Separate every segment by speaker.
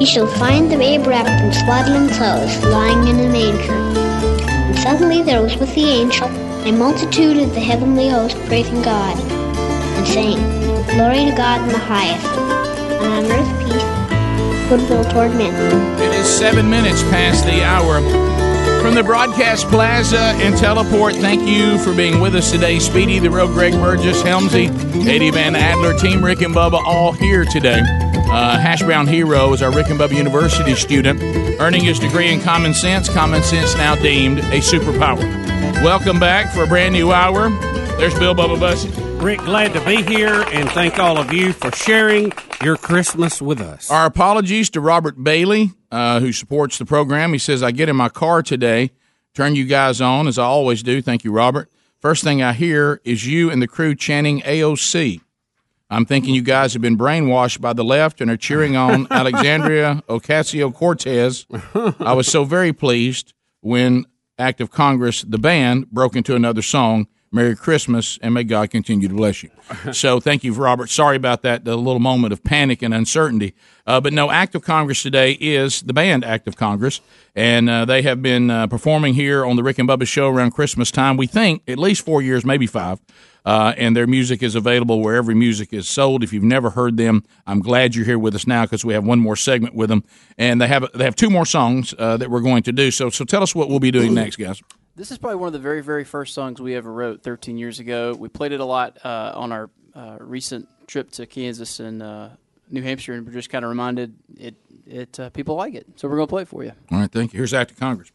Speaker 1: You shall find the babe wrapped in swaddling clothes, lying in a manger. And suddenly there was with the angel a multitude of the heavenly host praising God, and saying, Glory to God in the highest, and on earth peace, goodwill toward men.
Speaker 2: It is seven minutes past the hour. From the Broadcast Plaza and Teleport, thank you for being with us today. Speedy, the real Greg Burgess, Helmsy, Eddie Van Adler, Team Rick and Bubba, all here today. Uh, Hash Brown Hero is our Rick and Bubba University student, earning his degree in common sense. Common sense now deemed a superpower. Welcome back for a brand new hour. There's Bill Bubba Bussett.
Speaker 3: Rick, glad to be here and thank all of you for sharing your Christmas with us.
Speaker 2: Our apologies to Robert Bailey, uh, who supports the program. He says, I get in my car today, turn you guys on, as I always do. Thank you, Robert. First thing I hear is you and the crew chanting AOC. I'm thinking you guys have been brainwashed by the left and are cheering on Alexandria Ocasio Cortez. I was so very pleased when Act of Congress, the band, broke into another song, Merry Christmas, and may God continue to bless you. So thank you, Robert. Sorry about that, the little moment of panic and uncertainty. Uh, but no, Act of Congress today is the band Act of Congress, and uh, they have been uh, performing here on the Rick and Bubba show around Christmas time, we think, at least four years, maybe five. Uh, and their music is available wherever music is sold. If you've never heard them, I'm glad you're here with us now because we have one more segment with them, and they have they have two more songs uh, that we're going to do. So so tell us what we'll be doing next, guys.
Speaker 4: This is probably one of the very, very first songs we ever wrote 13 years ago. We played it a lot uh, on our uh, recent trip to Kansas and uh, New Hampshire, and we're just kind of reminded it, it uh, people like it. So we're going to play it for you.
Speaker 2: All right, thank you. Here's Act of Congress.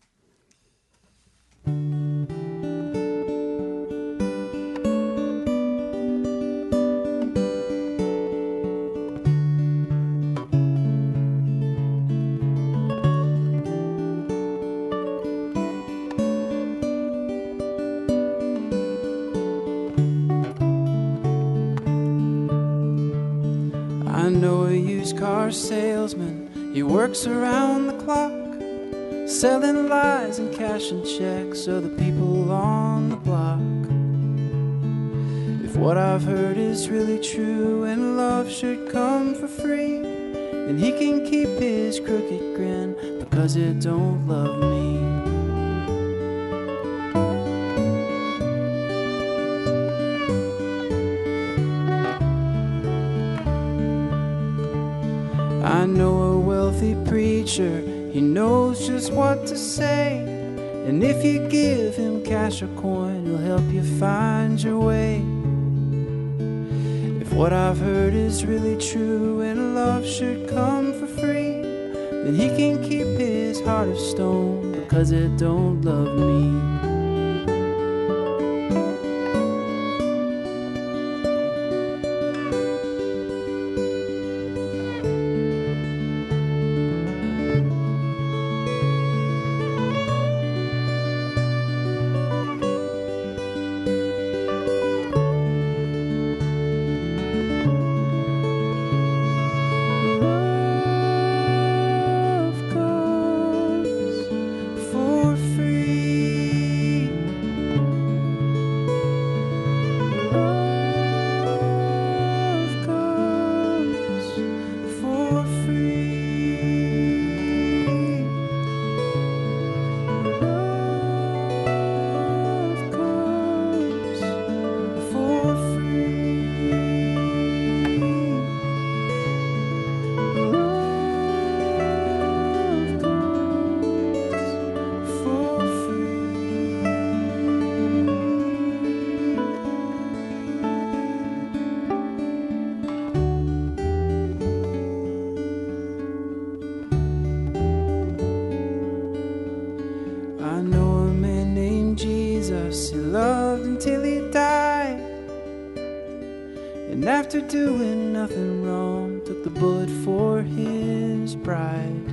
Speaker 4: I know a used car salesman. He works around the clock, selling lies and cashing checks so the people on the block. If what I've heard is really true and love should come for free, then he can keep his crooked grin because it don't love me. I know a wealthy preacher, he knows just what to say. And if you give him cash or coin, he'll help you find your way. If what I've heard is really true and love should come for free, then he can keep his heart of stone because it don't love me. Love goes for free. Love goes for free. Love goes for free. I know a man named Jesus, he loved until he died. And after doing nothing wrong, took the bullet for his bride.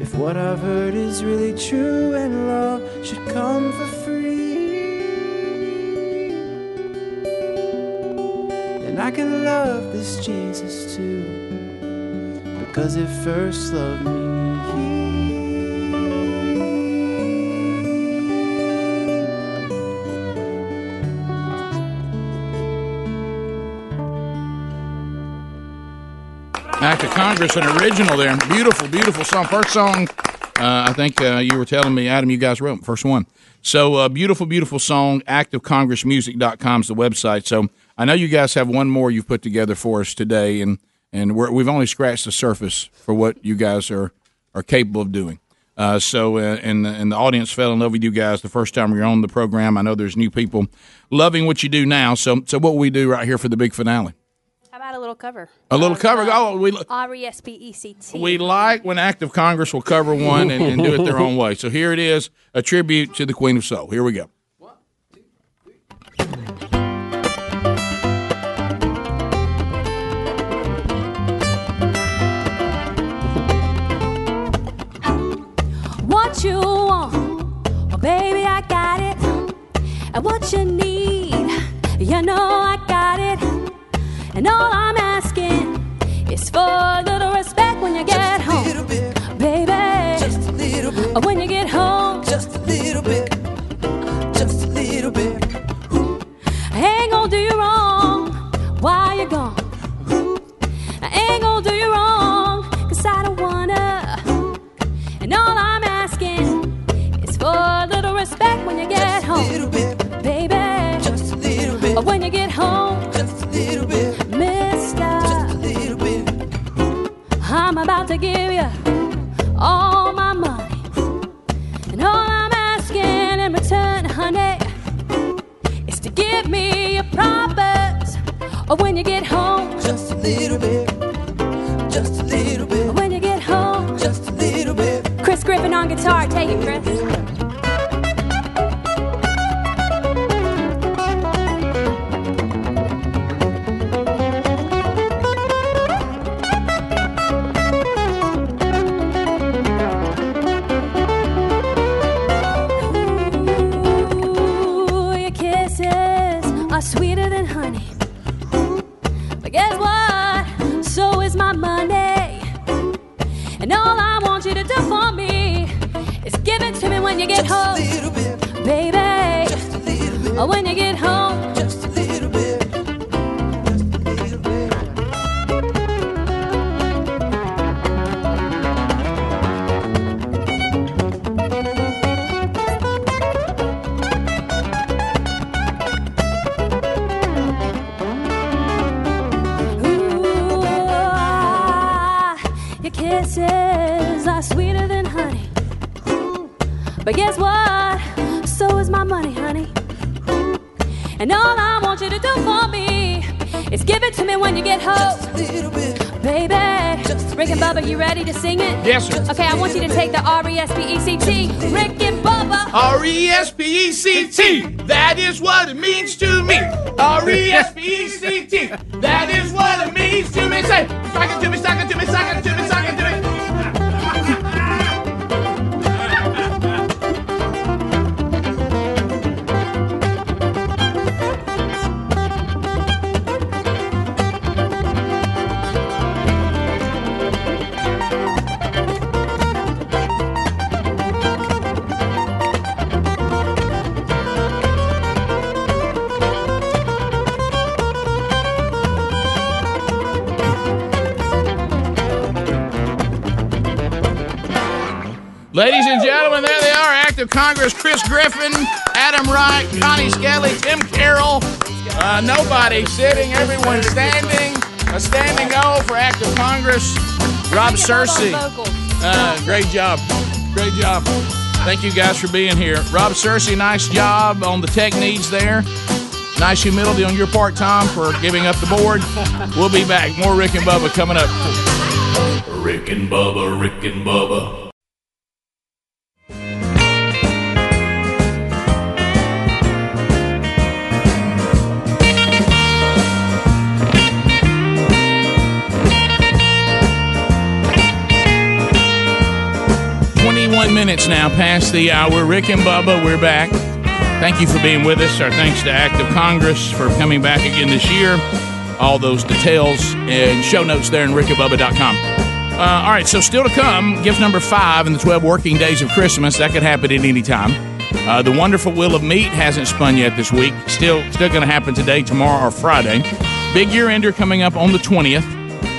Speaker 4: If what I've heard is really true and love should come for free, then I can love this Jesus too. Because it first loved me.
Speaker 2: Act of Congress, an original there. Beautiful, beautiful song. First song, uh, I think uh, you were telling me, Adam, you guys wrote first one. So uh, beautiful, beautiful song. ActofCongressMusic.com is the website. So I know you guys have one more you've put together for us today, and and we're, we've only scratched the surface for what you guys are are capable of doing. Uh, so, uh, and the- and the audience fell in love with you guys the first time we were on the program. I know there's new people loving what you do now. So, so what will we do right here for the big finale?
Speaker 5: How about a little cover?
Speaker 2: A little cover. Oh, we.
Speaker 5: R E S P E C T.
Speaker 2: We like when Act of Congress will cover one and, and do it their own way. So here it is a tribute to the Queen of Soul. Here we go.
Speaker 5: What you want, well, baby, I got it. And what you need, you know I got it. And all I'm asking is for a little respect when you get home, baby. Oh,
Speaker 6: Just a little bit,
Speaker 5: when you get home,
Speaker 6: just a little bit, just a little bit.
Speaker 5: I ain't gonna do you wrong while you're gone. I ain't gonna do you wrong, cause I don't wanna. And all I'm asking is for a little respect when you get home,
Speaker 6: Little bit,
Speaker 5: baby.
Speaker 6: just a little bit,
Speaker 5: Or when you get home,
Speaker 6: just a little bit,
Speaker 5: mister,
Speaker 6: a little bit,
Speaker 5: I'm about to give you all my money. And all I'm asking in return, honey, is to give me your profits. Or when you get home,
Speaker 6: just a little bit, just a little bit,
Speaker 5: when you get home.
Speaker 6: just a little bit.
Speaker 5: Chris Griffin on guitar, take it, Chris. Ooh, your kisses are sweeter than honey. But guess what? So is my money. And all I want you to do for me is give it to me when you get home,
Speaker 6: Little bit,
Speaker 5: baby.
Speaker 6: just a little bit,
Speaker 5: Or when you get home,
Speaker 6: just a little bit, just a little bit.
Speaker 5: ooh, ah, your kisses are sweeter than honey. But guess what? So is my money, honey. And all I want you to do for me is give it to me when you get home.
Speaker 6: Just a little bit,
Speaker 5: Baby, Rick and Bubba, you ready to sing it?
Speaker 2: Yes, sir.
Speaker 5: Okay, I want you to take the R E S P E C T. Rick and Bubba.
Speaker 2: R E S P E C T. That is what it means to me. R E S P E C T. That is what it means to me. Say, suck it to me, suck it to me, suck it to me, suck it to me. Ladies and gentlemen, there they are. Act of Congress, Chris Griffin, Adam Wright, Connie Skelly, Tim Carroll. Uh, nobody sitting, everyone standing. A standing O for Act of Congress. Rob Searcy. Uh, great job. Great job. Thank you guys for being here. Rob Searcy, nice job on the tech needs there. Nice humility on your part, Tom, for giving up the board. We'll be back. More Rick and Bubba coming up.
Speaker 7: Rick and Bubba, Rick and Bubba.
Speaker 2: 21 minutes now past the hour. Rick and Bubba, we're back. Thank you for being with us. Our thanks to Act of Congress for coming back again this year. All those details and show notes there in rickandbubba.com. Uh, all right, so still to come, gift number five in the 12 working days of Christmas. That could happen at any time. Uh, the wonderful wheel of meat hasn't spun yet this week. Still, still going to happen today, tomorrow, or Friday. Big year ender coming up on the 20th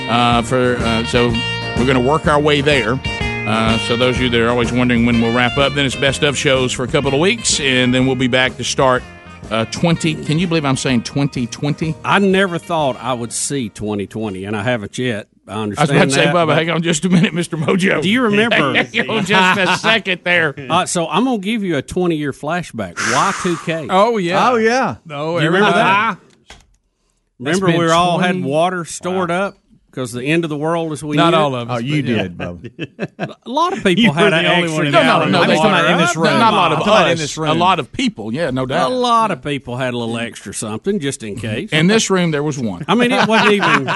Speaker 2: uh, for uh, so we're going to work our way there. Uh, so those of you that are always wondering when we'll wrap up, then it's best of shows for a couple of weeks, and then we'll be back to start uh, twenty. Can you believe I'm saying twenty twenty?
Speaker 3: I never thought I would see 2020, and I haven't yet. I
Speaker 2: I was
Speaker 3: understand
Speaker 2: about to say,
Speaker 3: that,
Speaker 2: Bubba,
Speaker 3: but-
Speaker 2: hang on just a minute, Mister Mojo.
Speaker 3: Do you remember-
Speaker 2: Hang on just a second there.
Speaker 3: Uh, so I'm gonna give you a 20 year flashback. Y2K.
Speaker 2: yeah,
Speaker 8: Oh yeah.
Speaker 2: No,
Speaker 3: Do you remember
Speaker 2: everybody- Ah.
Speaker 3: that? Remember
Speaker 9: been
Speaker 3: we all
Speaker 9: 20?
Speaker 3: had water stored up because the end of the world is we
Speaker 9: Not
Speaker 3: knew it?
Speaker 9: all of
Speaker 8: Oh,
Speaker 9: us.
Speaker 8: you did, Bubba.
Speaker 3: A lot of people
Speaker 9: You were
Speaker 3: had an
Speaker 9: the only
Speaker 3: extra
Speaker 9: one in
Speaker 2: No, no,
Speaker 3: gallon
Speaker 2: no.
Speaker 3: of
Speaker 9: I'm just
Speaker 2: they-
Speaker 9: talking about in
Speaker 3: water
Speaker 9: this
Speaker 3: up.
Speaker 9: room.
Speaker 2: Not a lot of
Speaker 9: I'm talking about
Speaker 2: us.
Speaker 9: in this
Speaker 2: A
Speaker 9: room.
Speaker 2: lot of people. Yeah, no
Speaker 3: A
Speaker 2: doubt.
Speaker 3: lot of people had a little extra something just in case.
Speaker 2: In this room, there was one.
Speaker 3: I mean, it wasn't even.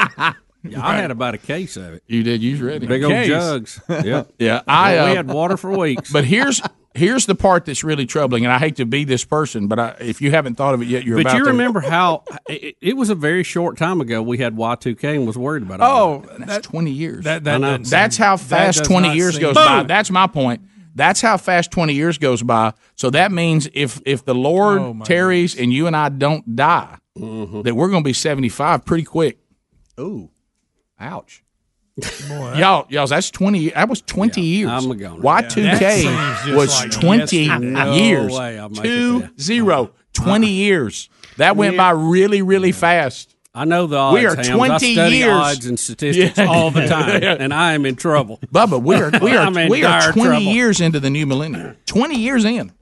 Speaker 3: Yeah, I had about a case of it.
Speaker 2: You did. You was ready.
Speaker 3: Big old
Speaker 2: Case.
Speaker 3: jugs. Yeah.
Speaker 2: Yeah, I.
Speaker 3: we
Speaker 2: uh,
Speaker 3: had water for weeks.
Speaker 2: But here's here's the part that's really troubling, and I hate to be this person, but I, if you haven't thought of it yet, you're
Speaker 3: But
Speaker 2: about
Speaker 3: you
Speaker 2: to.
Speaker 3: remember how it, it was a very short time ago we had Y2K and was worried about it.
Speaker 9: Oh,
Speaker 2: that's
Speaker 9: that,
Speaker 2: twenty years.
Speaker 9: that,
Speaker 3: I
Speaker 9: that
Speaker 3: know.
Speaker 9: doesn't
Speaker 2: that's
Speaker 9: seem-
Speaker 2: how
Speaker 9: that
Speaker 2: fast
Speaker 9: does
Speaker 2: twenty
Speaker 9: not
Speaker 2: years
Speaker 9: seem-
Speaker 2: goes by. That's my point. That's how fast twenty years goes by. So that means if if the Lord
Speaker 9: Oh, my
Speaker 2: tarries and you and I don't die,
Speaker 3: Mm-hmm.
Speaker 2: that we're going to be seventy five pretty quick.
Speaker 8: Ooh, ouch.
Speaker 9: Boy, that-
Speaker 2: Y'all, y'all, that's twenty. That was twenty years.
Speaker 3: I'm a goner.
Speaker 2: Y two
Speaker 9: That
Speaker 2: K
Speaker 9: seems
Speaker 2: was
Speaker 9: just like
Speaker 2: twenty
Speaker 9: yesterday.
Speaker 3: No
Speaker 2: years.
Speaker 3: way I'll make it
Speaker 2: Two
Speaker 3: there.
Speaker 2: zero. Twenty years. That went by really, really fast.
Speaker 3: I know the odds.
Speaker 2: We are
Speaker 3: Hams.
Speaker 2: 20
Speaker 3: I study
Speaker 2: years-
Speaker 3: odds and statistics
Speaker 2: Yeah.
Speaker 3: all the time, and I am in trouble.
Speaker 2: Bubba, we are we are
Speaker 3: I'm in
Speaker 2: we are
Speaker 3: dire
Speaker 2: twenty
Speaker 3: trouble.
Speaker 2: years into the new millennium. Twenty years in.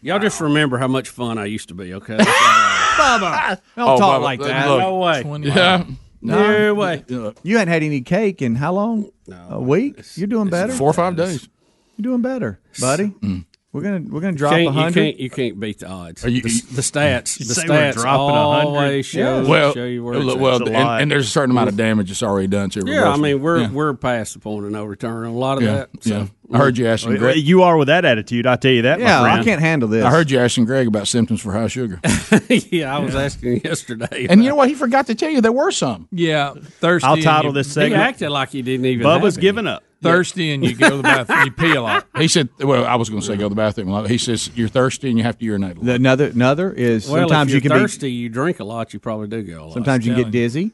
Speaker 3: Y'all just remember how much fun I used to be. Okay,
Speaker 9: Bubba, don't
Speaker 2: Oh,
Speaker 9: talk
Speaker 2: Bubba,
Speaker 9: like that.
Speaker 2: look.
Speaker 3: no way,
Speaker 9: Twenty-
Speaker 2: Yeah,
Speaker 3: no way.
Speaker 8: Uh, You ain't had any cake in how long? A week. You're doing better.
Speaker 2: four or five days.
Speaker 8: You're doing better, buddy. We're gonna we're gonna drop a
Speaker 3: Can't, you
Speaker 8: hundred.
Speaker 3: can't you can't beat the odds.
Speaker 2: Are you-
Speaker 3: the, the stats the
Speaker 9: say we're
Speaker 3: stats
Speaker 9: dropping a hundred?
Speaker 3: always show,
Speaker 2: Well,
Speaker 3: show you where it's
Speaker 2: well,
Speaker 3: at.
Speaker 2: well,
Speaker 9: It's a
Speaker 2: and,
Speaker 9: lot.
Speaker 2: and there's a certain amount of damage that's already done to.
Speaker 3: yeah. I
Speaker 2: reversing.
Speaker 3: mean we're
Speaker 2: yeah.
Speaker 3: we're past the point of no return on a lot of
Speaker 2: yeah,
Speaker 3: that. So.
Speaker 2: yeah. I heard you asking Greg.
Speaker 10: You are with that attitude, I tell you that. my
Speaker 8: Yeah, I
Speaker 10: friend.
Speaker 8: can't handle this.
Speaker 2: I heard you asking Greg about symptoms for high sugar,
Speaker 3: yeah, I was asking yesterday.
Speaker 2: and you know what? He forgot to tell you there were some.
Speaker 9: yeah, thirsty.
Speaker 10: I'll
Speaker 9: and
Speaker 10: title
Speaker 9: you-
Speaker 10: this
Speaker 3: he
Speaker 10: segment.
Speaker 3: acted like he didn't even.
Speaker 10: Bubba's
Speaker 3: have it.
Speaker 10: giving up.
Speaker 9: thirsty, and you go to the bathroom. You pee a lot.
Speaker 2: He said, "Well, I was going to say go to the bathroom." He says, "You're thirsty and you have to urinate." a lot."
Speaker 8: The- another another is
Speaker 3: Well,
Speaker 8: sometimes
Speaker 3: if
Speaker 8: you
Speaker 3: you're
Speaker 8: can
Speaker 3: thirsty, you drink a lot. You probably do go a lot.
Speaker 8: be sometimes you can get
Speaker 9: telling you.
Speaker 8: dizzy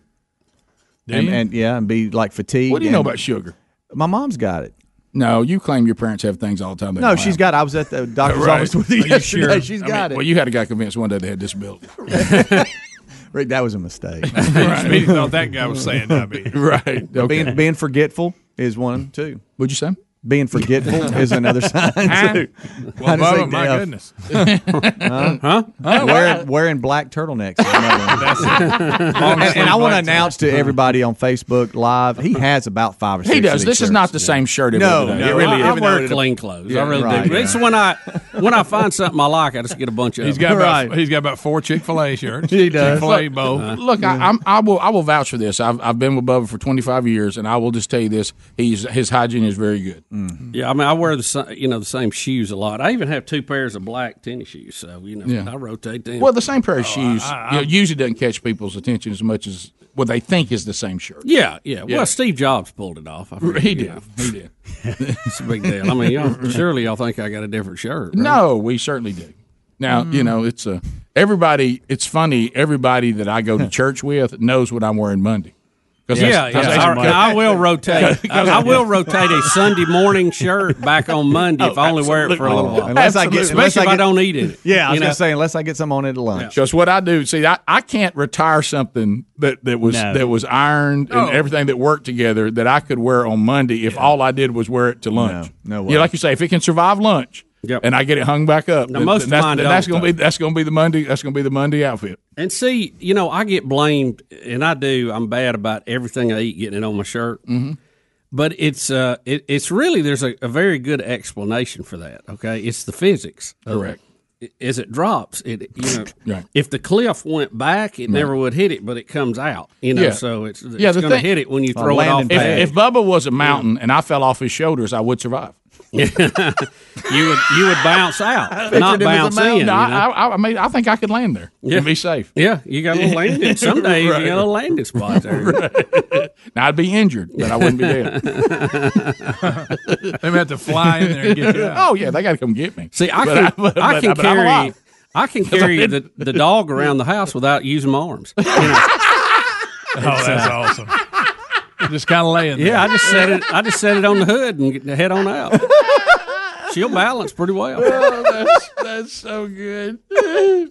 Speaker 9: Do
Speaker 8: and,
Speaker 9: you?
Speaker 8: and yeah and be like fatigued.
Speaker 2: What do you know
Speaker 8: and-
Speaker 2: about sugar?
Speaker 8: My mom's got it.
Speaker 2: No, you claim your parents have things all the time. they
Speaker 8: No,
Speaker 2: don't
Speaker 8: she's
Speaker 2: have.
Speaker 8: got. I was at the doctor's
Speaker 2: Right.
Speaker 8: office with her
Speaker 9: Are you
Speaker 8: yesterday.
Speaker 9: sure?
Speaker 8: She's
Speaker 2: I
Speaker 8: got
Speaker 2: mean,
Speaker 8: it.
Speaker 2: Well, you had a guy convinced one day they had disability.
Speaker 8: Rick, that was a mistake.
Speaker 9: Speedy thought that guy was saying diabetes.
Speaker 2: right. Okay.
Speaker 8: being being forgetful is one too.
Speaker 2: What'd you say?
Speaker 8: Being forgetful is another sign too.
Speaker 9: Well,
Speaker 8: just
Speaker 9: Bubba,
Speaker 8: think
Speaker 9: my
Speaker 8: death.
Speaker 9: goodness.
Speaker 8: wearing, wearing black turtlenecks. is another one. and, and I want to announce to everybody on Facebook Live, he has about five or six.
Speaker 2: He
Speaker 8: of
Speaker 2: does.
Speaker 8: these
Speaker 2: This is not
Speaker 8: shirts.
Speaker 2: the same shirt. every
Speaker 8: No,
Speaker 2: day.
Speaker 8: no.
Speaker 2: It
Speaker 3: I,
Speaker 2: really
Speaker 3: I
Speaker 2: is.
Speaker 3: wear clean clothes. I really
Speaker 8: right,
Speaker 3: do. But It's when I when I find something I like, I just get a bunch of.
Speaker 9: He's got
Speaker 3: them.
Speaker 8: Right.
Speaker 9: about, he's got about four Chick Fil A shirts.
Speaker 8: He does.
Speaker 9: Chick-fil-A bowl.
Speaker 3: Uh-huh.
Speaker 2: Look, I, I'm, I will. I will vouch for this. I've, I've been with Bubba for 25 years, and I will just tell you this: he's his hygiene is very good.
Speaker 3: Yeah, I mean, I wear the sa- you know the same shoes a lot. I even have two pairs of black tennis shoes, so you know
Speaker 2: Yeah.
Speaker 3: I rotate them.
Speaker 2: Well, the same pair of shoes you know, usually doesn't catch people's attention as much as what they think is the same shirt.
Speaker 3: yeah, yeah,
Speaker 2: Yeah.
Speaker 3: Well, Steve Jobs pulled it off. I mean,
Speaker 2: He
Speaker 3: you
Speaker 2: did.
Speaker 3: know,
Speaker 2: He did.
Speaker 3: it's a big deal. I mean, y'all, surely y'all think I got a different shirt. right? Mm.
Speaker 2: No, we certainly do. Now you know it's a everybody. It's funny. Everybody that I go to church with knows what I'm wearing Monday. 'Cause
Speaker 3: Yeah,
Speaker 2: that's-
Speaker 3: yeah.
Speaker 2: 'cause
Speaker 3: I,
Speaker 2: that's-
Speaker 3: I will rotate. I, I will rotate a Sunday morning shirt back on Monday if I only wear it for a little while.
Speaker 8: Unless I get,
Speaker 3: Especially
Speaker 8: unless
Speaker 3: if
Speaker 8: I
Speaker 3: I,
Speaker 8: get,
Speaker 3: don't eat it.
Speaker 8: yeah, I was
Speaker 3: you know?
Speaker 8: gonna say unless I get some on it at lunch.
Speaker 2: Just what I do. See, I, I can't retire something that, that was
Speaker 10: No.
Speaker 2: that was ironed
Speaker 9: No.
Speaker 2: and everything that worked together that I could wear on Monday if all I did was wear it to lunch.
Speaker 8: No, no
Speaker 2: You
Speaker 8: way.
Speaker 2: know, like you say, if it can survive lunch
Speaker 3: Yep.
Speaker 2: and I get it hung back up, then-
Speaker 3: most
Speaker 2: then that's,
Speaker 3: of mine
Speaker 2: then that's
Speaker 3: don't,
Speaker 2: gonna be that's gonna be the Monday that's gonna be the Monday outfit.
Speaker 3: And see, you know, I get blamed, and I do. I'm bad about everything I eat getting it on my shirt. Mm-hmm. But it's uh, it, it's really there's a, a very good explanation for that. Okay, it's the physics. of it.
Speaker 2: Correct.
Speaker 3: I- As it drops, it you know,
Speaker 2: Right.
Speaker 3: if the cliff went back, it never would hit it, but it comes out. You know,
Speaker 2: Yeah.
Speaker 3: so it's, it's
Speaker 2: Yeah, the
Speaker 3: going to
Speaker 2: thing-
Speaker 3: hit it when you throw it off.
Speaker 8: landing
Speaker 3: the
Speaker 8: pad.
Speaker 3: edge.
Speaker 2: If Bubba was a mountain and I fell off his shoulders, I would survive.
Speaker 3: you would you would bounce out, not
Speaker 2: Pictured him as
Speaker 3: bounce
Speaker 2: a mountain.
Speaker 3: in. you
Speaker 2: No,
Speaker 3: know?
Speaker 2: I, I, I mean, I think I could land there
Speaker 3: Yeah.
Speaker 2: and be safe.
Speaker 3: Yeah, you got a little landing. Someday you got a little landing spot there.
Speaker 2: Now I'd be injured, but I wouldn't be dead.
Speaker 9: They may have to fly in there and get you out.
Speaker 2: Oh yeah, they got to come get me.
Speaker 3: See, I
Speaker 2: But
Speaker 3: can, I,
Speaker 2: but- but-
Speaker 3: can
Speaker 2: but I'm
Speaker 3: carry
Speaker 2: alive.
Speaker 3: I can carry the, the dog around the house without using my arms. You know?
Speaker 9: Oh, that's awesome. Just kind of laying there.
Speaker 3: yeah, I just set it. I just set it on the hood and get- head on out. She'll balance pretty well.
Speaker 2: Oh, that's, that's so good.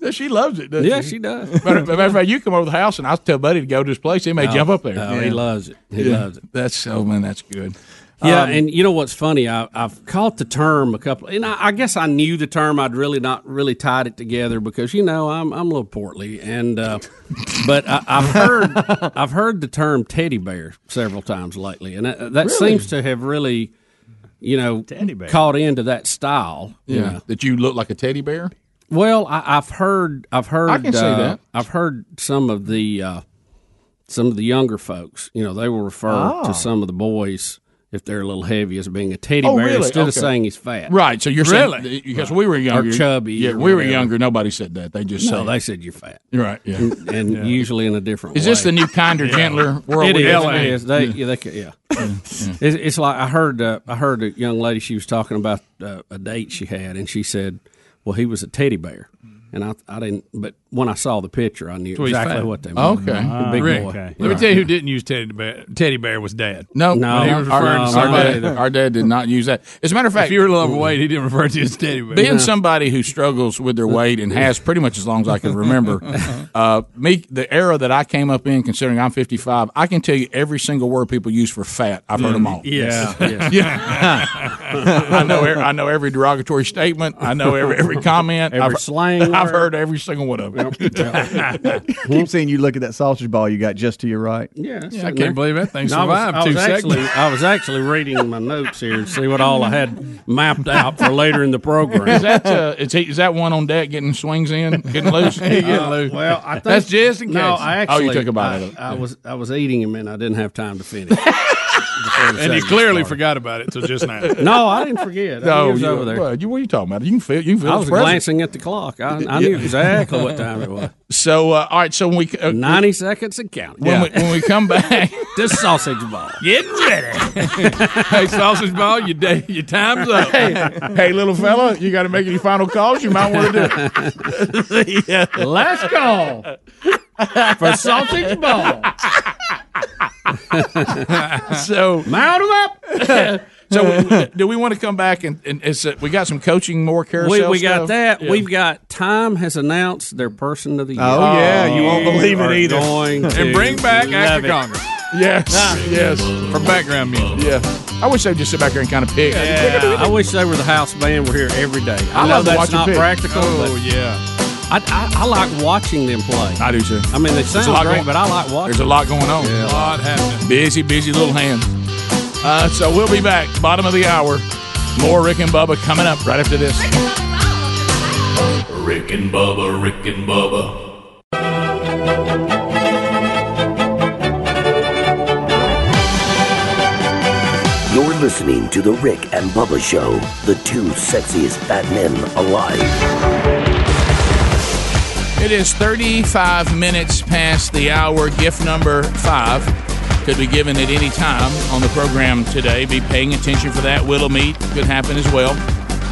Speaker 2: she loves it, doesn't
Speaker 3: Yeah,
Speaker 2: she?
Speaker 3: she does.
Speaker 2: Matter of matter of fact, you come over to the house and I'll tell Buddy to go to this place. He may jump up there.
Speaker 3: Oh, He loves it. He
Speaker 2: Yeah.
Speaker 3: loves it.
Speaker 2: That's so man. That's good. Um,
Speaker 3: Yeah, and you know what's funny? I, I've caught the term a couple, and I, I guess I knew the term. I'd really not really tied it together because you know I'm I'm a little portly, and uh, but I, I've heard I've heard the term teddy bear several times lately, and that, that seems to have really, you know,
Speaker 10: Teddy bear.
Speaker 3: caught into that style. you
Speaker 2: Yeah.
Speaker 3: know.
Speaker 2: That you look like a teddy bear.
Speaker 3: Well, I, I've heard, I've heard,
Speaker 2: I can see
Speaker 3: uh,
Speaker 2: that.
Speaker 3: I've heard some of the, uh, some of the younger folks. You know, they will refer to some of the boys if they're a little heavy as being a teddy
Speaker 2: Oh,
Speaker 3: bear
Speaker 2: really?
Speaker 3: instead of
Speaker 2: Okay.
Speaker 3: saying he's fat.
Speaker 2: Right. So you're
Speaker 3: Really?
Speaker 2: saying because we were younger,
Speaker 3: chubby
Speaker 2: Yeah,
Speaker 3: or
Speaker 2: we were
Speaker 3: whatever.
Speaker 2: younger. Nobody said that. They just
Speaker 3: So
Speaker 2: said
Speaker 3: they said you're fat,
Speaker 2: You're right. Yeah.
Speaker 3: and usually in a different.
Speaker 2: Is
Speaker 3: way.
Speaker 2: this the new kinder, gentler world?
Speaker 3: It
Speaker 2: we
Speaker 3: is.
Speaker 2: live
Speaker 3: It
Speaker 2: in?
Speaker 3: is. They, yeah. they could, yeah. It's, it's like I heard. Uh, I heard a young lady. She was talking about uh, a date she had, and she said, "Well, he was a teddy bear," and I, I didn't. But when I saw the picture, I knew
Speaker 9: what he's
Speaker 3: exactly
Speaker 9: fat.
Speaker 3: what they meant.
Speaker 2: Okay.
Speaker 3: The big
Speaker 9: Rick,
Speaker 3: boy.
Speaker 9: let me tell you who didn't use teddy bear. Teddy bear was dad.
Speaker 2: No,
Speaker 3: No, um, he was
Speaker 2: our, um,
Speaker 3: referring
Speaker 2: our,
Speaker 3: to somebody
Speaker 2: dad, our dad did not use that. As a matter of fact,
Speaker 9: If you were a little overweight, he didn't refer to you as teddy bear.
Speaker 2: being somebody who struggles with their weight and has pretty much as long as I can remember,
Speaker 3: Uh-huh.
Speaker 2: uh, me the era that I came up in, considering I'm 55, I can tell you every single word people use for fat. I've heard them all.
Speaker 3: Mm, Yes. yes.
Speaker 2: I know. e- I know every derogatory statement. I know every, every comment.
Speaker 3: Every
Speaker 2: I've,
Speaker 3: slang
Speaker 2: I've
Speaker 3: word.
Speaker 2: heard every single one of them.
Speaker 8: Keep seeing you look at that sausage ball you got just to your right.
Speaker 3: Yeah, it's
Speaker 9: I
Speaker 3: sitting there.
Speaker 9: can't believe that thing
Speaker 3: No, I was,
Speaker 9: survived
Speaker 3: I
Speaker 9: two
Speaker 3: was actually,
Speaker 9: seconds.
Speaker 3: I was actually reading my notes here to see what all I had mapped out for later in the
Speaker 2: Is
Speaker 3: program.
Speaker 2: that uh, is, he, is that one on deck getting swings in, getting loose?
Speaker 3: Uh, well, I think,
Speaker 2: That's just in case.
Speaker 3: No, I
Speaker 2: Oh,
Speaker 3: actually.
Speaker 2: you took a bite
Speaker 3: I,
Speaker 2: of it.
Speaker 3: I was I was eating him and I didn't have time to finish. and
Speaker 9: And you clearly forgot about it till just now.
Speaker 3: No, I didn't forget. I knew
Speaker 2: No,
Speaker 3: he was
Speaker 2: you,
Speaker 3: over there.
Speaker 2: Well, you, what are you talking about? You can feel. You can feel.
Speaker 3: I
Speaker 2: his
Speaker 3: was
Speaker 2: presence.
Speaker 3: glancing at the clock. I, I knew exactly what time it was.
Speaker 2: So, uh, all right. So when we uh,
Speaker 3: Ninety seconds and counting.
Speaker 2: when, we, when we come back,
Speaker 3: this sausage ball.
Speaker 9: Get ready. hey, sausage ball, your day, your time's up.
Speaker 2: hey, little fella, you got to make any final calls. You might want to do.
Speaker 3: Let's go for sausage ball.
Speaker 2: It. So,
Speaker 3: Mount him up.
Speaker 2: so we- do we want to come back and, and it's, uh, we got some coaching more carousel?
Speaker 3: We, we got
Speaker 2: stuff?
Speaker 3: that.
Speaker 2: Yeah.
Speaker 3: We've got Time has announced their person of the year.
Speaker 8: Oh, yeah, you won't believe it
Speaker 3: are
Speaker 8: either.
Speaker 3: Going
Speaker 9: And
Speaker 3: to
Speaker 9: bring back
Speaker 3: love
Speaker 9: Act
Speaker 3: it.
Speaker 9: of Congress
Speaker 2: yes, yes,
Speaker 9: for background music.
Speaker 2: yeah. I wish they'd just sit back here and kind of pick.
Speaker 3: Yeah, I wish they were the house band. We're here every day.
Speaker 2: I
Speaker 3: I, know
Speaker 2: love to watch
Speaker 3: that's
Speaker 2: them
Speaker 3: not
Speaker 2: pick.
Speaker 3: practical,
Speaker 9: Oh, yeah.
Speaker 3: but I, I, I like watching them play.
Speaker 2: I do too.
Speaker 3: I mean, they
Speaker 2: a lot
Speaker 3: sound great,
Speaker 2: going-
Speaker 3: but I like watching.
Speaker 2: There's a lot going on.
Speaker 9: A lot happening.
Speaker 2: Busy, busy little hands. Uh, so we'll be back. Bottom of the hour. More Rick and Bubba coming up right after this.
Speaker 7: Rick and Bubba, Rick and Bubba,
Speaker 11: You're listening to The Rick and Bubba Show, the two sexiest fat men alive.
Speaker 2: It is 35 minutes past the hour. Gift number five could be given at any time on the program today. Be paying attention for that. Willow meet could happen as well.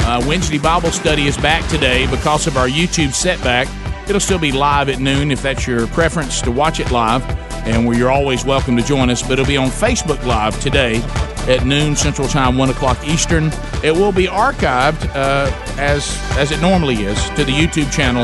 Speaker 2: Uh, Wednesday Bible study is back today because of our YouTube setback. It'll still be live at noon if that's your preference to watch it live. And where you're always welcome to join us, but it'll be on Facebook Live today at noon Central Time, one o'clock Eastern. It will be archived uh, as as it normally is to the YouTube channel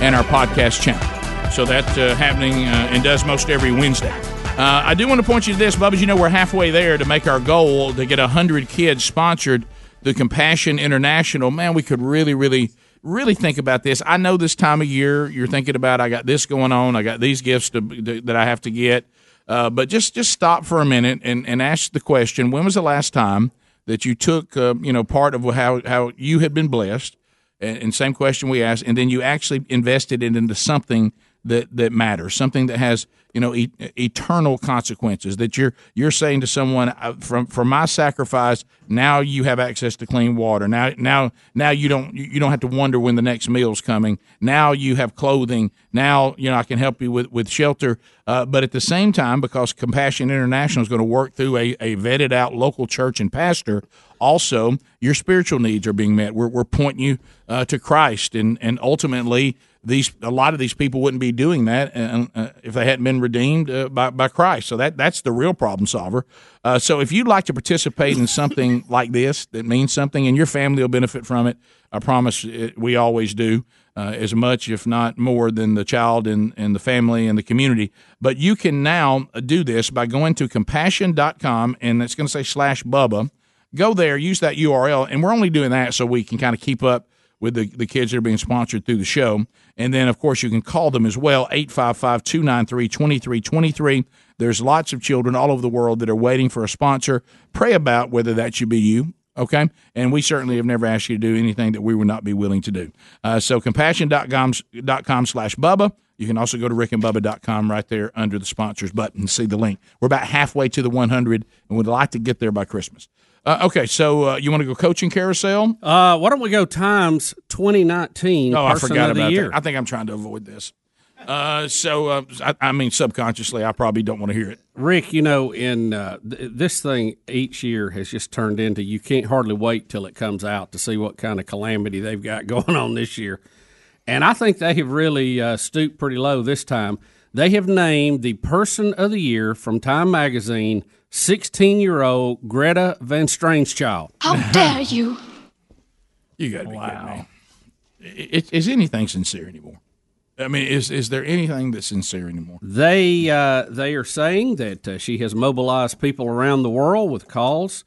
Speaker 2: and our podcast channel. So that's uh, happening uh, and does most every Wednesday. Uh, I do want to point you to this, Bubba. You know we're halfway there to make our goal to get hundred kids sponsored through Compassion International. Man, we could really, really, really think about this. I know this time of year you're thinking about I got this going on, I got these gifts to, that I have to get. Uh, but just just stop for a minute and, and ask the question: When was the last time that you took uh, you know part of how how you had been blessed? And, and same question we asked, and then you actually invested it into something that that matters, something that has you know e- eternal consequences. That you're you're saying to someone uh, from from my sacrifice, now you have access to clean water. Now now now you don't you you don't have to wonder when the next meal's coming. Now you have clothing. Now you know I can help you with with shelter. Uh, but at the same time, because Compassion International is going to work through a, a vetted out local church and pastor, also your spiritual needs are being met. We're, we're pointing you uh, to Christ, and and ultimately these a lot of these people wouldn't be doing that and, uh, if they hadn't been redeemed uh, by, by Christ. So that that's the real problem solver. Uh, so if you'd like to participate in something like this that means something, and your family will benefit from it, I promise it, we always do. Uh, as much, if not more, than the child and, and the family and the community. But you can now uh, do this by going to compassion.com, and it's going to say slash Bubba. Go there, use that URL, and we're only doing that so we can kind of keep up with the, the kids that are being sponsored through the show. And then, of course, you can call them as well 855 293 2323. There's lots of children all over the world that are waiting for a sponsor. Pray about whether that should be you. Okay. And we certainly have never asked you to do anything that we would not be willing to do. Uh, so, compassion.com dot com slash Bubba. You can also go to rickandbubba.com right there under the sponsors button and see the link. We're about halfway to the 100 and would like to get there by Christmas. Uh, okay. So, uh, you want to go coaching carousel?
Speaker 3: Uh, why don't we go times 2019
Speaker 2: Oh, I
Speaker 3: Person
Speaker 2: forgot
Speaker 3: of the
Speaker 2: about
Speaker 3: year.
Speaker 2: that. I think I'm trying to avoid this. Uh, so, uh, I, I mean, subconsciously, I probably don't want to hear it.
Speaker 3: Rick, you know, in uh, th- this thing each year has just turned into you can't hardly wait till it comes out to see what kind of calamity they've got going on this year. And I think they have really uh, stooped pretty low this time. They have named the person of the year from Time Magazine 16 year old Greta Van Strangechild.
Speaker 12: How dare you?
Speaker 2: You got to be kidding me. I- i- Is anything sincere anymore? I mean, is is there anything that's sincere anymore?
Speaker 3: They uh, they are saying that uh, she has mobilized people around the world with calls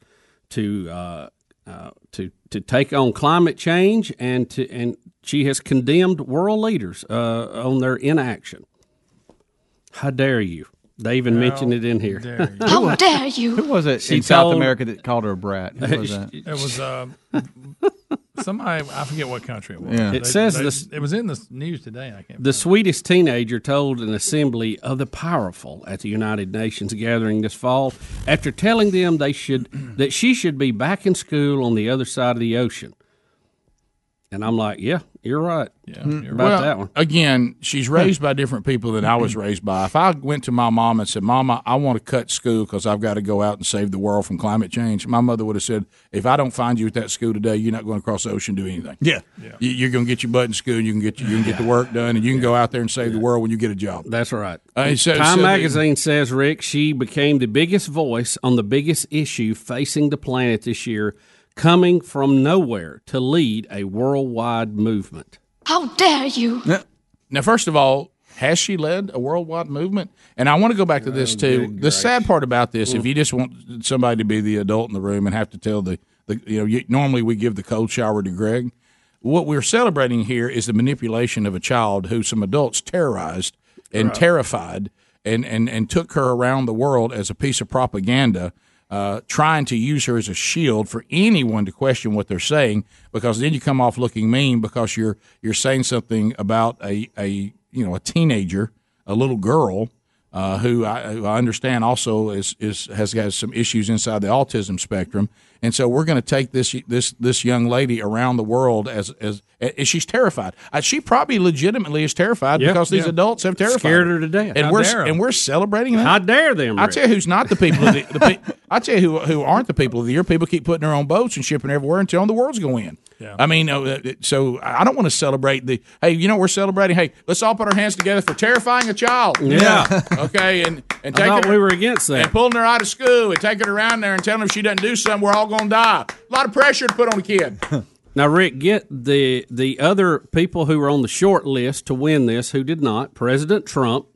Speaker 3: to uh, uh, to to take on climate change and to and she has condemned world leaders uh, on their inaction. How dare you? They even
Speaker 8: How
Speaker 3: mentioned it in here.
Speaker 8: dare you.
Speaker 12: How dare you?
Speaker 8: Who was it
Speaker 3: She
Speaker 8: in South
Speaker 3: told-
Speaker 8: America that called her a brat? Who was that?
Speaker 9: It was uh, somebody. I forget what country it was.
Speaker 8: Yeah.
Speaker 3: It says this-
Speaker 9: It was in the news today. I can't.
Speaker 3: The Swedish teenager told an assembly of the powerful at the United Nations gathering this fall after telling them they should that she should be back in school on the other side of the ocean. And I'm like, yeah, you're right. Yeah, Hmm, about
Speaker 2: Well,
Speaker 3: that one.
Speaker 2: Again, she's raised by different people than I was raised by. If I went to my mom and said, "Mama, I want to cut school because I've got to go out and save the world from climate change," my mother would have said, "If I don't find you at that school today, you're not going to cross the ocean to do anything. Yeah, You- you're going to get your butt in school. You can get you can get the work done, and you can go out there and save the world when you get a job."
Speaker 3: That's right.
Speaker 2: Uh, so-
Speaker 3: Time
Speaker 2: so-
Speaker 3: magazine says Rick she became the biggest voice on the biggest issue facing the planet this year, coming from nowhere to lead a worldwide movement.
Speaker 12: How dare you?
Speaker 2: Now, first of all, has she led a worldwide movement? And I want to go back to this too. The sad part about this, if you just want somebody to be the adult in the room and have to tell the, the you know, you, normally we give the cold shower to Greg. What we're celebrating here is the manipulation of a child who some adults terrorized and
Speaker 9: Right.
Speaker 2: terrified and, and, and took her around the world as a piece of propaganda, uh, trying to use her as a shield for anyone to question what they're saying, because then you come off looking mean because you're you're saying something about a, a you know a teenager, a little girl, uh, who, I, who I understand also is, is has got some issues inside the autism spectrum, and so we're going to take this this this young lady around the world as as, as she's terrified. Uh, she probably legitimately is terrified
Speaker 3: Yeah,
Speaker 2: because these
Speaker 3: yeah.
Speaker 2: adults have terrified
Speaker 3: Scared her to death.
Speaker 2: and
Speaker 3: How
Speaker 2: we're
Speaker 3: dare 'em.
Speaker 2: and we're celebrating that.
Speaker 3: How dare them?
Speaker 2: I
Speaker 3: Rick.
Speaker 2: tell you who's not the people. Of the, the pe- I tell you who who aren't the people of the year. People keep putting their own boats and shipping everywhere and telling the world's going to end.
Speaker 9: Yeah.
Speaker 2: I mean, uh, uh, so I don't want to celebrate the. Hey, you know we're celebrating. Hey, let's all put our hands together for terrifying a child.
Speaker 3: Yeah.
Speaker 2: okay, and and
Speaker 3: I
Speaker 2: taking
Speaker 3: thought
Speaker 2: her-
Speaker 3: we were against that.
Speaker 2: and pulling her out of school and taking her around there and telling her if she doesn't do something, we're all going to die. A lot of pressure to put on a kid.
Speaker 3: Now, Rick, get the the other people who were on the short list to win this who did not: President Trump,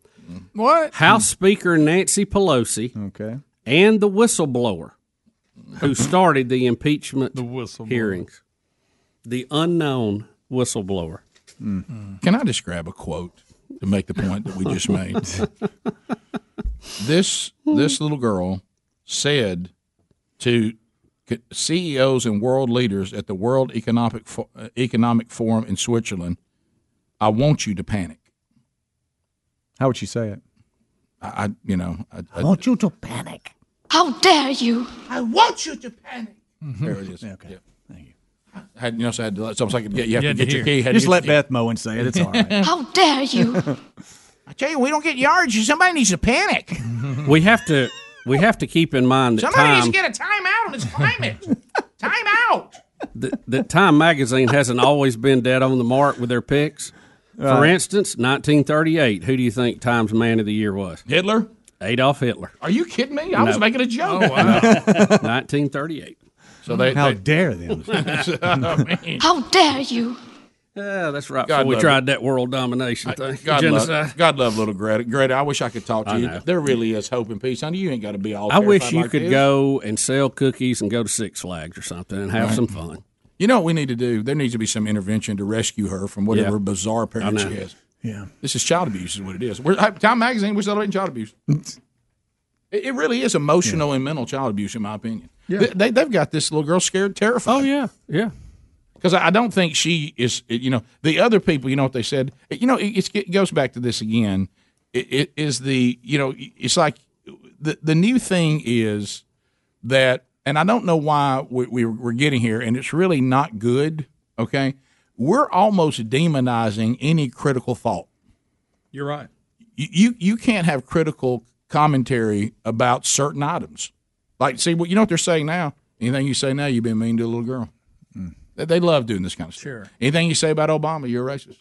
Speaker 2: What?
Speaker 3: House Speaker Nancy Pelosi,
Speaker 8: Okay.
Speaker 3: and the whistleblower who started the impeachment hearings. The unknown whistleblower.
Speaker 2: Can I just grab a quote to make the point that we just made? this this little girl said to c- CEOs and world leaders at the World Economic Fo- uh, Economic Forum in Switzerland, "I want you to panic."
Speaker 8: How would she say it?
Speaker 2: I, I you know, I, I
Speaker 8: want you to
Speaker 12: Panic. How dare you? I want you to panic.
Speaker 2: There it is. Okay. Thank you. I had, you know, so I had to, it's almost like you, you
Speaker 8: You
Speaker 2: have to
Speaker 8: had
Speaker 2: get
Speaker 8: to
Speaker 2: your
Speaker 8: hear.
Speaker 2: key. had to
Speaker 8: Just
Speaker 2: get
Speaker 8: let
Speaker 2: your key.
Speaker 8: Beth Moen say it. It's all
Speaker 12: right. How dare you?
Speaker 2: I tell you, we don't get yards. Somebody needs to panic.
Speaker 3: we have to we have to keep in mind that
Speaker 2: Somebody needs
Speaker 3: time
Speaker 2: to get a timeout on this climate. timeout.
Speaker 3: that, that Time magazine hasn't always been dead on the mark with their picks. For
Speaker 2: Right.
Speaker 3: instance, 1938, who do you think Time's Man of the Year was?
Speaker 2: Hitler?
Speaker 3: Adolf Hitler.
Speaker 2: Are you kidding me? I was
Speaker 3: No. Oh,
Speaker 2: making a joke.
Speaker 3: 1938.
Speaker 2: So they- How they- dare them. Oh,
Speaker 12: How dare you?
Speaker 3: Yeah, that's right.
Speaker 2: God
Speaker 3: before we
Speaker 2: love
Speaker 3: tried that world domination thing.
Speaker 2: God
Speaker 3: Genocide.
Speaker 2: love, God love little Greta. Greta, I wish I could talk to
Speaker 3: I
Speaker 2: you.
Speaker 3: know.
Speaker 2: There really is hope and peace. I know you ain't got to be all.
Speaker 3: I wish
Speaker 2: terrified
Speaker 3: you
Speaker 2: like
Speaker 3: could
Speaker 2: this.
Speaker 3: go and sell cookies and go to Six Flags or something and have
Speaker 2: Right.
Speaker 3: some fun.
Speaker 2: You know what we need to do? There needs to be some intervention to rescue her from whatever
Speaker 3: Yeah.
Speaker 2: bizarre parents
Speaker 3: I know.
Speaker 2: she has.
Speaker 8: Yeah.
Speaker 2: This is child abuse, is what it is. We're, Time Magazine, we're celebrating child abuse. it, it really is emotional and mental child abuse, in my opinion. They, they, they've got this little girl scared, terrified. Oh,
Speaker 3: yeah. Yeah.
Speaker 2: Because I I don't think she is, you know, the other people, you know what they said? You know, it, it's, it goes back to this again. It, it is the, you know, it's like the, the new thing is that, and I don't know why we, we, we're getting here, and it's really not good, okay? We're almost demonizing any critical thought
Speaker 9: You're right.
Speaker 2: you you- you can't have critical commentary about certain items. Like, see, well, you know what they're saying now. Anything you say now, you've been mean to a little girl. They, they love doing this kind of stuff.
Speaker 3: Mm. Sure.
Speaker 2: Anything you say about Obama, you're a racist.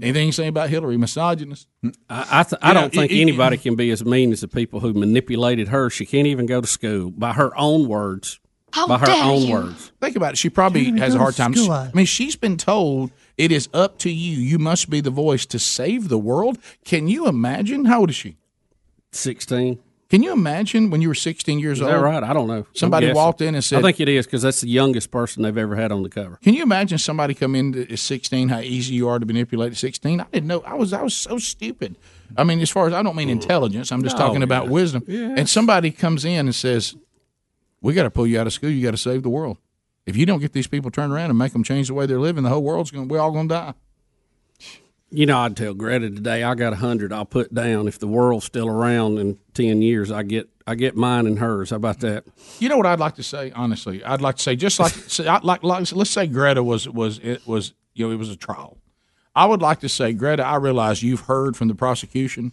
Speaker 2: Anything you say about Hillary, misogynist.
Speaker 3: Mm, I, I, th- I
Speaker 2: You know,
Speaker 3: don't think
Speaker 2: it- it-
Speaker 3: anybody can be as mean as the people who manipulated her. She can't even go to school by her own words.
Speaker 2: How
Speaker 3: by her
Speaker 2: dare
Speaker 3: own
Speaker 2: you.
Speaker 3: words.
Speaker 2: Think about it. She probably
Speaker 3: Can't
Speaker 2: has a
Speaker 3: go to
Speaker 2: hard time.
Speaker 3: school.
Speaker 2: I mean, she's been told it is up to you. You must be the voice to save the world. Can you imagine? How old is she?
Speaker 3: 16.
Speaker 2: Can you imagine when you were 16 years
Speaker 3: Is
Speaker 2: old?
Speaker 3: that right? I don't know. I'm
Speaker 2: Somebody
Speaker 3: guessing.
Speaker 2: walked in and said,
Speaker 3: I think it is because that's the youngest person they've ever had on the cover.
Speaker 2: Can you imagine somebody come in at 16, how easy you are to manipulate at 16? I didn't know. I was I was so stupid. I mean, as far as I don't mean intelligence, I'm just
Speaker 9: No,
Speaker 2: talking about
Speaker 9: yeah.
Speaker 2: wisdom.
Speaker 9: Yeah.
Speaker 2: And somebody comes in and says, "We got to pull you out of school. You got to save the world. If you don't get these people turned around and make them change the way they're living, the whole world's going. to We're all going to die."
Speaker 3: You know, I'd tell Greta today, I got a hundred I'll put down. If the world's still around in ten years, I get I get mine and hers. How about that?
Speaker 2: You know what I'd like to say, honestly. I'd like to say just like, say, I, like, like let's say Greta was was it was you know it was a trial. I would like to say, Greta, I realize you've heard from the prosecution.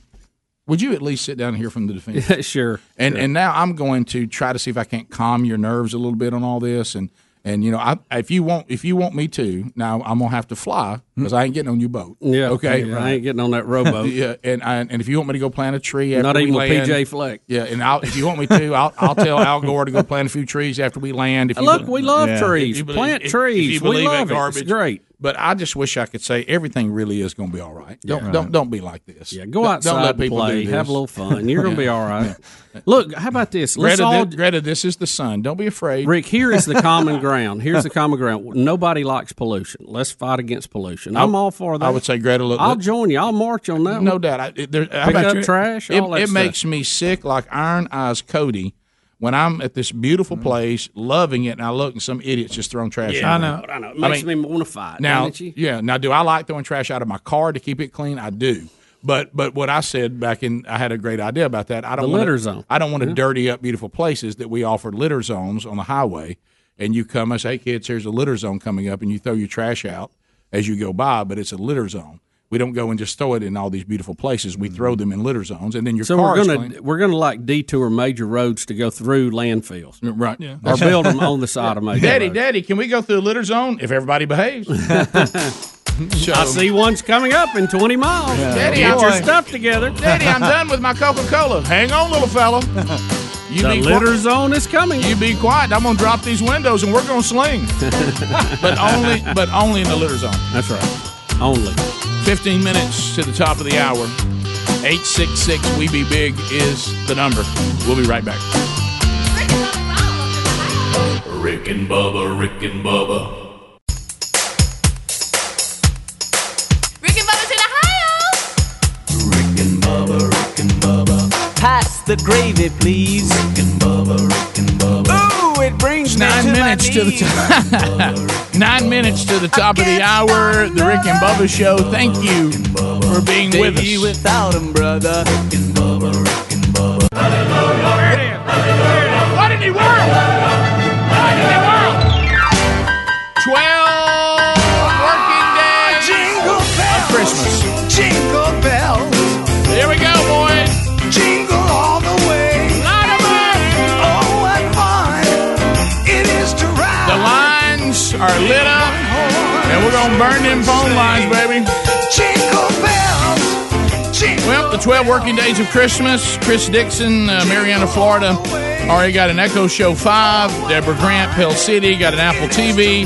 Speaker 2: Would you at least sit down and hear from the defense?
Speaker 3: Yeah, sure.
Speaker 2: And
Speaker 3: Sure.
Speaker 2: and now I'm going to try to see if I can't calm your nerves a little bit on all this. And and you know, I, if you want if you want me to, now I'm gonna have to fly because I ain't getting on your boat.
Speaker 3: Hmm. Yeah.
Speaker 2: Okay.
Speaker 3: I ain't getting on that rowboat.
Speaker 2: yeah. And I, and if you want me to go plant a tree, after
Speaker 3: Not
Speaker 2: we
Speaker 3: even with
Speaker 2: land-
Speaker 3: PJ Fleck.
Speaker 2: Yeah. And I'll, if you want me to, I'll, I'll tell Al Gore to go plant a few trees after we land. If you
Speaker 3: Look,
Speaker 2: be-
Speaker 3: we love
Speaker 2: If
Speaker 3: trees.
Speaker 2: you believe-
Speaker 3: Plant
Speaker 2: if- if
Speaker 3: trees.
Speaker 2: you
Speaker 3: We
Speaker 2: believe in
Speaker 3: love it. It's
Speaker 2: garbage.
Speaker 3: great.
Speaker 2: But I just wish I could say everything really is going to be all right. Don't
Speaker 3: Yeah.
Speaker 2: don't don't be like this.
Speaker 3: Yeah, go
Speaker 2: Don't-
Speaker 3: outside,
Speaker 2: Don't let
Speaker 3: and
Speaker 2: people
Speaker 3: play,
Speaker 2: do this.
Speaker 3: have a little fun. You're gonna be all right. Look, how about this? Let's
Speaker 2: Greta,
Speaker 3: all
Speaker 2: thi- Greta, this is the sun. Don't be afraid.
Speaker 3: Rick, here is the common ground. Here's the common ground. Nobody likes pollution. Let's fight against pollution. I'm all for that.
Speaker 2: I would say Greta. Look,
Speaker 3: I'll join you. I'll march on that.
Speaker 2: No
Speaker 3: one.
Speaker 2: doubt. I, it- there, how
Speaker 3: Pick
Speaker 2: about
Speaker 3: up
Speaker 2: you?
Speaker 3: trash,
Speaker 2: It,
Speaker 3: all that
Speaker 2: it
Speaker 3: stuff.
Speaker 2: makes me sick like Iron Eyes Cody when I'm at this beautiful place, loving it, and I look and some idiot's just throwing trash.
Speaker 3: Mm-hmm. Yeah,
Speaker 2: out.
Speaker 3: I know. It makes
Speaker 2: mean,
Speaker 3: me want to fight.
Speaker 2: now,
Speaker 3: doesn't it?
Speaker 2: yeah. Now, do I like throwing trash out of my car to keep it clean? I do. But but what I said back in, I had a great idea about that. I don't
Speaker 3: The
Speaker 2: wanna,
Speaker 3: litter zone.
Speaker 2: I don't want to
Speaker 3: Yeah.
Speaker 2: dirty up beautiful places that we offer litter zones on the highway. And you come and say, "Hey kids, here's a litter zone coming up," and you throw your trash out as you go by, but it's a litter zone. We don't go and just throw it in all these beautiful places. We throw them in litter zones, and then your
Speaker 3: Mm-hmm. so
Speaker 2: car
Speaker 3: we're
Speaker 2: is
Speaker 3: gonna
Speaker 2: clean.
Speaker 3: we're gonna like detour major roads to go through landfills,
Speaker 2: right?
Speaker 3: Or build Oh them on the side of major.
Speaker 2: Daddy,
Speaker 3: roads.
Speaker 2: Daddy, can we go through a litter zone if everybody behaves?
Speaker 3: I see one's coming up in 20 miles.
Speaker 2: Daddy,
Speaker 3: Get
Speaker 2: I'm-
Speaker 3: your stuff together.
Speaker 2: Daddy, I'm done with my Coca Cola. Hang on, little fella. You
Speaker 3: The
Speaker 2: be
Speaker 3: litter
Speaker 2: qui-
Speaker 3: zone is coming.
Speaker 2: You be quiet. I'm gonna drop these windows and we're gonna sling. but only, but only in the litter zone.
Speaker 3: That's right. Only.
Speaker 2: 15 minutes to the top of the hour. 866 We Be Big is the number. We'll be right back.
Speaker 7: Rick and Bubba, Rick and Bubba,
Speaker 13: Rick and Bubba's in Ohio.
Speaker 14: Pass the gravy, please. Rick and Bubba, Rick and Bubba. Ooh, it
Speaker 6: brings
Speaker 2: It's nine minutes to the top. nine minutes to the top of the hour. The Rick and Bubba Show. Thank you for being with us.
Speaker 6: without him, brother.
Speaker 2: What in the world? What in the world? Twelve working days. Jingle bells. Christmas.
Speaker 6: Jingle bells.
Speaker 2: Here we go, boys.
Speaker 6: Jingle all the way. Oh, what fun it is to ride.
Speaker 2: The lines are lit up, and we're gonna burn them phone lines, baby.
Speaker 6: Jingle bells.
Speaker 2: Well, the 12 working days of Christmas. Chris Dixon, uh, Mariana, Florida, already got an Echo Show 5. Deborah Grant, Pell City, got an Apple TV.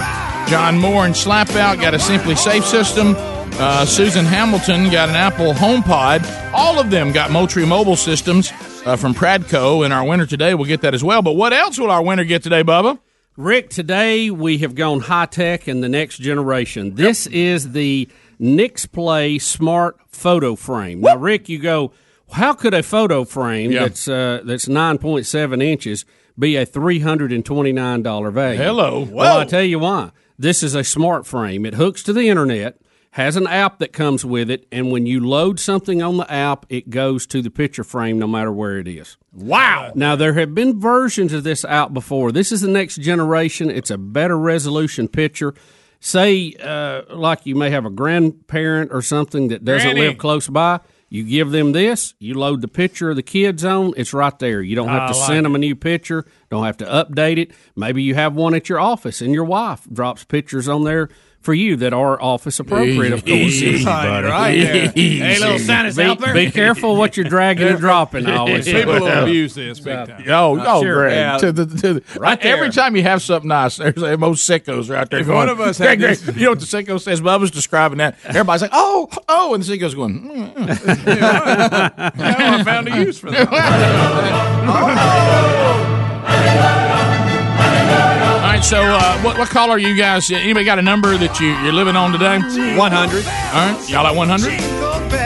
Speaker 2: John Moore and Slapout got a Simply Safe system. Uh, Susan Hamilton got an Apple HomePod. All of them got Moultrie mobile systems uh, from Pradco, and our winner today will get that as well. But what else will our winner get today, Bubba?
Speaker 3: Rick, today we have gone high tech and the next generation. This is the NixPlay Smart Photo Frame. Now, Rick, you go, how could a photo frame
Speaker 9: Yeah.
Speaker 3: that's uh, that's nine point seven inches be a three hundred and twenty nine dollar value?
Speaker 9: Hello.
Speaker 3: Well, I
Speaker 9: Whoa.
Speaker 3: tell you why. This is a smart frame. It hooks to the internet. Has an app that comes with it, and when you load something on the app, it goes to the picture frame no matter where it is.
Speaker 2: Wow.
Speaker 3: Now, there have been versions of this out before. This is the next generation. It's a better resolution picture. Say, uh, like you may have a grandparent or something that doesn't
Speaker 9: Granny.
Speaker 3: live close by. You give them this, you load the picture of the kids on, it's right there. You don't have
Speaker 9: I
Speaker 3: to
Speaker 9: like
Speaker 3: send them a new picture, don't have to update it. Maybe you have one at your office and your wife drops pictures on there for you that are office appropriate, of course.
Speaker 9: Easy, buddy. Right there. Hey, little sinus
Speaker 3: Be-
Speaker 9: helper.
Speaker 3: Be careful what you're dragging and dropping, I always say.
Speaker 9: People will abuse this big time.
Speaker 2: Oh, oh,
Speaker 9: Sure.
Speaker 2: Greg.
Speaker 9: Yeah.
Speaker 2: To the, to the,
Speaker 9: Right there.
Speaker 2: Every time you have something nice, there's the most sickos right there.
Speaker 9: If
Speaker 2: going,
Speaker 9: one of us
Speaker 2: Greg,
Speaker 9: had
Speaker 2: Greg,
Speaker 9: this-
Speaker 2: you know what the sicko says? Bubba's describing that. Everybody's like, oh, oh, and the sicko's going, mm, mm.
Speaker 9: Now I found a use for that.
Speaker 2: All right, so uh, what, what caller are you guys? Anybody got a number that you, you're living on today? 100. All right, y'all at 100?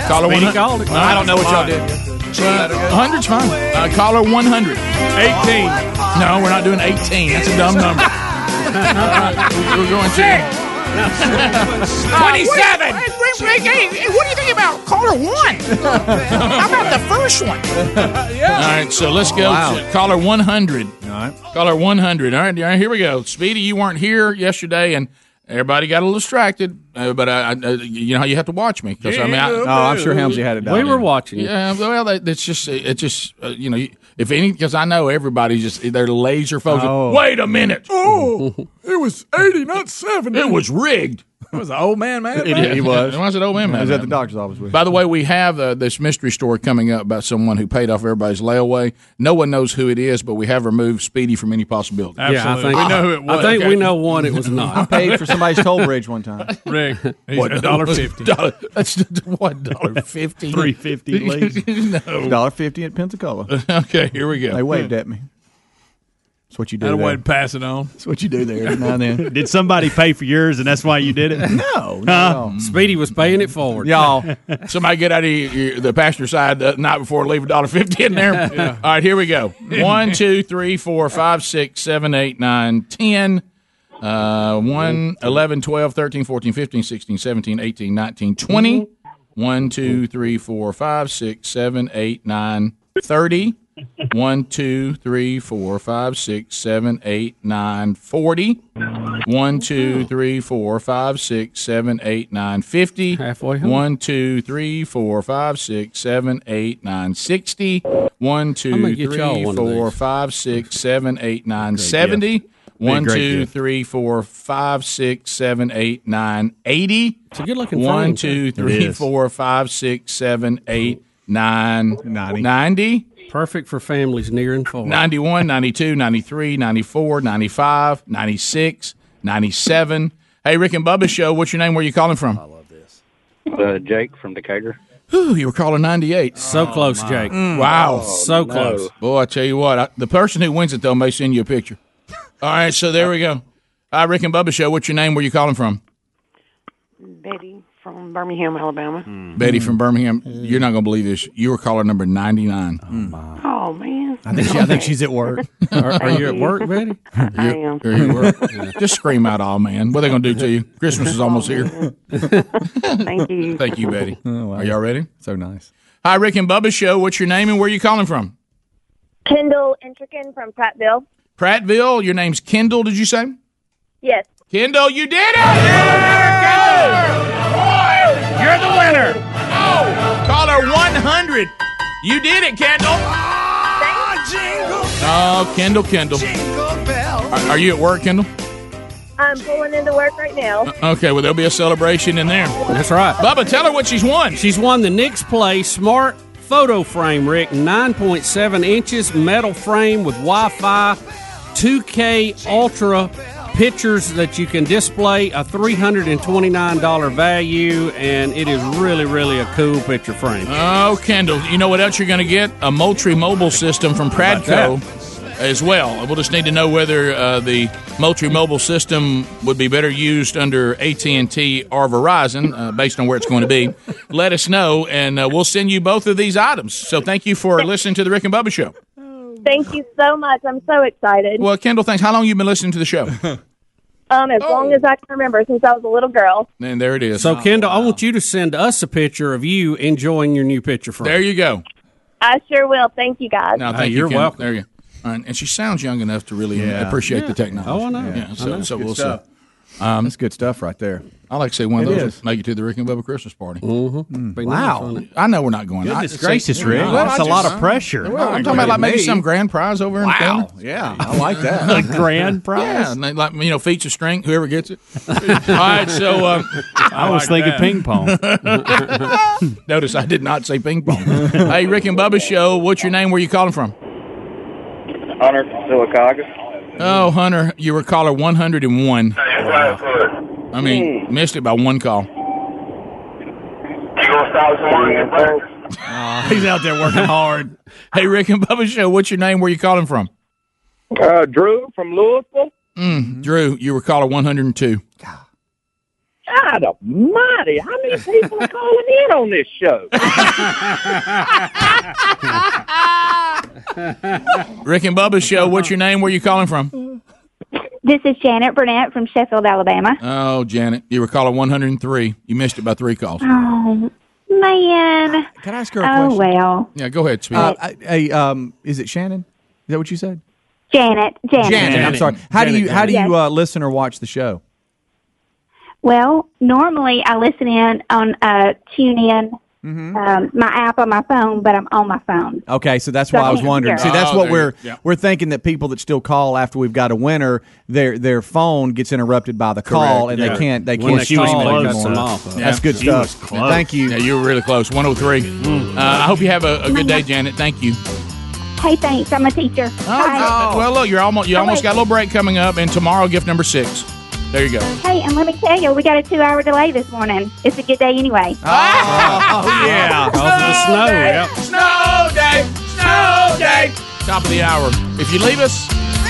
Speaker 2: Caller
Speaker 9: Speedy
Speaker 2: 100.
Speaker 9: called it.
Speaker 2: All right.
Speaker 9: I don't know what y'all did.
Speaker 2: Well, 100's fine. Uh, caller 100. 18. No, we're not doing 18. That's a dumb number.
Speaker 6: Oh.
Speaker 2: We're going to.
Speaker 9: 27.
Speaker 6: Hey, Rick, Rick, hey, hey, what do you think about caller one? How about the first one?
Speaker 2: All right, so let's go.
Speaker 9: Wow.
Speaker 2: to caller 100. All right. Caller 100. All right, all right, here we go. Speedy, you weren't here yesterday, and everybody got a little distracted, uh, but I, I, you know how you have to watch me. 'cause, I mean, I,
Speaker 8: Yeah, Oh, I'm sure Helmsy had it dialed We were in. watching you.
Speaker 2: Yeah, well, that- that's just, it's just, uh, you know, you- if any, because I know everybody's just, they're laser focused.
Speaker 9: Oh.
Speaker 2: Wait a minute.
Speaker 9: Oh, it was 80, not 70.
Speaker 2: It was rigged.
Speaker 9: It was an old man, man.
Speaker 2: He was. Why is it old man?
Speaker 8: He was
Speaker 2: man?
Speaker 8: at the doctor's office with
Speaker 2: By the way, we have uh, this mystery story coming up about someone who paid off everybody's layaway. No one knows who it is, but we have removed Speedy from any possibility.
Speaker 3: Yeah, I think I think we know one. It was not.
Speaker 8: I paid for somebody's toll bridge one time.
Speaker 9: Rick, he's
Speaker 2: What,
Speaker 9: $1.50.
Speaker 2: dollar- That's one dollar fifty.
Speaker 8: Three fifty
Speaker 2: least. no.
Speaker 8: Dollar fifty at Pensacola.
Speaker 2: okay, here we go.
Speaker 8: They waved at me. That's what you do.
Speaker 9: That
Speaker 8: there.
Speaker 9: wasn't pass it on.
Speaker 8: That's what you do there every now and then.
Speaker 10: Did somebody pay for yours and that's why you did it?
Speaker 8: No.
Speaker 3: Speedy was paying it forward.
Speaker 8: Y'all,
Speaker 2: somebody get out of your, your- the passenger side the night before, leave a dollar fifty in there.
Speaker 9: Yeah.
Speaker 2: All right, here we go. One, two, three, four, five, six, seven, eight, nine, ten. Uh, 1, 11, 12, 13, 14, 15, 16, 17, 18, 19, 20. 1, 2, 3, 4, 5, 6, 7, 8, 9, 30. 1, 2, 3, 4, 5, 6, 7, 8, 9, 40. 1, 2, 3, 4, 5, 6, 7, 8, 9, 50. Halfway
Speaker 3: home.
Speaker 2: 1, 2, 3, 4, 5, 6, 7, 8, 9, 60. 1, 2,
Speaker 9: gonna get
Speaker 2: 3,
Speaker 9: y'all one of
Speaker 2: 4, 5, 6, 7, 8, 9, 70.
Speaker 9: Be a
Speaker 2: One,
Speaker 9: great
Speaker 2: two,
Speaker 9: gift.
Speaker 2: three, four, five, six, seven, eight, nine, eighty.
Speaker 3: It's a good looking
Speaker 2: One,
Speaker 3: frame,
Speaker 2: two,
Speaker 3: too. It
Speaker 2: three,
Speaker 3: is.
Speaker 2: four, five, six, seven, eight, nine, ninety.
Speaker 3: Perfect for families near and far.
Speaker 2: 91, 92, 93, 94, 95, 96, 97. Hey, Rick and Bubba Show, what's your name? Where you calling from?
Speaker 14: Uh, Jake from Decatur.
Speaker 2: Whew, you were calling 98.
Speaker 3: So close, Jake. Mm.
Speaker 2: Wow.
Speaker 14: Oh, So no. close.
Speaker 2: Boy, I tell you what, I, the person who wins it, though, may send you a picture. All right, so there we go. Hi, Rick and Bubba Show. What's your name? Where you calling from?
Speaker 15: Betty from Birmingham, Alabama.
Speaker 9: Hmm.
Speaker 2: Mm. Betty from Birmingham. You're not going to believe this. You were caller number 99.
Speaker 15: Oh man,
Speaker 2: I think she, I think she's at work.
Speaker 3: Are- are you at work, Betty?
Speaker 2: I
Speaker 15: am.
Speaker 2: Are you at work? Just scream out, "Oh man!" What are they going to do to you? Christmas is almost here.
Speaker 15: Thank you.
Speaker 2: Thank you, Betty. Are y'all ready? Oh, So nice. Hi, Rick and Bubba Show. What's your name and where are you calling from?
Speaker 16: Kendall Intrican from Prattville.
Speaker 2: Prattville. Your name's Kendall. Did you say?
Speaker 16: Yes.
Speaker 2: Kendall, you did it! You're the winner. Oh, caller 100. You did it, Kendall. Oh, Kendall, Kendall. Are, are you at work, Kendall?
Speaker 16: I'm pulling into work right now.
Speaker 2: Okay, well, there'll be a celebration in there.
Speaker 3: That's right.
Speaker 2: Bubba, tell her what she's won.
Speaker 3: She's won the Nick's Play Smart Photo Frame, Rick. 9.7 inches, metal frame with Wi Fi, 2K Ultra pictures that you can display, a $329 value, and it is really, really a cool picture frame.
Speaker 2: Oh, Kendall, you know what else you're going to get? A Moultrie mobile system from Pradco as well. We'll just need to know whether uh, the Moultrie mobile system would be better used under AT&T or Verizon, uh, based on where it's going to be. Let us know, and uh, we'll send you both of these items. So thank you for listening to the Rick and Bubba Show.
Speaker 16: Thank you so much. I'm so excited.
Speaker 2: Well, Kendall, thanks. How long you been listening to the show?
Speaker 16: um, as
Speaker 2: oh.
Speaker 16: long as I can remember, since I was a little girl.
Speaker 2: And there it is.
Speaker 3: So, Kendall, I want you to send us a picture of you enjoying your new picture frame. Uh,
Speaker 2: There you go.
Speaker 16: I sure will. Thank you guys.
Speaker 2: No, thank you.
Speaker 3: you're
Speaker 2: Kendall.
Speaker 3: welcome.
Speaker 2: There you go. All right, And she sounds young enough to really
Speaker 8: Yeah.
Speaker 2: appreciate
Speaker 8: Yeah.
Speaker 2: the technology.
Speaker 8: Oh, I know.
Speaker 2: Yeah,
Speaker 8: I
Speaker 2: so,
Speaker 8: know.
Speaker 2: so
Speaker 8: Good
Speaker 2: we'll
Speaker 8: stuff.
Speaker 2: see. Um,
Speaker 8: That's good stuff right there.
Speaker 2: I like to say one of
Speaker 8: It
Speaker 2: those
Speaker 8: is.
Speaker 2: will make it to the Rick and Bubba Christmas party.
Speaker 8: Mm. Be nice, Wow. wouldn't
Speaker 2: I know we're not going.
Speaker 8: Goodness
Speaker 2: I,
Speaker 8: gracious,
Speaker 2: see,
Speaker 8: Rick.
Speaker 2: well,
Speaker 8: That's
Speaker 2: I
Speaker 8: a lot of pressure.
Speaker 2: Well, I'm
Speaker 8: Not
Speaker 2: talking about like maybe
Speaker 8: me.
Speaker 2: some grand prize over in the
Speaker 8: Wow.
Speaker 2: corner.
Speaker 8: Yeah, I like that.
Speaker 2: A
Speaker 10: grand prize?
Speaker 2: Yeah, and they like you know, feature string, whoever gets it. All right, so um,
Speaker 10: I was thinking ping
Speaker 2: pong. Notice I did not say ping pong. hey, Rick and Bubba show. What's your name? Where you calling from?
Speaker 14: Honor from Silicaga.
Speaker 2: Oh, Hunter, you were caller 101. I mean, missed it by one call. He's out there working hard. hey, Rick and Bubba Show, what's your name? Where you calling from?
Speaker 14: Uh, Drew from Louisville.
Speaker 2: Mm, Drew, you were caller 102.
Speaker 14: God almighty, how many people are calling in on this show?
Speaker 2: Rick and Bubba Show, what's your name? Where you calling from?
Speaker 17: This is Janet Burnett from Sheffield, Alabama.
Speaker 2: Oh, Janet, you were caller 103. You missed it by three calls.
Speaker 17: Oh man!
Speaker 8: Can I ask
Speaker 2: her a
Speaker 17: oh
Speaker 2: question?
Speaker 17: well,
Speaker 2: Yeah, go ahead, sweetie.
Speaker 8: Uh, I- hey, um, is it Shannon? Is that what you said?
Speaker 17: Janet, Janet.
Speaker 8: I'm sorry. How do
Speaker 2: Janet,
Speaker 8: you how do
Speaker 17: Janet.
Speaker 8: you uh, listen or watch the show?
Speaker 17: Well, normally I listen in on uh, TuneIn,
Speaker 8: Mm-hmm.
Speaker 17: um, my app on my phone, but I'm on my phone.
Speaker 8: Okay, so that's
Speaker 17: So
Speaker 8: why I
Speaker 17: I
Speaker 8: was
Speaker 17: can't
Speaker 8: wondering.
Speaker 17: hear.
Speaker 8: See, that's
Speaker 17: Oh,
Speaker 8: what
Speaker 17: there
Speaker 8: we're
Speaker 17: you- yeah.
Speaker 8: we're thinking that people that still call after we've got a winner, their their phone gets interrupted by the call and
Speaker 2: Correct, yeah.
Speaker 8: they can't they
Speaker 2: When
Speaker 8: can't
Speaker 2: she was
Speaker 8: call
Speaker 2: close.
Speaker 8: anymore.
Speaker 2: Cuts them off.
Speaker 8: That's
Speaker 2: Yeah.
Speaker 8: good
Speaker 2: She was
Speaker 8: stuff.
Speaker 2: close.
Speaker 8: Thank you.
Speaker 2: Yeah, you were really close. 103. Uh, I hope you have a, a good day, Janet. Thank you.
Speaker 17: Hey, thanks. I'm a teacher.
Speaker 8: Oh,
Speaker 17: Bye.
Speaker 2: Well, look, you're almost you almost got a little break coming up, and tomorrow, gift number six. There you go.
Speaker 17: Hey, and let me tell you, we got a two-hour delay this morning. It's a good day anyway.
Speaker 2: Oh yeah,
Speaker 3: snow, yep.
Speaker 2: snow day, snow day. Top of the hour. If you leave us,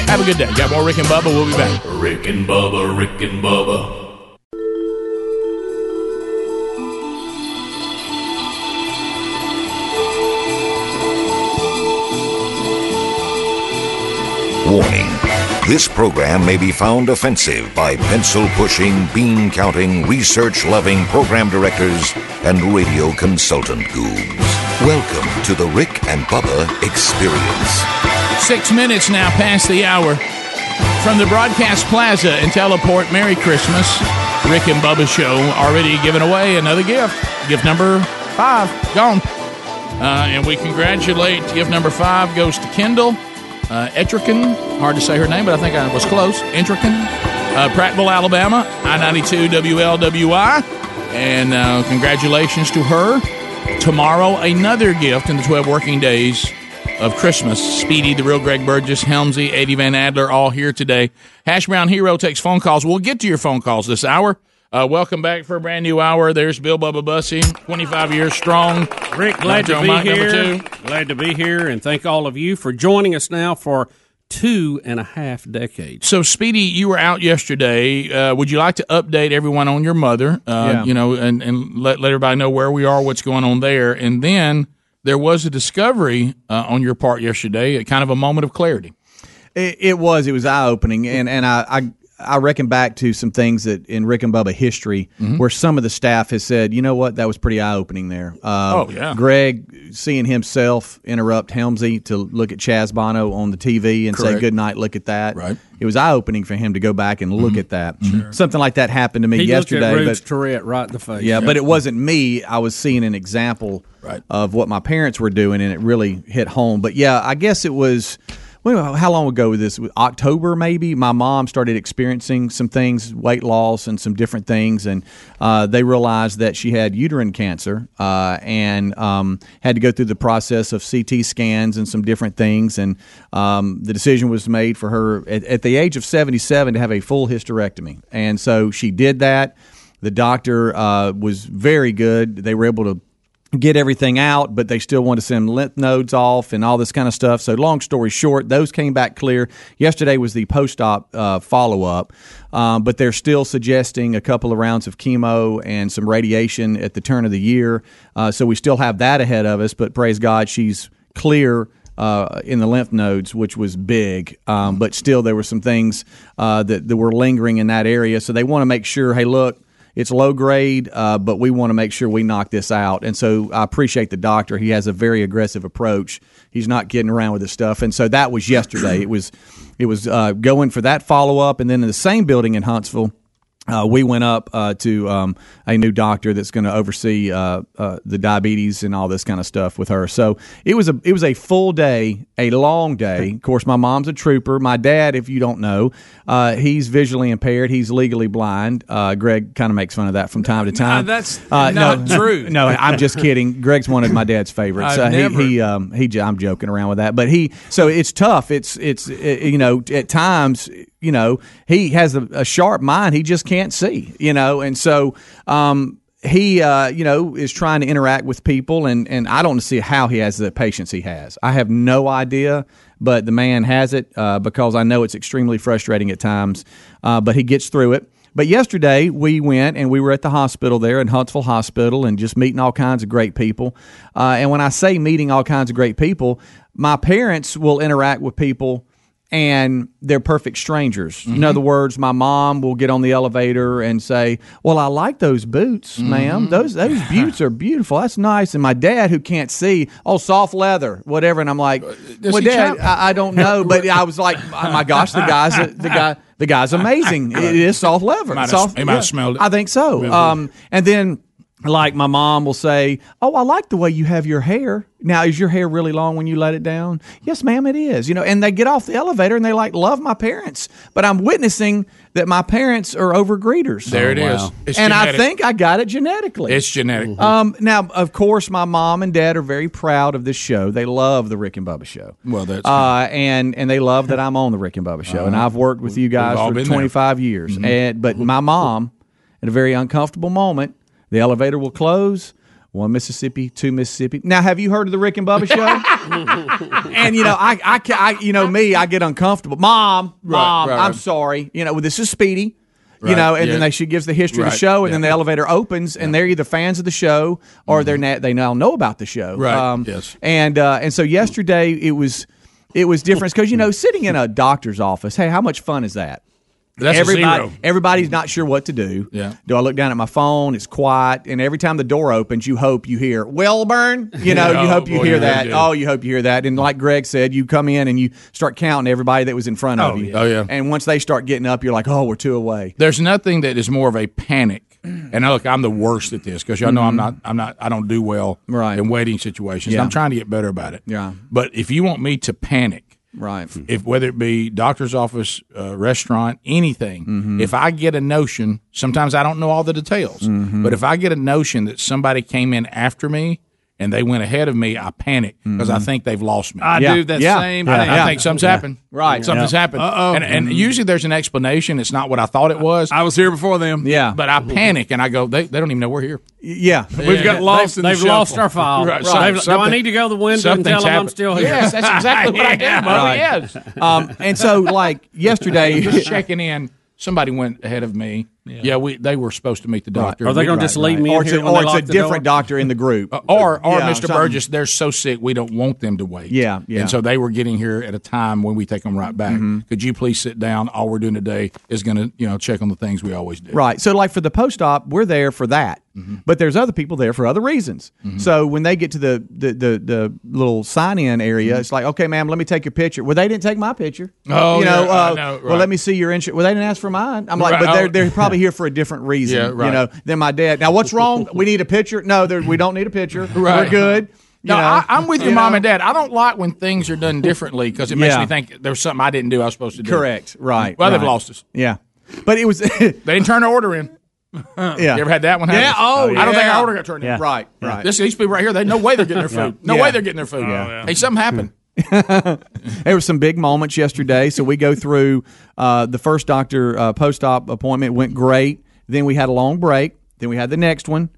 Speaker 2: have a good day. Got more Rick and Bubba. We'll be back.
Speaker 7: Rick and Bubba, Rick and Bubba.
Speaker 11: Warning. This program may be found offensive by pencil pushing, bean counting, research loving program directors and radio consultant goobs. Welcome to the Rick and Bubba Experience.
Speaker 2: Six minutes now past the hour. From the broadcast plaza and teleport, Merry Christmas. Rick and Bubba show already giving away another gift. Gift number five gone, uh, and we congratulate. Gift number five goes to Kendall uh, Etrican. Hard to say her name, but I think I was close. Etrican, uh, Prattville, Alabama, I ninety two WLWI, and uh, congratulations to her. Tomorrow, another gift in the twelve working days of Christmas. Speedy, the real Greg Burgess, Helmsy, Eddie Van Adler, all here today. Hash Brown Hero takes phone calls. We'll get to your phone calls this hour. Uh, welcome back for a brand new hour. There's Bill Bubba Bussy, 25 years strong.
Speaker 3: Rick, glad to
Speaker 2: Dr.
Speaker 3: be
Speaker 2: Mike, number
Speaker 3: here.
Speaker 2: two.
Speaker 3: Glad to be here, and thank all of you for joining us now for two and a half decades.
Speaker 2: So, Speedy, you were out yesterday. Uh, would you like to update everyone on your mother? Uh,
Speaker 3: Yeah.
Speaker 2: You know, and, and let, let everybody know where we are, what's going on there. And then there was a discovery uh, on your part yesterday, a kind of a moment of clarity.
Speaker 8: It, it was. It was eye opening, and and I, I I reckon back to some things that in Rick and Bubba history where some of the staff has said, you know what, that was pretty eye opening there. Uh,
Speaker 2: Oh, yeah.
Speaker 8: Greg seeing himself interrupt Helmsy to look at Chaz Bono on the TV and say
Speaker 2: Correct.
Speaker 8: good night, look at that. Right. It was eye opening for him to go back and look at that. Something like that happened to me
Speaker 3: he
Speaker 8: yesterday,
Speaker 3: looked at
Speaker 8: but
Speaker 3: Roots Tourette right in the face.
Speaker 8: yeah, but it wasn't me. I was seeing an example of what my parents were doing, and it really hit home. But yeah, I guess it was. Well, how long ago was this? October, maybe. My mom started experiencing some things, weight loss, and some different things, and uh, they realized that she had uterine cancer uh, and um, had to go through the process of CT scans and some different things. And um, the decision was made for her at, at the age of seventy-seven to have a full hysterectomy, and so she did that. The doctor uh, was very good. They were able to get everything out, but they still wanted to send lymph nodes off and all this kind of stuff. So, long story short, those came back clear. Yesterday was the post op uh, follow up, um, but they're still suggesting a couple of rounds of chemo and some radiation at the turn of the year. Uh, so, we still have that ahead of us, but praise God, she's clear uh, in the lymph nodes, which was big. Um, but still, there were some things uh, that, that were lingering in that area. So they want to make sure, hey, look, it's low grade, uh, but we want to make sure we knock this out. And so I appreciate the doctor. He has a very aggressive approach. He's not kidding around with this stuff. And so that was yesterday. it was, it was uh, going for that follow up, and then in the same building in Huntsville. Uh, we went up uh, to um, a new doctor that's going to oversee uh, uh, the diabetes and all this kind of stuff with her. So it was a it was a full day, a long day. Of course, my mom's a trooper. My dad, if you don't know, uh, he's visually impaired. He's legally blind. Uh, Greg kind of makes fun of that from time to time. Uh,
Speaker 9: that's not true.
Speaker 8: No, I'm just kidding. Greg's one of my dad's favorites.
Speaker 9: I've
Speaker 8: Uh, he-
Speaker 9: never
Speaker 8: he he, um, he j- I'm joking around with that, but he so it's tough. It's it's uh you know at times you know he has a, a sharp mind. He just can't see you know, and so um, he uh, you know is trying to interact with people, and and I don't see how he has the patience he has. I have no idea. But the man has it uh, because I know it's extremely frustrating at times, uh, but he gets through it. But yesterday we went and we were at the hospital there in Huntsville Hospital and just meeting all kinds of great people. Uh, and when I say meeting all kinds of great people, my parents will interact with people and they're perfect strangers.
Speaker 2: Mm-hmm.
Speaker 8: In other words, my mom will get on the elevator and say, "Well, I like those boots,
Speaker 2: Mm-hmm.
Speaker 8: ma'am. Those those boots are beautiful. That's nice." And my dad, who can't see, oh, soft leather, whatever. And I'm like,
Speaker 2: does
Speaker 8: "Well,
Speaker 2: he
Speaker 8: Dad,
Speaker 2: chop?
Speaker 8: I, I don't know." But I was like, "Oh my gosh, the guys, the guy." The guy's amazing. It is soft leather.
Speaker 2: Might have-
Speaker 8: soft,
Speaker 2: he might have smelled it.
Speaker 8: I think so. Um, and then, like my mom will say, "Oh, I like the way you have your hair. Now, is your hair really long when you let it down?" Yes, ma'am, it is. You know, and they get off the elevator and they like love my parents, but I'm witnessing that my parents are over greeters.
Speaker 2: There it
Speaker 8: it is,
Speaker 2: is. It's
Speaker 8: and I
Speaker 2: genetic.
Speaker 8: think I got it genetically.
Speaker 2: It's genetic.
Speaker 8: Um, now, of course, my mom and dad are very proud of this show. They love the Rick and Bubba show.
Speaker 2: Well, that's Uh-huh.
Speaker 8: uh, and and they love that I'm on the Rick and Bubba show, and I've worked with you guys
Speaker 2: we've all
Speaker 8: for
Speaker 2: been there. Mm-hmm.
Speaker 8: 25 years. And but my mom, at a very uncomfortable moment, the elevator will close. One Mississippi, two Mississippi. Now, have you heard of the Rick and Bubba show? and you know, I, I, ca- I, you know me, I get uncomfortable. Mom,
Speaker 2: Right,
Speaker 8: mom,
Speaker 2: right,
Speaker 8: I'm
Speaker 2: right.
Speaker 8: sorry. You know, this is Speedy.
Speaker 2: Right,
Speaker 8: You know, and
Speaker 2: yeah.
Speaker 8: then they she gives the history of the
Speaker 2: Right,
Speaker 8: show, and then the elevator opens, and they're either fans of the show or they're
Speaker 2: Mm-hmm.
Speaker 8: na- they now know about the show.
Speaker 2: Right, yes.
Speaker 8: And uh, and so yesterday it was it was different because you know sitting in a doctor's office. Hey, how much fun is that?
Speaker 2: That's a
Speaker 8: everybody.
Speaker 2: zero.
Speaker 8: Everybody's not sure what to do.
Speaker 2: Yeah.
Speaker 8: Do I look down at my phone? It's quiet, and every time the door opens, you hope you hear Wellburn. You know,
Speaker 2: Yeah,
Speaker 8: you
Speaker 2: oh,
Speaker 8: hope you
Speaker 2: boy,
Speaker 8: hear
Speaker 2: you really
Speaker 8: that.
Speaker 2: do.
Speaker 8: Oh, you hope you hear that. And like Greg said, you come in and you start counting everybody that was in front
Speaker 2: Oh,
Speaker 8: of you.
Speaker 2: yeah. Oh, yeah.
Speaker 8: And once they start getting up, you're like, oh, we're two away.
Speaker 2: There's nothing that is more of a panic. And look, I'm the worst at this because y'all know I'm not. I'm not. I don't do well
Speaker 8: Mm-hmm. Right.
Speaker 2: in waiting situations.
Speaker 8: Yeah.
Speaker 2: I'm trying to get better about it.
Speaker 8: Yeah.
Speaker 2: But if you want me to panic,
Speaker 8: Right.
Speaker 2: if whether it be doctor's office, uh, restaurant, anything,
Speaker 8: mm-hmm.
Speaker 9: Mm-hmm.
Speaker 2: if I get a notion, sometimes I don't know all the details,
Speaker 9: Mm-hmm.
Speaker 8: Mm-hmm.
Speaker 2: but if I get a notion that somebody came in after me and they went ahead of me, I panic because I think they've lost me.
Speaker 9: I Mm-hmm. Yeah. do that same
Speaker 2: I,
Speaker 9: thing.
Speaker 2: I
Speaker 9: Yeah.
Speaker 2: think something's
Speaker 9: Yeah.
Speaker 2: happened.
Speaker 9: Right.
Speaker 2: something's
Speaker 9: Yeah.
Speaker 2: happened.
Speaker 9: Uh-oh.
Speaker 2: And,
Speaker 8: Mm-hmm.
Speaker 2: and usually there's an explanation. It's not what I thought it was. I
Speaker 9: was here before them.
Speaker 8: Yeah.
Speaker 2: But I panic and I go, they, they don't even know we're here.
Speaker 8: Yeah,
Speaker 9: We've got lost
Speaker 3: They've,
Speaker 9: in the
Speaker 3: they've lost
Speaker 9: shuffle.
Speaker 3: our file.
Speaker 9: Right,
Speaker 3: So
Speaker 9: right.
Speaker 3: they've- Do I
Speaker 9: Something-
Speaker 3: need to go to the window and
Speaker 9: something's
Speaker 3: tell them I'm
Speaker 9: happened.
Speaker 3: still here?
Speaker 2: Yes, that's exactly what I did,
Speaker 3: Yeah.
Speaker 2: Bubba. Yes.
Speaker 8: Um, and so like yesterday,
Speaker 2: Just checking in. Somebody went ahead of me, Yeah. we they were supposed to meet the doctor.
Speaker 3: Are they gonna
Speaker 2: Right,
Speaker 3: just leave
Speaker 2: right.
Speaker 3: me in
Speaker 2: Or it's
Speaker 3: here
Speaker 2: a-
Speaker 3: when
Speaker 2: or
Speaker 3: they
Speaker 2: it's a
Speaker 3: lock the
Speaker 2: different
Speaker 3: door?
Speaker 8: doctor in the group,
Speaker 2: or or
Speaker 8: Yeah,
Speaker 2: Mr.
Speaker 8: something.
Speaker 2: Burgess, they're so sick we don't want them to wait.
Speaker 8: Yeah, yeah. Mm-hmm.
Speaker 2: And so they were getting here at a time when we take them right back. Could you please sit down? All we're doing today is going to you know check on the things we always do.
Speaker 8: Right. So, like for the post op, we're there for that,
Speaker 2: Mm-hmm.
Speaker 8: but there's other people there for other reasons. So when they get to the the the, the little sign in area, it's like, okay, ma'am, let me take your picture. Well, they didn't take my picture.
Speaker 2: Mm-hmm. Oh,
Speaker 8: you know,
Speaker 2: yeah,
Speaker 8: uh,
Speaker 2: I know,
Speaker 8: well,
Speaker 2: right.
Speaker 8: let me see your insurance. Well, they didn't ask for mine. I'm like,
Speaker 2: Right.
Speaker 8: but they're
Speaker 2: Oh.
Speaker 8: they're probably here for a different reason.
Speaker 2: Yeah,
Speaker 8: You
Speaker 2: right.
Speaker 8: know, than my dad. Now, what's wrong? we need a picture. No, there, we don't need a picture. We're
Speaker 2: Right.
Speaker 8: good. You
Speaker 2: No,
Speaker 8: know?
Speaker 2: I, I'm with your
Speaker 8: You
Speaker 2: mom
Speaker 8: know?
Speaker 2: and dad. I don't like when things are done differently because it makes
Speaker 8: Yeah.
Speaker 2: me think there was something I didn't do. I was supposed to do.
Speaker 8: Correct. Right.
Speaker 2: Well, they've
Speaker 8: right.
Speaker 2: lost us.
Speaker 8: Yeah. But it was. they
Speaker 2: didn't turn their order in. yeah. You ever had that one?
Speaker 8: Yeah.
Speaker 2: happen?
Speaker 8: Oh,
Speaker 2: I don't think
Speaker 8: yeah.
Speaker 2: our order got turned
Speaker 8: Yeah.
Speaker 2: in.
Speaker 8: Right, right.
Speaker 2: This these people right here, they no way they're getting their food.
Speaker 8: Yeah.
Speaker 2: No
Speaker 8: Yeah. Oh,
Speaker 2: way they're getting their food. Hey, something happened.
Speaker 8: there were some big moments yesterday. So we go through uh, the first doctor uh, post op appointment went great. Then we had a long break. Then we had the next one.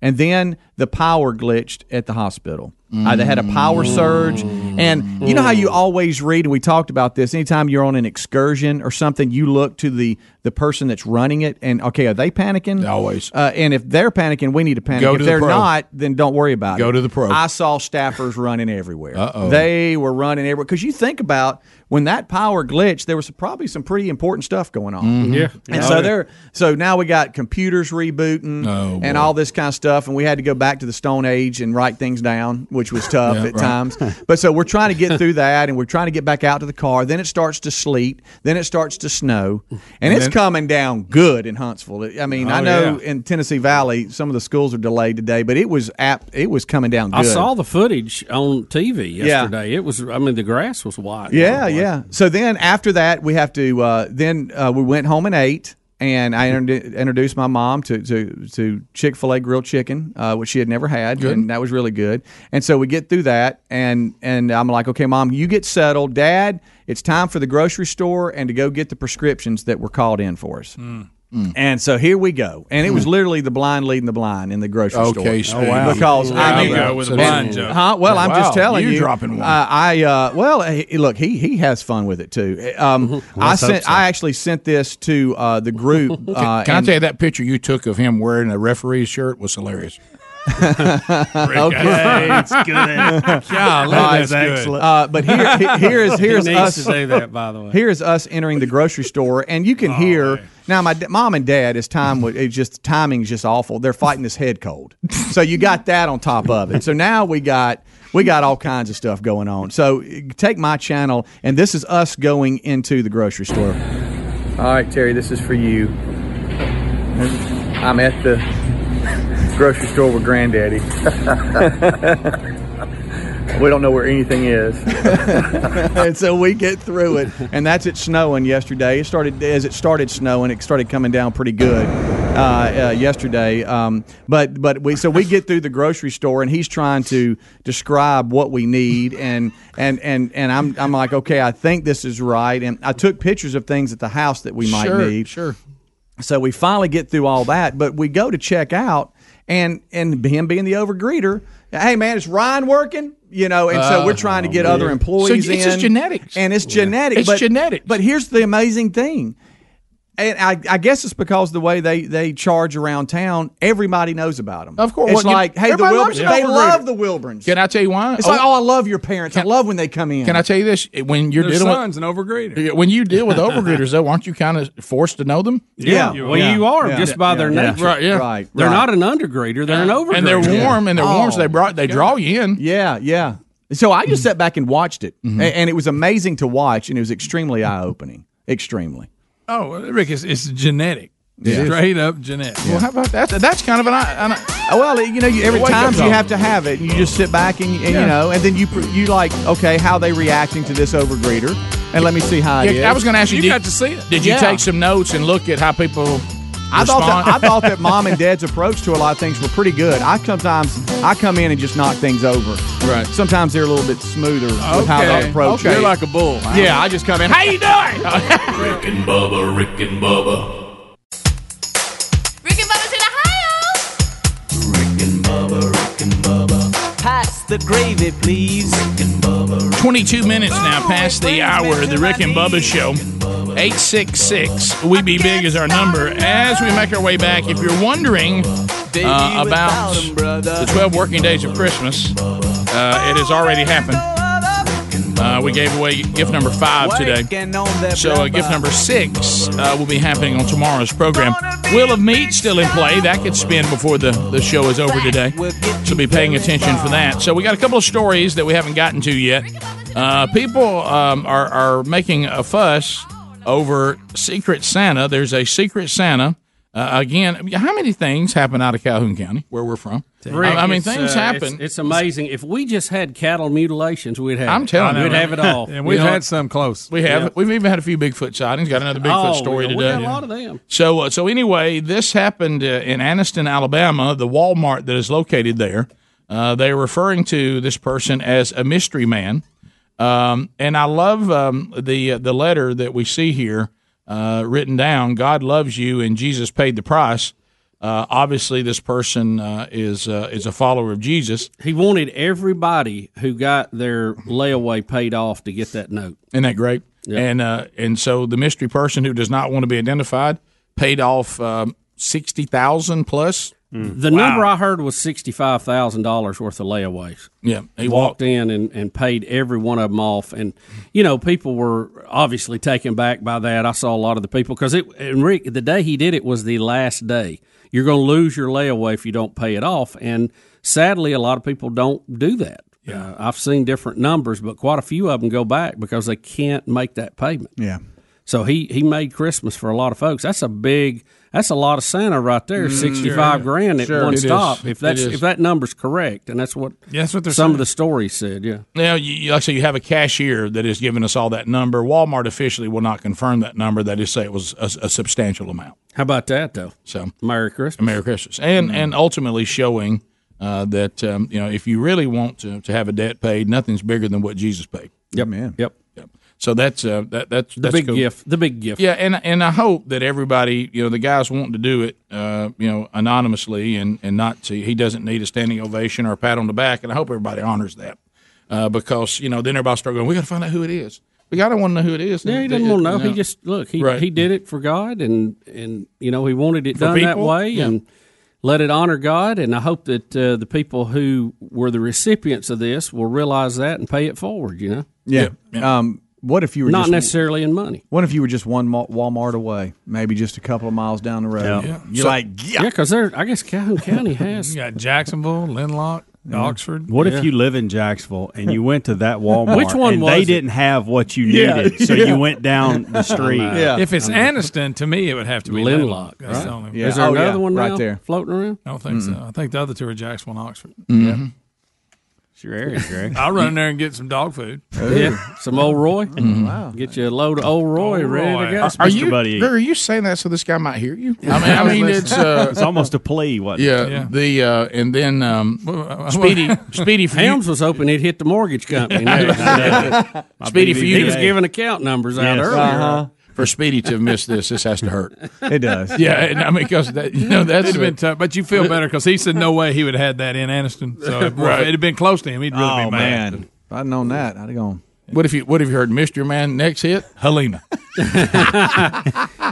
Speaker 8: And then the power glitched at the hospital. Uh, they had a power surge. And you know how you always read, and we talked about this, anytime you're on an excursion or something, you look to the, the person that's running it and, okay, are they panicking?
Speaker 2: Always.
Speaker 8: Uh, and if they're panicking, we need to panic.
Speaker 2: Go
Speaker 8: if
Speaker 2: to the
Speaker 8: they're
Speaker 2: pro.
Speaker 8: not, then don't worry about it.
Speaker 2: Go to the pro.
Speaker 8: I saw staffers running everywhere.
Speaker 2: Uh-oh.
Speaker 8: They were running everywhere because you think about when that power glitched, there was probably some pretty important stuff going on.
Speaker 2: Mhm. Yeah.
Speaker 8: and
Speaker 2: Yeah.
Speaker 8: so there. So now we got computers rebooting
Speaker 2: Oh,
Speaker 8: and
Speaker 2: boy.
Speaker 8: all this kind of stuff, and we had to go back to the Stone Age and write things down, which was tough
Speaker 2: Yeah,
Speaker 8: at
Speaker 2: right.
Speaker 8: times. But so we're trying to get through that, and we're trying to get back out to the car. Then it starts to sleet. Then it starts to snow, and,
Speaker 2: And
Speaker 8: it's
Speaker 2: then-
Speaker 8: coming down good in Huntsville. I mean, I
Speaker 3: Oh,
Speaker 8: know
Speaker 3: yeah.
Speaker 8: in Tennessee Valley some of the schools are delayed today, but it was apt. It was coming down. good.
Speaker 3: I saw the footage on TV
Speaker 8: Yeah.
Speaker 3: yesterday. It was, I mean, the grass was white.
Speaker 8: Yeah, yeah. So then after that, we have to. Uh, then uh, we went home and ate, and I introdu- introduced my mom to to, to Chick fil A grilled chicken, uh, which she had never had,
Speaker 2: Good.
Speaker 8: and that was really good. And so we get through that, and and I'm like, okay, mom, you get settled, dad. It's time for the grocery store and to go get the prescriptions that were called in for us.
Speaker 2: Hmm.
Speaker 8: Mm. And so here we go. And it was literally the blind leading the blind in the grocery
Speaker 2: Okay,
Speaker 8: store.
Speaker 2: Steve. Hmm. Oh, wow.
Speaker 8: Because
Speaker 2: There
Speaker 8: I
Speaker 2: you
Speaker 8: mean,
Speaker 2: go with a blind
Speaker 8: and-
Speaker 2: joke.
Speaker 8: Huh? Well, I'm just
Speaker 2: Wow,
Speaker 8: telling
Speaker 2: you
Speaker 8: you.
Speaker 2: dropping one.
Speaker 8: Uh, I uh, well, hey, look, he he has fun with it too. Um, I
Speaker 2: Mm-hmm. let's hope
Speaker 8: sent
Speaker 2: so.
Speaker 8: I actually sent this to uh, the group.
Speaker 2: Can,
Speaker 8: Uh,
Speaker 2: can I
Speaker 8: and-
Speaker 2: tell you that picture you took of him wearing a referee's shirt was hilarious.
Speaker 8: okay,
Speaker 2: It's good. Golly,
Speaker 8: Uh,
Speaker 2: that's excellent.
Speaker 8: Uh, but here, he- here is
Speaker 3: He
Speaker 8: here is
Speaker 3: needs
Speaker 8: us.
Speaker 3: to say that, by the way.
Speaker 8: Here is us entering the grocery store, and you can hear now. My d- mom and dad, his time was it's just timing's just awful. They're fighting this head cold, so you got that on top of it. So now we got we got all kinds of stuff going on. So take my channel, and this is us going into the grocery store. All right, Terry, this is for you. I'm at the grocery store with Granddaddy. we don't know where anything is. and so we get through it, and that's it snowing yesterday. It started as it started snowing. It started coming down pretty good uh, uh, yesterday. Um, but but we so we get through the grocery store, and he's trying to describe what we need, and and and and I'm I'm like, okay, I think this is right, and I took pictures of things at the house that we might
Speaker 2: Sure,
Speaker 8: need. Sure. So we finally get through all that, but we go to check out, and and him being the over greeter, hey man, is Ryan working? You know, and so we're trying to get other employees
Speaker 2: Uh, oh, So it's
Speaker 8: in.
Speaker 2: just genetics.
Speaker 8: and it's genetic.
Speaker 2: It's
Speaker 8: but,
Speaker 2: genetics.
Speaker 8: But here's the amazing thing, and I, I guess it's because the way they they charge around town, everybody knows about them.
Speaker 2: Of course.
Speaker 8: it's
Speaker 2: Well, you-
Speaker 8: like, hey, the
Speaker 2: everybody
Speaker 8: Wilburns,
Speaker 2: loves an
Speaker 8: they
Speaker 2: over
Speaker 8: love
Speaker 2: greeter.
Speaker 8: the Wilburns.
Speaker 2: Can I tell you why?
Speaker 8: It's like, oh, I love your parents. I love when they come in.
Speaker 2: Can I tell you this? When you're
Speaker 8: Their
Speaker 2: dealing
Speaker 8: son's
Speaker 2: with
Speaker 8: an overgrader.
Speaker 2: Yeah, when you deal with overgreeters, though, aren't you kind of forced to know them?
Speaker 3: Yeah. Well, you are just by their
Speaker 2: Yeah.
Speaker 3: nature.
Speaker 2: Right. Yeah.
Speaker 3: They're not an undergrader. They're an overgrader.
Speaker 2: And they're warm, and they're warm. So they brought they draw you in.
Speaker 8: Oh.
Speaker 2: Mm-hmm.
Speaker 8: Yeah, yeah. So I just sat back and watched it, A- and it was amazing to watch, and it was extremely eye opening. Extremely.
Speaker 9: Oh, well, Rick, it's, it's genetic.
Speaker 8: It is.
Speaker 9: Straight up genetic.
Speaker 8: Well,
Speaker 2: how about that? That's kind of an. an
Speaker 8: Oh, well, you know, you, every
Speaker 9: Wake up
Speaker 8: time you
Speaker 9: call.
Speaker 8: have to have it, and you just sit back and, and you
Speaker 2: Yeah.
Speaker 8: know, and then you pr- you like, okay, how they reacting to this overgreeter, and let me see how it is.
Speaker 2: Yeah, I was going to ask you. did, Did you
Speaker 8: Yeah.
Speaker 2: take some notes and look at how people?
Speaker 8: I thought that, I
Speaker 2: respond?
Speaker 8: thought that mom and dad's approach to a lot of things were pretty good. I sometimes I come in and just knock things over. Right. Sometimes they're a little bit smoother with how they
Speaker 7: Okay.
Speaker 8: approach
Speaker 7: Okay.
Speaker 8: it.
Speaker 7: You're like a bull.
Speaker 8: Yeah, I just come in. How you doing?
Speaker 7: Rick and Bubba, Rick and Bubba.
Speaker 13: Rick and Bubba's in Ohio.
Speaker 18: Pass the gravy, please.
Speaker 2: 22 minutes now past the hour of the Rick and Bubba show. 866 We Be Big is our number. As we make our way back, if you're wondering uh, about the 12 working days of Christmas, uh, it has already happened. Uh, we gave away gift number five today. So uh, gift number six uh, will be happening on tomorrow's program. Will of Meat still in play. That could spin before the, the show is over today. So be paying attention for that. So we got a couple of stories that we haven't gotten to yet. Uh, people um, are, are making a fuss over Secret Santa. There's a Secret Santa. Uh, again, how many things happen out of Calhoun County, where we're from?
Speaker 3: Rick,
Speaker 2: I, I mean,
Speaker 3: it's,
Speaker 2: things
Speaker 3: uh,
Speaker 2: happen.
Speaker 3: It's, it's amazing. If we just had cattle mutilations, we'd have.
Speaker 2: I'm
Speaker 3: it.
Speaker 2: telling you,
Speaker 3: we'd have it all. You know,
Speaker 2: some close. We have.
Speaker 3: Yeah.
Speaker 2: We've even had a few Bigfoot sightings. Got another Bigfoot
Speaker 3: Oh,
Speaker 2: story
Speaker 3: we
Speaker 2: today.
Speaker 3: got a lot of them.
Speaker 2: So, uh, so anyway, this happened uh, in Anniston, Alabama. The Walmart that is located there. Uh, they are referring to this person as a mystery man, um, and I love um, the uh, the letter that we see here uh, written down. God loves you, and Jesus paid the price. Uh, obviously, this person uh, is uh, is a follower of Jesus.
Speaker 3: He wanted everybody who got their layaway paid off to get that note.
Speaker 2: Isn't that great?
Speaker 3: Yeah.
Speaker 2: And uh, and so the mystery person who does not want to be identified paid off um, sixty thousand plus.
Speaker 3: The number I heard was sixty five thousand dollars worth of layaways.
Speaker 2: Yeah,
Speaker 3: he walked in and, and paid every one of them off, and you know people were obviously taken back by that. I saw a lot of the people because it and Rick the day he did it was the last day. You're going to lose your layaway if you don't pay it off, and sadly, a lot of people don't do that. Yeah. I've seen different numbers, but quite a few of them go back because they can't make that payment.
Speaker 8: Yeah.
Speaker 3: So he he made Christmas for a lot of folks. That's a big. That's a lot of Santa right there.
Speaker 9: Mm,
Speaker 3: Sixty
Speaker 9: sure.
Speaker 3: five grand at
Speaker 9: Sure.
Speaker 3: one
Speaker 9: It is.
Speaker 3: stop. If that's
Speaker 9: It is.
Speaker 3: if that number's correct, and that's what
Speaker 9: Yeah, that's what they're
Speaker 3: some
Speaker 9: saying.
Speaker 3: of the stories said. Yeah.
Speaker 2: Now, you, you- like I say, you have a cashier that is giving us all that number. Walmart officially will not confirm that number. They just say it was a, a substantial amount.
Speaker 3: How about that though?
Speaker 2: So
Speaker 3: Merry Christmas. Mm-hmm.
Speaker 2: Merry Christmas, and and ultimately showing uh, that um, you know if you really want to, to have a debt paid, nothing's bigger than what Jesus paid.
Speaker 3: Yep,
Speaker 8: man.
Speaker 3: Yep.
Speaker 2: So that's uh, that that's
Speaker 3: The
Speaker 2: that's
Speaker 3: big
Speaker 2: cool.
Speaker 3: gift. The big gift.
Speaker 2: Yeah, and and I hope that everybody, you know, the guys wanting to do it, uh, you know, anonymously and and not to. He doesn't need a standing ovation or a pat on the back, and I hope everybody honors that uh, because you know then everybody start going, we got to find out who it is. We got to want to know who it is.
Speaker 3: Yeah, he
Speaker 2: And
Speaker 3: didn't
Speaker 2: it-
Speaker 3: want to know.
Speaker 2: you
Speaker 3: He just look. He
Speaker 2: Right.
Speaker 3: he did it for God, and and you know he wanted it
Speaker 2: For
Speaker 3: done that
Speaker 2: people?
Speaker 3: way,
Speaker 2: Yeah.
Speaker 3: and let it honor God. And I hope that uh, the people who were the recipients of this will realize that and pay it forward. You know.
Speaker 8: Yeah. Um, what if you were
Speaker 3: Not
Speaker 8: just,
Speaker 3: necessarily in money?
Speaker 8: What if you were just one Ma- Walmart away, maybe just a couple of miles down the road?
Speaker 9: Yeah.
Speaker 8: You're
Speaker 9: So-
Speaker 8: like,
Speaker 3: yeah, because they're I guess Calhoun County has.
Speaker 9: You got Jacksonville, Linlock, Oxford.
Speaker 10: Mm-hmm. What if you live in Jacksonville and you went to that Walmart?
Speaker 9: Which one
Speaker 10: and
Speaker 9: was
Speaker 10: They
Speaker 9: it?
Speaker 10: didn't have what you
Speaker 9: Yeah.
Speaker 10: needed, so
Speaker 9: Yeah.
Speaker 10: you went down the street.
Speaker 9: If it's Anniston, to me, it would have to be Linlock.
Speaker 10: Linlock,
Speaker 9: That's
Speaker 10: right?
Speaker 9: the only
Speaker 10: Yeah. Is there Oh, another yeah, one right now there.
Speaker 3: floating around?
Speaker 9: I don't think so.
Speaker 10: Mm-mm.
Speaker 9: I think the other two are Jacksonville and Oxford.
Speaker 10: Mhm. it's your area, Greg.
Speaker 9: I'll run in there and get some dog food.
Speaker 3: Oh, Yeah, some old Roy.
Speaker 2: Mm-hmm.
Speaker 10: Mm-hmm.
Speaker 3: Wow, get you a load of old Roy
Speaker 9: Old
Speaker 3: ready
Speaker 9: Roy.
Speaker 3: to go.
Speaker 9: Are- are
Speaker 2: you- Greg, are you saying that so this guy might hear you? I mean, I mean it's uh,
Speaker 10: it's almost a plea. What?
Speaker 2: Yeah, the uh, and then um, Speedy Speedy for you-
Speaker 3: Helms was hoping he'd hit the mortgage company.
Speaker 2: Yeah. Speedy for you
Speaker 3: He
Speaker 2: to-
Speaker 3: was giving account numbers out
Speaker 2: Yes.
Speaker 3: earlier.
Speaker 2: Uh-huh. For Speedy to miss this, this has to hurt.
Speaker 8: It does.
Speaker 2: Yeah, and I mean, because that you know that's
Speaker 9: It'd been tough, but you feel better because he said no way he would have had that in Aniston. So if
Speaker 2: Right.
Speaker 9: it'd have been close to him, he'd really
Speaker 8: oh,
Speaker 9: be mad.
Speaker 8: man. If I'd known that, I'd have gone.
Speaker 2: What if you What if you heard Mr. Man next hit Helena?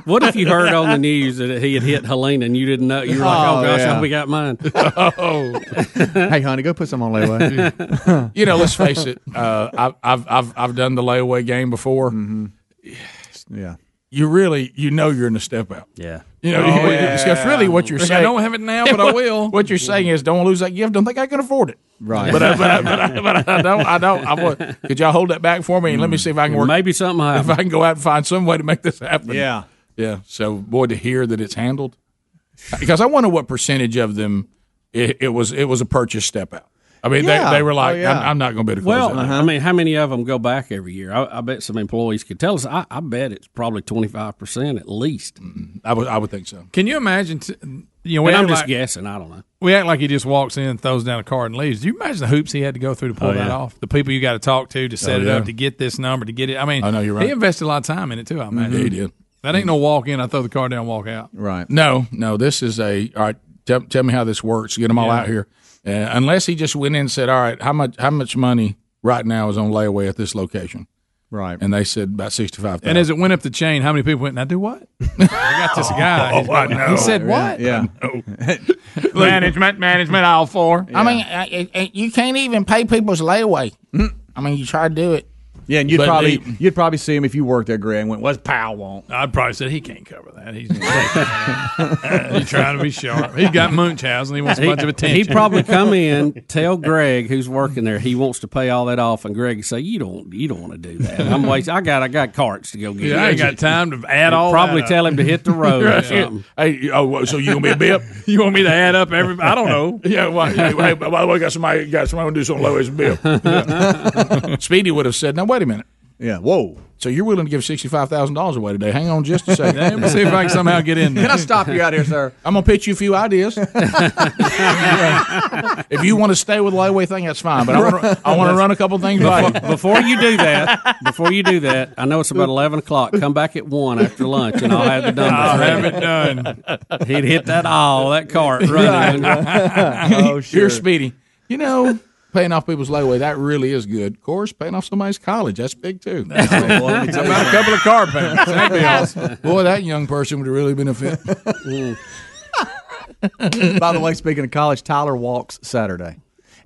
Speaker 3: What if you heard on the news that he had hit Helena and you didn't know? You were like,
Speaker 8: Oh,
Speaker 3: oh, gosh,
Speaker 8: yeah.
Speaker 3: how we got mine.
Speaker 2: oh.
Speaker 8: hey, honey, go put some on layaway.
Speaker 2: you know, let's face it. Uh, I've, I've I've I've done the layaway game before.
Speaker 8: Yeah.
Speaker 2: You really you know you're in a step out.
Speaker 3: Yeah.
Speaker 2: You know,
Speaker 9: Oh,
Speaker 2: it's
Speaker 9: yeah.
Speaker 2: because really what you're
Speaker 9: Like, I
Speaker 2: saying.
Speaker 9: don't have it now, but I
Speaker 2: What-
Speaker 9: will.
Speaker 2: What you're saying is, don't lose that gift. Don't think I can afford it.
Speaker 8: Right.
Speaker 2: But I, but I, but I, but I don't. I don't. I want, could y'all hold that back for me and let me see if I can work?
Speaker 3: Maybe something.
Speaker 2: If I can go out and find some way to make this happen.
Speaker 8: Yeah.
Speaker 2: Yeah. So boy, to hear that it's handled, because I wonder what percentage of them it, it was. It was a purchase step out. I mean,
Speaker 3: Yeah.
Speaker 2: they, they were
Speaker 3: Oh,
Speaker 2: like,
Speaker 3: yeah.
Speaker 2: I'm, "I'm not going to be able to close
Speaker 3: Well, uh-huh.
Speaker 2: that."
Speaker 9: Uh-huh.
Speaker 3: I mean, how many of them go back every year? I, I bet some employees could tell us. I, I bet it's probably 25% at least.
Speaker 2: Mm-hmm. I would, I would think so.
Speaker 9: Can you imagine? T- you know, we
Speaker 3: and I'm
Speaker 9: act,
Speaker 3: just
Speaker 9: like,
Speaker 3: guessing. I don't know.
Speaker 9: we act like he just walks in, throws down a card, and leaves. Do you imagine the hoops he had to go through to pull
Speaker 2: Oh,
Speaker 9: that
Speaker 2: yeah.
Speaker 9: off? The people you got to talk to to set
Speaker 2: Oh,
Speaker 9: it
Speaker 2: yeah.
Speaker 9: up, to get this number, to get it. I mean,
Speaker 2: I know, you're right.
Speaker 9: He invested a lot of time in it too. I imagine
Speaker 2: Yeah, he did.
Speaker 9: That ain't no walk in. I throw the card down, walk out.
Speaker 8: Right.
Speaker 2: No, no. This is a all right. Tell, tell me how this works. Get them all
Speaker 9: Yeah.
Speaker 2: out here. Uh, unless he just went in and said, "All right, how much how much money right now is on layaway at this location?"
Speaker 8: Right.
Speaker 2: And they said about 65,000.
Speaker 9: And as it went up the chain, how many people went? Now do what? I got this guy.
Speaker 2: Oh, I know.
Speaker 9: He said what?
Speaker 2: Yeah.
Speaker 9: management, management, all four.
Speaker 19: I mean, I, I- I- you can't even pay people's layaway. I mean, you try to do it.
Speaker 8: Yeah, and you'd
Speaker 19: But
Speaker 8: probably you'd probably see him if you worked there, Greg. And went, "What's Powell want?"
Speaker 9: I'd probably said he can't cover that. He's, he's trying to be sharp. He's got Munchausen. He wants a bunch of attention.
Speaker 3: He'd probably come in, tell Greg who's working there, he wants to pay all that off, and Greg would say, "You don't, you don't want to do that. I'm wasting. I got, I got carts to go get.
Speaker 9: Yeah, I ain't got time to add
Speaker 3: He'd
Speaker 9: all
Speaker 3: Probably
Speaker 9: that up.
Speaker 3: tell him to hit the road or
Speaker 9: Right.
Speaker 3: something.
Speaker 2: Hey, oh, well, so you gonna be a bip?
Speaker 9: you want me to add up every? I don't know.
Speaker 2: yeah. Well, hey, hey, by the way, got somebody got somebody to do something low as a bill. Speedy would have said, "Now wait a minute."
Speaker 8: Yeah. Whoa.
Speaker 2: So you're willing to give sixty five thousand dollars away today? Hang on just a second.
Speaker 9: Let me see if I can somehow get in there.
Speaker 2: Can I stop you out here, sir? I'm gonna pitch you a few ideas. if you want to stay with the layaway thing, that's fine. Uh, But I want to I want to run a couple things by you.
Speaker 3: Before, before you do that, before you do that, I know it's about eleven o'clock. Come back at one after lunch, and I'll have it done.
Speaker 9: I'll have it done.
Speaker 3: He'd hit that all that cart running.
Speaker 2: oh, sure. You're Speedy. You know, paying off people's layaway, that really is good. Of course, paying off somebody's college, that's big too.
Speaker 9: let me tell you About a something. couple of car payments. That'd be awesome.
Speaker 2: Boy, that young person would really benefit.
Speaker 8: Mm. By the way, speaking of college, Tyler walks Saturday,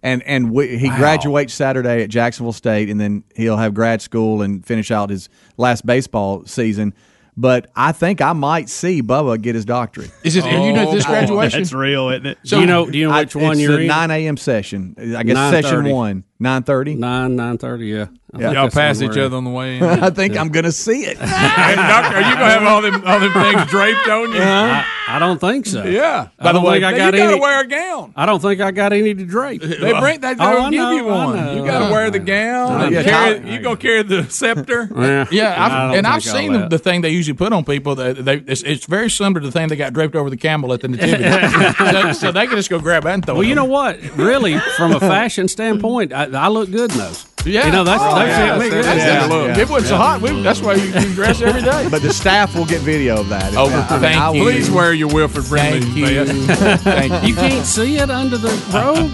Speaker 8: and and we, he graduates Saturday at Jacksonville State, and then he'll have grad school and finish out his last baseball season. But I think I might see Bubba get his doctorate.
Speaker 2: Is it- are you doing this Oh, boy. graduation? That's
Speaker 10: real, isn't it?
Speaker 8: So-
Speaker 3: do you know? Do you know
Speaker 8: I-
Speaker 3: which one
Speaker 8: it's
Speaker 3: you're
Speaker 8: the
Speaker 3: in?
Speaker 8: 9 a.m. session. I guess session
Speaker 3: 9:30.
Speaker 8: one, nine thirty.
Speaker 3: Nine nine thirty. Yeah. I
Speaker 8: Yeah.
Speaker 3: think
Speaker 8: Y'all
Speaker 3: that's the
Speaker 8: pass
Speaker 3: one
Speaker 8: each
Speaker 3: we're in.
Speaker 8: other on the way in. I think I'm gonna see it.
Speaker 9: Hey, doctor, are you gonna have all them all them things draped on you?
Speaker 8: Uh-huh.
Speaker 3: I, I don't think so.
Speaker 9: Yeah.
Speaker 3: By the way, I
Speaker 9: now,
Speaker 3: got
Speaker 9: you gotta
Speaker 3: any.
Speaker 9: wear a gown.
Speaker 3: I don't think I got any to drape. Oh, They
Speaker 9: They bring they, they'll give you one. You gotta wear the
Speaker 3: I
Speaker 9: gown.
Speaker 3: know.
Speaker 9: Carry, Uh, you gonna carry the scepter?
Speaker 3: Yeah.
Speaker 2: Yeah,
Speaker 9: I
Speaker 2: I've,
Speaker 9: don't
Speaker 2: and I've
Speaker 9: think all
Speaker 2: seen the,
Speaker 9: that.
Speaker 2: the thing they usually put on people. That they, it's, it's very similar to the thing they got draped over the camel at the nativity. so, so they can just go grab that and throw
Speaker 3: Well,
Speaker 2: it
Speaker 3: you
Speaker 2: on.
Speaker 3: know what? Really, from a fashion standpoint, I, I look good in those.
Speaker 2: Yeah,
Speaker 3: you know that's
Speaker 2: Oh,
Speaker 3: that's
Speaker 2: yeah.
Speaker 3: it.
Speaker 2: That's- that's- that's- It wasn't so hot. We, that's why you, you dress every day.
Speaker 8: But the staff will get video of that.
Speaker 2: Oh,
Speaker 8: I mean,
Speaker 2: thank
Speaker 8: I will-
Speaker 2: you.
Speaker 9: Please wear your Wilfred Brimley
Speaker 2: Thank you.
Speaker 9: vest.
Speaker 2: Thank
Speaker 3: You can't see it under the robe.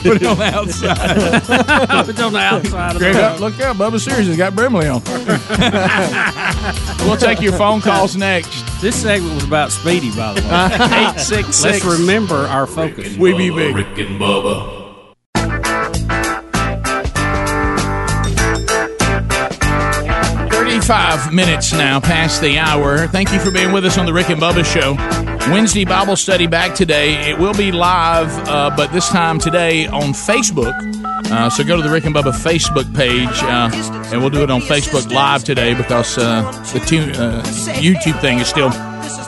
Speaker 9: Put it on the outside.
Speaker 3: it's on the outside. Of
Speaker 2: Greg,
Speaker 3: the
Speaker 2: up, look out, Bubba Sears has got Brimley on. uh, we'll take your phone calls next.
Speaker 3: This segment was about Speedy, by the way.
Speaker 2: Eight six six.
Speaker 3: Let's remember our focus.
Speaker 2: We be big.
Speaker 7: Rick and Bubba.
Speaker 2: Thirty-five minutes now past the hour. Thank you for being with us on the Rick and Bubba Show. Wednesday Bible study back today. It will be live, uh, but this time today on Facebook. Uh, so go to the Rick and Bubba Facebook page, uh, and we'll do it on Facebook Live today because uh, the tu- uh, YouTube thing is still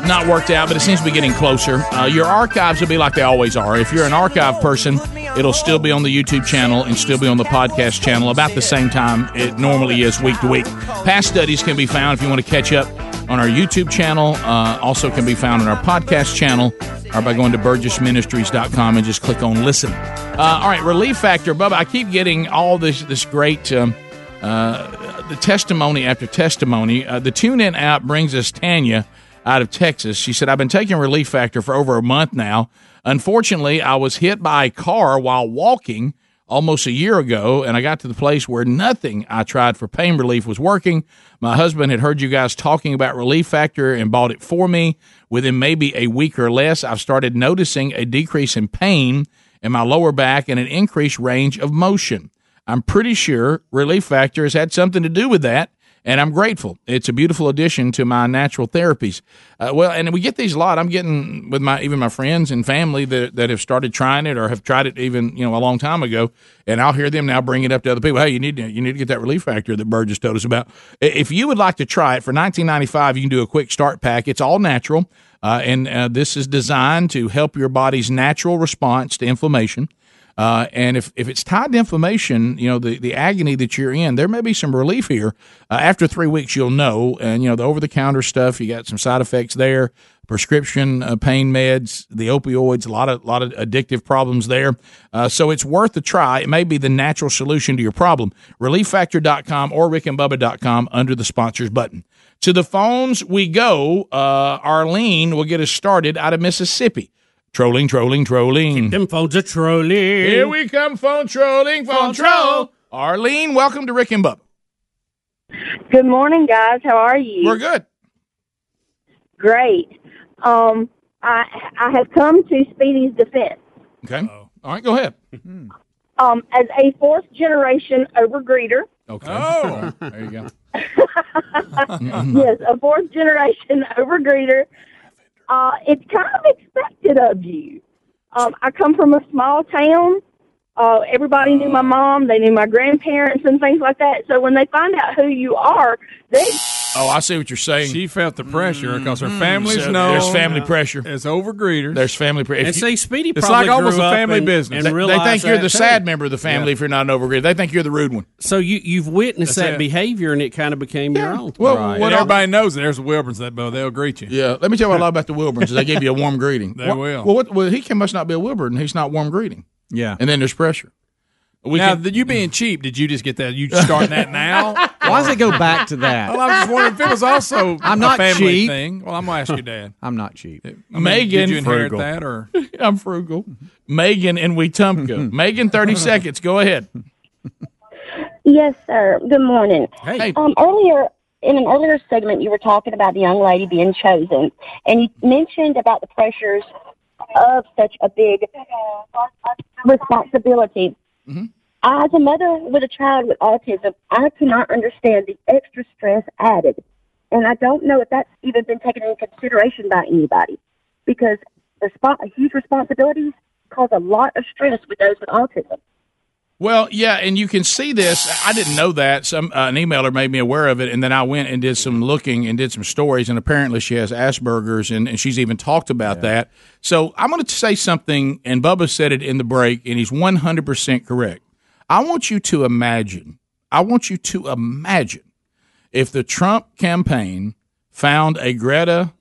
Speaker 2: not worked out, but it seems to be getting closer. Uh, your archives will be like they always are. If you're an archive person, it'll still be on the YouTube channel and still be on the podcast channel about the same time it normally is week to week. Past studies can be found if you want to catch up on our YouTube channel. Uh, also can be found on our podcast channel or by going to burgessministries.com and just click on listen. Uh, all right, Relief Factor. Bubba, I keep getting all this, this great... Um, uh, the testimony after testimony. Uh, the TuneIn app brings us Tanya out of Texas. She said, I've been taking Relief Factor for over a month now. Unfortunately, I was hit by a car while walking almost a year ago, and I got to the place where nothing I tried for pain relief was working. My husband had heard you guys talking about Relief Factor and bought it for me. Within maybe a week or less, I've started noticing a decrease in pain in my lower back and an increased range of motion. I'm pretty sure Relief Factor has had something to do with that, and I'm grateful. It's a beautiful addition to my natural therapies. Uh, well, and we get these a lot. I'm getting with my even my friends and family that, that have started trying it or have tried it even you know a long time ago, and I'll hear them now bring it up to other people. Hey, you need to you need to get that Relief Factor that Burgess told us about. I- If you would like to try it for 19.95, you can do a quick start pack. It's all natural. Uh, and uh, this is designed to help your body's natural response to inflammation. Uh, and if, if it's tied to inflammation, you know, the, the agony that you're in, there may be some relief here. Uh, after three weeks, you'll know. And, you know, the over the counter stuff, you got some side effects there, prescription uh, pain meds, the opioids, a lot of, lot of addictive problems there. Uh, so it's worth a try. It may be the natural solution to your problem. ReliefFactor.com or rickandbubba.com under the sponsors button. To the phones we go. Uh, Arlene will get us started out of Mississippi. Trolling, trolling, trolling.
Speaker 3: them phones are trolling.
Speaker 2: Here we come, phone trolling, phone troll. Arlene, welcome to Rick and Bubba.
Speaker 16: Good morning, guys. How are you?
Speaker 2: We're good.
Speaker 16: Great. Um, I I have come to Speedy's defense.
Speaker 2: Okay. All right, go ahead.
Speaker 16: Um, as a fourth generation overgreeter,
Speaker 2: Okay. Oh. there you go.
Speaker 16: yes, a fourth generation overgreeter, uh, it's kind of expected of you. Um, I come from a small town. Uh, everybody knew my mom. They knew my grandparents and things like that. So when they find out who you are, they
Speaker 2: Oh, I see what you're saying. She
Speaker 9: felt the pressure because her family's
Speaker 2: So
Speaker 9: known.
Speaker 2: There's family pressure.
Speaker 9: It's overgreeters.
Speaker 2: There's family pressure.
Speaker 9: And see, Speedy It's probably like almost grew a up family and- business. and
Speaker 2: They- they,
Speaker 3: realized
Speaker 2: think you're
Speaker 3: that,
Speaker 2: the
Speaker 3: too.
Speaker 2: sad member of the family if you're not an overgreeter. They think you're the rude one.
Speaker 3: So you you've witnessed
Speaker 9: That's
Speaker 3: that
Speaker 9: it.
Speaker 3: behavior and it kind of became your own.
Speaker 2: Well,
Speaker 9: What everybody knows that there's a Wilburns that bow. They'll greet you.
Speaker 2: Yeah. Let me tell you what I love about the Wilburns. is They give you a warm greeting.
Speaker 9: They
Speaker 2: Well,
Speaker 9: will.
Speaker 2: Well, what, well, he can must not be a Wilburn. He's not warm greeting.
Speaker 8: Yeah.
Speaker 2: And then there's pressure.
Speaker 9: now, that you being cheap, did you just get that? You starting that now?
Speaker 8: Why does it go back to that?
Speaker 9: Well, I was just wondering if it was also
Speaker 8: I'm
Speaker 9: a
Speaker 8: not
Speaker 9: family
Speaker 8: cheap.
Speaker 9: thing. Well, I'm gonna ask your dad.
Speaker 8: I'm not cheap.
Speaker 9: I mean,
Speaker 2: Megan
Speaker 9: did you inherit
Speaker 2: Frugal.
Speaker 9: that or
Speaker 2: I'm frugal. Megan and Wetumpka. Megan, 30 seconds. Go ahead.
Speaker 20: Yes, sir. Good morning.
Speaker 2: Hey.
Speaker 20: Um, earlier in an earlier segment, you were talking about the young lady being chosen, and you mentioned about the pressures of such a big responsibility. I, As a mother with a child with autism, I cannot understand the extra stress added, and I don't know if that's even been taken into consideration by anybody, because respon huge responsibilities cause a lot of stress with those with autism.
Speaker 2: Well, yeah, and you can see this. I didn't know that. Some uh, an emailer made me aware of it, and then I went and did some looking and did some stories, and apparently she has Asperger's, and, and she's even talked about that. So I'm going to say something, and Bubba said it in the break, and he's 100 percent correct. I want you to imagine. I want you to imagine if the Trump campaign found a Greta,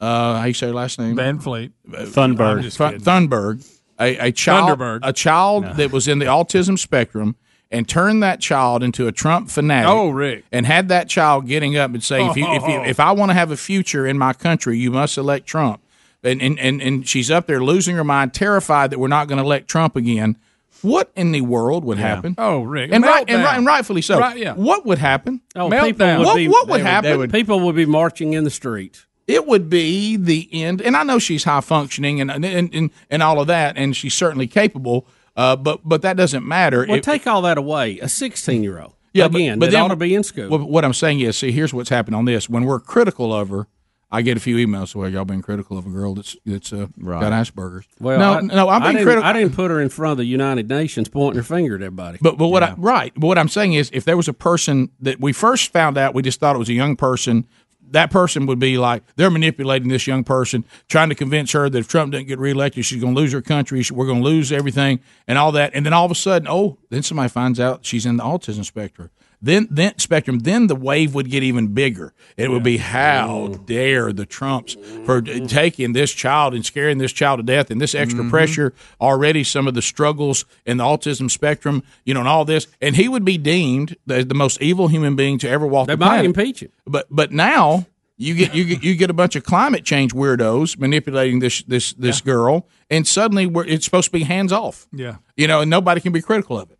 Speaker 2: uh, how you say her last name? Uh,
Speaker 9: Van Fleet.
Speaker 2: Thunberg. Thunberg, a, a child,
Speaker 9: Thunderbird.
Speaker 2: a child that was in the autism spectrum, and turned that child into a Trump fanatic.
Speaker 9: Oh, Rick.
Speaker 2: And had that child getting up and say, if you, if, you, if I want to have a future in my country, you must elect Trump. And and, and and she's up there losing her mind, terrified that we're not going to elect Trump again. What in the world would happen?
Speaker 9: Oh, Rick.
Speaker 2: And, right, and,
Speaker 9: Meltdown.
Speaker 2: right, and rightfully so.
Speaker 9: Right, yeah.
Speaker 2: What would happen?
Speaker 3: Oh,
Speaker 2: Meltdown.
Speaker 3: people would
Speaker 2: What,
Speaker 3: be,
Speaker 2: what
Speaker 3: they
Speaker 2: would happen?
Speaker 3: they would- people would be marching in the street.
Speaker 2: it would be the end. And I know she's high functioning and and and, and all of that, and she's certainly capable. Uh, but but that doesn't matter.
Speaker 3: Well,
Speaker 2: It-
Speaker 3: take all that away. A sixteen-year-old.
Speaker 2: yeah, but-
Speaker 3: again,
Speaker 2: but,
Speaker 3: that
Speaker 2: then
Speaker 3: ought to be in school.
Speaker 2: Well, what I'm saying is, see, here's what's happened on this. When we're critical of her, I get a few emails. Well, y'all been critical of a girl that's that's uh, got Asperger's.
Speaker 3: Well,
Speaker 2: no,
Speaker 3: I,
Speaker 2: no,
Speaker 3: I
Speaker 2: I've been
Speaker 3: didn't-
Speaker 2: critical.
Speaker 3: I didn't put her in front of the United Nations pointing her finger at everybody.
Speaker 2: But but what I, right? But what I'm saying is, if there was a person that we first found out, we just thought it was a young person. That person would be like they're manipulating this young person, trying to convince her that if Trump doesn't get reelected, she's going to lose her country, she- we're going to lose everything, and all that. And then all of a sudden, oh, then somebody finds out she's in the autism spectrum. Then then spectrum. Then the wave would get even bigger. It would be how dare the Trumps for d- taking this child and scaring this child to death, and this extra
Speaker 9: Mhm.
Speaker 2: pressure pressure already, some of the struggles in the autism spectrum, you know, and all this. And he would be deemed the, the most evil human being to ever walk
Speaker 3: They
Speaker 2: the
Speaker 3: might
Speaker 2: planet.
Speaker 3: impeach him.
Speaker 2: But but now you get you get you get a bunch of climate change weirdos manipulating this this this girl, and suddenly we're, it's supposed to be hands off.
Speaker 9: Yeah.
Speaker 2: You know, and nobody can be critical of it.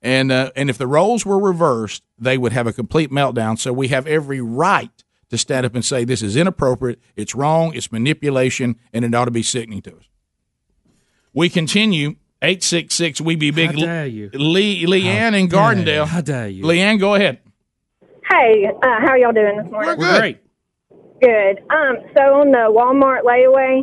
Speaker 2: And uh, and if the roles were reversed, they would have a complete meltdown. So we have every right to stand up and say this is inappropriate, it's wrong, it's manipulation, and it ought to be sickening to us. We continue eight six six. We be big.
Speaker 3: How dare you.
Speaker 2: Lee Leanne in
Speaker 3: How dare
Speaker 2: Gardendale.
Speaker 3: you. How dare you.
Speaker 2: Leanne, go ahead.
Speaker 16: Hey, uh, how are y'all doing this morning?
Speaker 2: We're
Speaker 3: great.
Speaker 16: Good. Um, so on the Walmart layaway,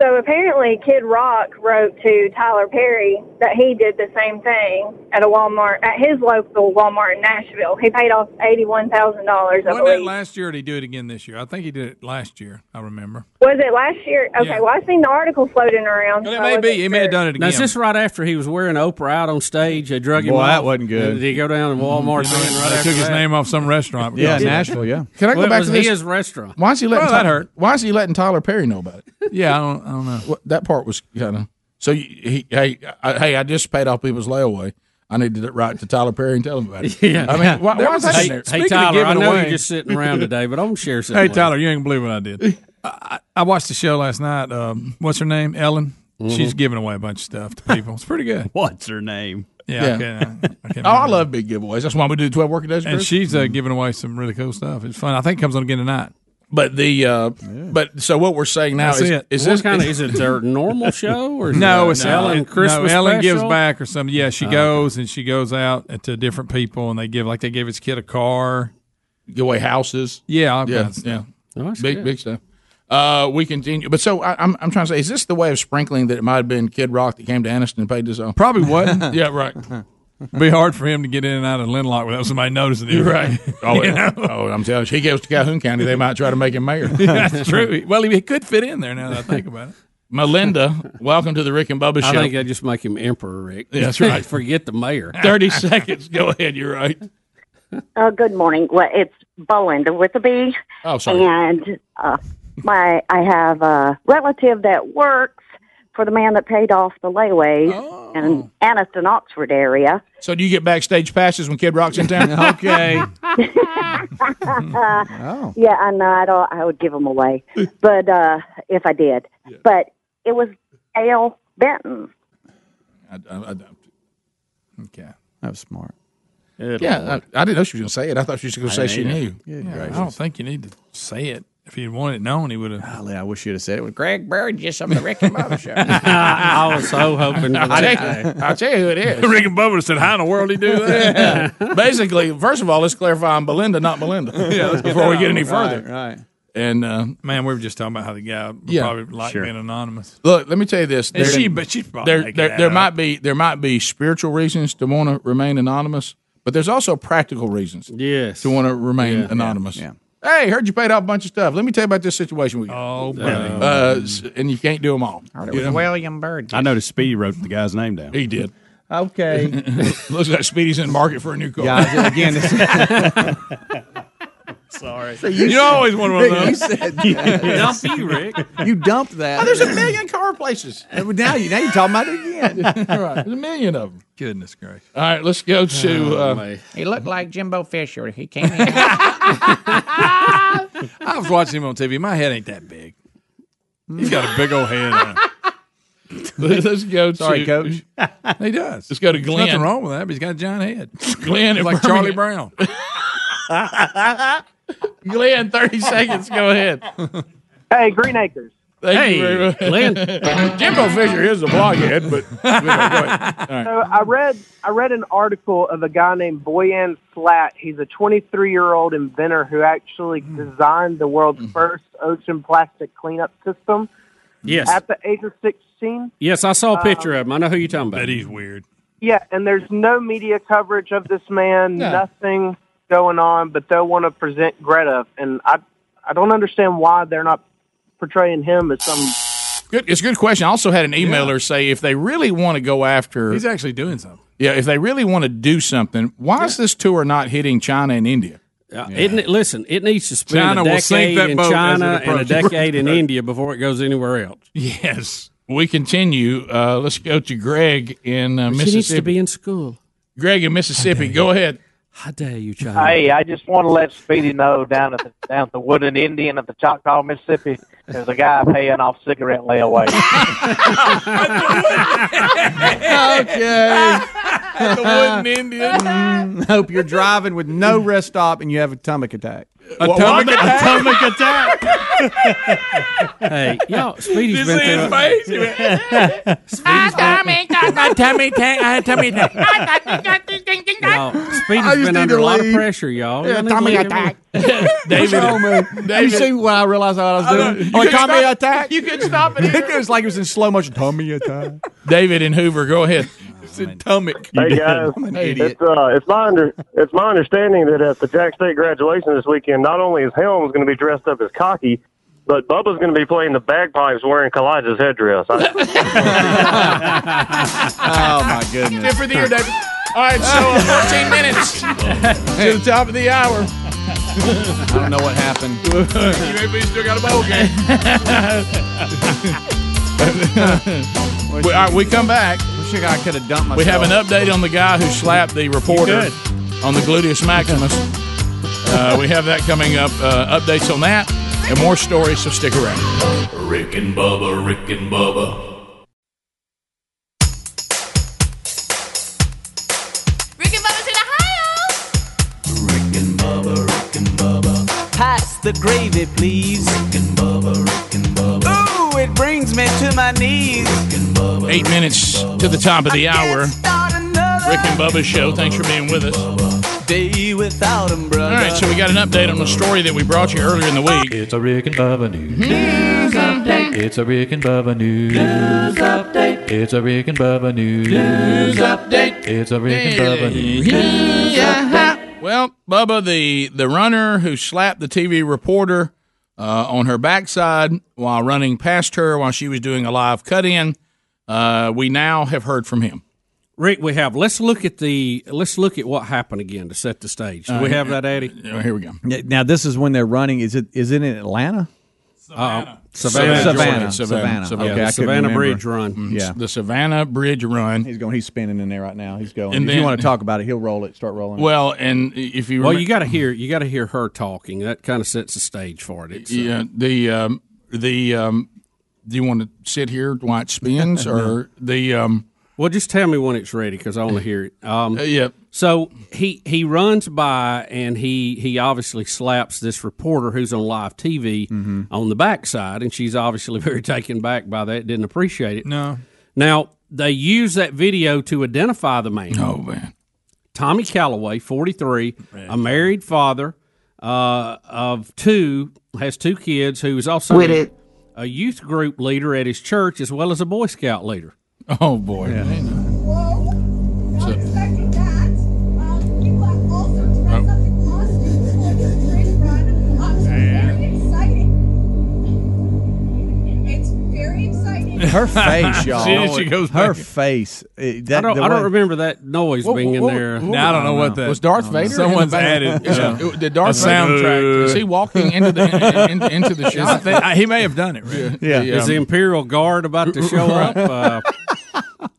Speaker 16: so apparently Kid Rock wrote to Tyler Perry that he did the same thing at a Walmart at his local Walmart in Nashville. He paid off eighty one thousand dollars, I
Speaker 9: Wasn't that
Speaker 16: believe.
Speaker 9: last year? Or did he do it again this year? I think he did it last year. I remember.
Speaker 16: Was it last year? Okay,
Speaker 9: Yeah.
Speaker 16: well I seen the article floating around. so I wasn't
Speaker 9: may have done it
Speaker 3: Now, is this right after he was wearing Oprah out on stage? They drug him
Speaker 9: Boy,
Speaker 3: off.
Speaker 9: that wasn't good.
Speaker 3: Did he go down to Walmart?
Speaker 9: They
Speaker 3: then right
Speaker 9: took
Speaker 3: after
Speaker 9: his
Speaker 3: that?
Speaker 9: name off some restaurant.
Speaker 3: Yeah, Nashville,
Speaker 8: yeah.
Speaker 2: Can I go
Speaker 3: Well, it
Speaker 2: back
Speaker 3: was
Speaker 2: to this?
Speaker 3: his restaurant.
Speaker 2: Why is he letting
Speaker 3: Well, that
Speaker 2: Tyler-
Speaker 3: hurt.
Speaker 2: Why is he letting Tyler Perry know about it?
Speaker 9: Yeah, I don't, I don't know.
Speaker 2: Well, that part was kind of so. You, he, hey, I, hey, I just paid off people's layaway. I need to write to Tyler Perry and tell him about it.
Speaker 3: Yeah.
Speaker 2: I mean, why, why is that in
Speaker 3: hey,
Speaker 2: there?
Speaker 3: hey Tyler, I know you're just sitting around today, but I'm going to share something.
Speaker 9: Hey, Tyler, you ain't gonna believe what I did. I, I watched the show last night. Um, what's her name? Ellen.
Speaker 10: Mhm.
Speaker 2: Mm-hmm.
Speaker 9: She's giving away a bunch of stuff to people. It's pretty good.
Speaker 10: What's her name?
Speaker 9: Yeah, I can't- I can't
Speaker 2: oh, I love big giveaways. That's why we do twelve working days.
Speaker 9: And
Speaker 2: Chris.
Speaker 9: she's uh, giving away some really cool
Speaker 2: Oh,
Speaker 9: stuff. It's fun. I think it comes on again tonight.
Speaker 2: But the uh, but so what we're saying now
Speaker 9: That's
Speaker 2: is
Speaker 9: it.
Speaker 2: is
Speaker 9: What
Speaker 2: this
Speaker 9: kinda
Speaker 3: is it their normal show or is
Speaker 9: no,
Speaker 3: it-
Speaker 9: it's
Speaker 3: no.
Speaker 9: Ellen.
Speaker 3: Christmas
Speaker 9: no, Ellen
Speaker 3: special?
Speaker 9: gives back or something. Yeah, she
Speaker 3: Oh, okay.
Speaker 9: goes and she goes out to different people and they give like they gave his kid a car,
Speaker 2: give away houses.
Speaker 9: Yeah, all
Speaker 2: yeah,
Speaker 9: kinds of
Speaker 2: yeah,
Speaker 9: stuff. Oh, that's
Speaker 2: big
Speaker 9: good.
Speaker 2: big stuff. Uh, we continue, but so I, I'm I'm trying to say, is this the way of sprinkling that it might have been Kid Rock that came to Aniston and paid his own?
Speaker 9: Probably wasn't.
Speaker 2: yeah, right.
Speaker 9: Be hard for him to get in and out of Linlock without somebody noticing him.
Speaker 2: You're right. Oh,
Speaker 9: You
Speaker 2: yeah.
Speaker 9: know?
Speaker 2: oh, I'm telling you, he goes to Calhoun County. They might try to make him mayor.
Speaker 9: That's true. Well, he could fit in there now that I think about it.
Speaker 2: Melinda, welcome to the Rick and Bubba
Speaker 3: I
Speaker 2: show.
Speaker 3: think they just make him emperor, Rick.
Speaker 2: Yeah, that's right.
Speaker 3: Forget the mayor.
Speaker 2: 30 seconds. Go ahead. You're right.
Speaker 15: Uh, good morning. Well, it's Belinda with a B.
Speaker 2: Oh, sorry.
Speaker 15: And uh, my, I have a relative that works for the man that paid off the layaways
Speaker 2: Oh.
Speaker 15: in Anniston, Oxford area.
Speaker 2: So, do you get backstage passes when Kid Rock's in town?
Speaker 9: okay.
Speaker 2: Oh.
Speaker 15: Yeah, I know. I don't. I would give them away, but uh, if I did, but it was Al Benton.
Speaker 2: I, I, I, okay.
Speaker 8: That was smart.
Speaker 2: Yeah, I, I didn't know she was going to say it. I thought she was going to say
Speaker 9: I
Speaker 2: she
Speaker 9: didn't
Speaker 2: knew.
Speaker 9: either. Yeah, I don't think you need to say it. If he'd wanted it known, he would have.
Speaker 8: I wish you'd have said it. With
Speaker 2: Greg Bird just on the Rick and Bubba show.
Speaker 9: I was so hoping for
Speaker 2: I'll
Speaker 9: that
Speaker 2: tell,
Speaker 9: day.
Speaker 2: you, I'll tell you who it is.
Speaker 9: Rick and Bubba said, "How in the world he do that?"
Speaker 2: Basically, first of all, let's clarify I'm Belinda, not Melinda. before we get any further.
Speaker 9: right?
Speaker 2: And uh,
Speaker 9: man, we were just talking about how the guy would
Speaker 2: Yeah.
Speaker 9: probably like
Speaker 2: Sure.
Speaker 9: being anonymous.
Speaker 2: Look, let me tell you this.
Speaker 9: And she- but she's probably
Speaker 2: there,
Speaker 9: making
Speaker 2: there,
Speaker 9: that
Speaker 2: there
Speaker 9: up.
Speaker 2: might be there might be spiritual reasons to want to remain anonymous, but there's also practical reasons.
Speaker 3: Yes,
Speaker 2: to want to remain anonymous. Hey, heard you paid off a bunch of stuff. Let me tell you about this situation we got.
Speaker 9: Oh,
Speaker 10: buddy.
Speaker 2: Uh, s- and you can't do them all.
Speaker 10: Heard it
Speaker 2: You
Speaker 10: was
Speaker 2: know?
Speaker 10: William
Speaker 2: Byrd.
Speaker 10: I noticed Speedy wrote the guy's name down.
Speaker 2: He did.
Speaker 8: Okay.
Speaker 2: Looks like Speedy's in the market for a new car.
Speaker 8: Yeah, again,
Speaker 9: Sorry.
Speaker 8: So you
Speaker 9: You're
Speaker 8: said-
Speaker 9: always one of those.
Speaker 8: You said
Speaker 9: Yes. Dump you, Rick.
Speaker 8: You dumped that.
Speaker 2: Oh, there's a million car places.
Speaker 8: Well, now you now you're talking about it again.
Speaker 2: right. There's a million of them.
Speaker 9: Goodness gracious.
Speaker 2: All right, let's go to.
Speaker 9: Oh,
Speaker 2: Uh,
Speaker 9: man.
Speaker 19: He looked like Jimbo Fisher. He came in.
Speaker 9: I was watching him on TV. My head ain't that big. He's got a big old head. On.
Speaker 2: let's go. To,
Speaker 9: Sorry, Coach. He does.
Speaker 2: Let's go to
Speaker 9: There's
Speaker 2: Glenn.
Speaker 9: nothing wrong with that. But he's got a giant head.
Speaker 2: Glenn
Speaker 9: He's
Speaker 2: in
Speaker 9: like Charlie
Speaker 2: Birmingham.
Speaker 9: Brown.
Speaker 2: Glenn, 30 seconds. Go ahead.
Speaker 21: Hey, Green Acres.
Speaker 2: Thank
Speaker 21: Hey,
Speaker 2: you very much.
Speaker 21: Glenn.
Speaker 2: Jimbo Fisher is a bloghead, but. you know, go ahead. All right.
Speaker 21: So I read I read an article of a guy named Boyan Slat. He's a 23 year old inventor who actually
Speaker 3: Hmm.
Speaker 21: designed the world's first ocean plastic cleanup system.
Speaker 3: Yes.
Speaker 21: At the age of 16.
Speaker 3: Yes, I saw a picture
Speaker 9: Uh,
Speaker 3: of him. I know who you're talking about. That
Speaker 9: he's weird.
Speaker 21: Yeah, and there's no media coverage of this man.
Speaker 3: No.
Speaker 21: Nothing going on, but they'll want to present Greta, and I I don't understand why they're not portraying him as some.
Speaker 2: Good, it's a good question. I also had an emailer say if they really want to go after.
Speaker 9: He's actually doing something.
Speaker 2: yeah, if they really want to do something, why is this tour not hitting China and India?
Speaker 3: Uh, Isn't it, listen, it needs to spend
Speaker 2: China
Speaker 3: a
Speaker 2: will
Speaker 3: decade
Speaker 2: sink that
Speaker 3: in
Speaker 2: boat as it
Speaker 3: China and a
Speaker 2: approaches.
Speaker 3: decade in India before it goes anywhere else.
Speaker 2: Yes. We continue. Uh, let's go to Greg in uh,
Speaker 3: She
Speaker 2: Mississippi.
Speaker 3: needs to be in school.
Speaker 2: Greg in Mississippi. Go ahead.
Speaker 3: How dare you,
Speaker 2: Uh,
Speaker 3: China?
Speaker 21: Hey, I just want to let Speedy know down at the, down at the Woodland Indian of the Choctaw, Mississippi, there's a guy paying off cigarette layaways.
Speaker 8: okay.
Speaker 2: the wooden Indian.
Speaker 8: Hope you're driving with no rest stop and you have a stomach attack.
Speaker 3: Atomic attack?
Speaker 8: Atomic attack.
Speaker 3: Hey, y'all, Speedy's
Speaker 8: You
Speaker 3: been
Speaker 8: see his
Speaker 3: through.
Speaker 8: face?
Speaker 3: He went, Speedy's
Speaker 19: My tummy tank. My tummy tank.
Speaker 3: y'all,
Speaker 8: I
Speaker 3: Speedy's
Speaker 8: just
Speaker 3: been
Speaker 8: need
Speaker 3: under
Speaker 8: to
Speaker 3: a lot of
Speaker 8: leave.
Speaker 3: pressure, y'all.
Speaker 8: Oh, Yeah,
Speaker 3: Y'all need to
Speaker 8: tummy
Speaker 3: leave.
Speaker 8: attack.
Speaker 3: David-
Speaker 8: What's wrong, man?
Speaker 3: David-
Speaker 8: You see when I realized what I was doing?
Speaker 2: You
Speaker 8: oh,
Speaker 2: couldn't
Speaker 8: tummy
Speaker 2: stop-
Speaker 8: attack.
Speaker 2: You could stop
Speaker 8: it. it was like it was in slow motion. Tummy attack.
Speaker 2: David in Hoover. Go ahead.
Speaker 8: It's in tummy.
Speaker 22: Hey guys,
Speaker 8: I'm an idiot.
Speaker 22: it's uh, it's my under, it's my understanding that at the Jack State graduation this weekend, not only is Helms going to be dressed up as cocky, but Bubba's going to be playing the bagpipes wearing Kalijah's headdress. I,
Speaker 8: Oh my goodness.
Speaker 2: Good for the year, David. All right, so uh, 14 minutes to the top of the hour.
Speaker 8: I don't know what happened.
Speaker 2: UAB still got a bowl game. we, all right, we come back.
Speaker 8: Wish I could have dumped myself.
Speaker 2: We have an update on the guy who slapped the reporter on the gluteus maximus. Uh, we have that coming up. Uh, updates on that and more stories, so stick around.
Speaker 7: Rick and Bubba, Rick and Bubba.
Speaker 18: the gravy, please. Ooh, it brings me to my knees.
Speaker 2: Eight minutes to the top of the hour. Rick and Bubba's show. Thanks for being with us.
Speaker 18: Day without umbrella.
Speaker 2: All right, so we got an update on the story that we brought you earlier in the week. It's a Rick and Bubba news.
Speaker 1: update.
Speaker 2: It's a Rick and Bubba news.
Speaker 1: update.
Speaker 2: It's a Rick and Bubba news.
Speaker 1: update.
Speaker 2: It's a Rick and Bubba news. Well, Bubba, the the runner who slapped the TV reporter uh, on her backside while running past her while she was doing a live cut in, uh, we now have heard from him.
Speaker 3: Rick, we have. Let's look at the. Let's look at what happened again to set the stage. Do we
Speaker 8: Uh,
Speaker 3: have that, Eddie?
Speaker 2: Here we go.
Speaker 8: Now this is when they're running. Is it is it in Atlanta?
Speaker 3: Savannah.
Speaker 8: Savannah,
Speaker 3: Savannah.
Speaker 8: Savannah,
Speaker 3: Savannah.
Speaker 8: Savannah.
Speaker 3: Savannah.
Speaker 8: Okay,
Speaker 3: Yeah,
Speaker 8: I
Speaker 3: the
Speaker 8: couldn't
Speaker 3: Savannah
Speaker 8: remember.
Speaker 3: Bridge Run.
Speaker 8: Mm,
Speaker 3: Yeah.
Speaker 8: Yeah,
Speaker 2: the Savannah Bridge Run.
Speaker 8: He's going. He's spinning in there right now. He's going.
Speaker 2: And
Speaker 8: if
Speaker 2: then-
Speaker 8: you want to talk about it, he'll roll it. Start rolling. it.
Speaker 2: Well, and if you
Speaker 3: well,
Speaker 2: remem-
Speaker 3: you got to hear. You got to hear her talking. That kind of sets the stage for it. It's, uh,
Speaker 2: yeah, the um, the um, do you want to sit here while it spins or the um? Uh,
Speaker 3: Well, just tell me when it's ready because I want to hear it. Um,
Speaker 2: yeah.
Speaker 3: So he he runs by and he he obviously slaps this reporter who's on live TV
Speaker 2: Mm-hmm.
Speaker 3: on the backside, and she's obviously very taken back by that. Didn't appreciate it.
Speaker 9: No.
Speaker 3: Now they use that video to identify the man.
Speaker 2: Oh man,
Speaker 3: Tommy Calloway, forty three, a married father uh, of two, has two kids who is also
Speaker 2: With it.
Speaker 3: a youth group leader at his church as well as a Boy Scout leader.
Speaker 2: Oh boy.
Speaker 8: Oh. Her face, y'all.
Speaker 9: See, she goes
Speaker 8: Her face. It- Eh, that-
Speaker 3: I don't,
Speaker 8: the
Speaker 3: I don't
Speaker 8: way-
Speaker 3: remember that noise
Speaker 8: What-
Speaker 3: being in
Speaker 8: what-
Speaker 3: there.
Speaker 8: what- Now, I don't know what that-
Speaker 2: was. Darth Vader. in the
Speaker 9: Someone's
Speaker 2: back?
Speaker 9: added,
Speaker 2: Is it-
Speaker 9: uh,
Speaker 2: it- did Darth
Speaker 9: a soundtrack.
Speaker 2: Vader? Is he walking into the in, in- into the show?
Speaker 9: I think- I- he may have done it, Rick.
Speaker 2: Yeah.
Speaker 3: Is the Imperial Guard about to show up? Uh,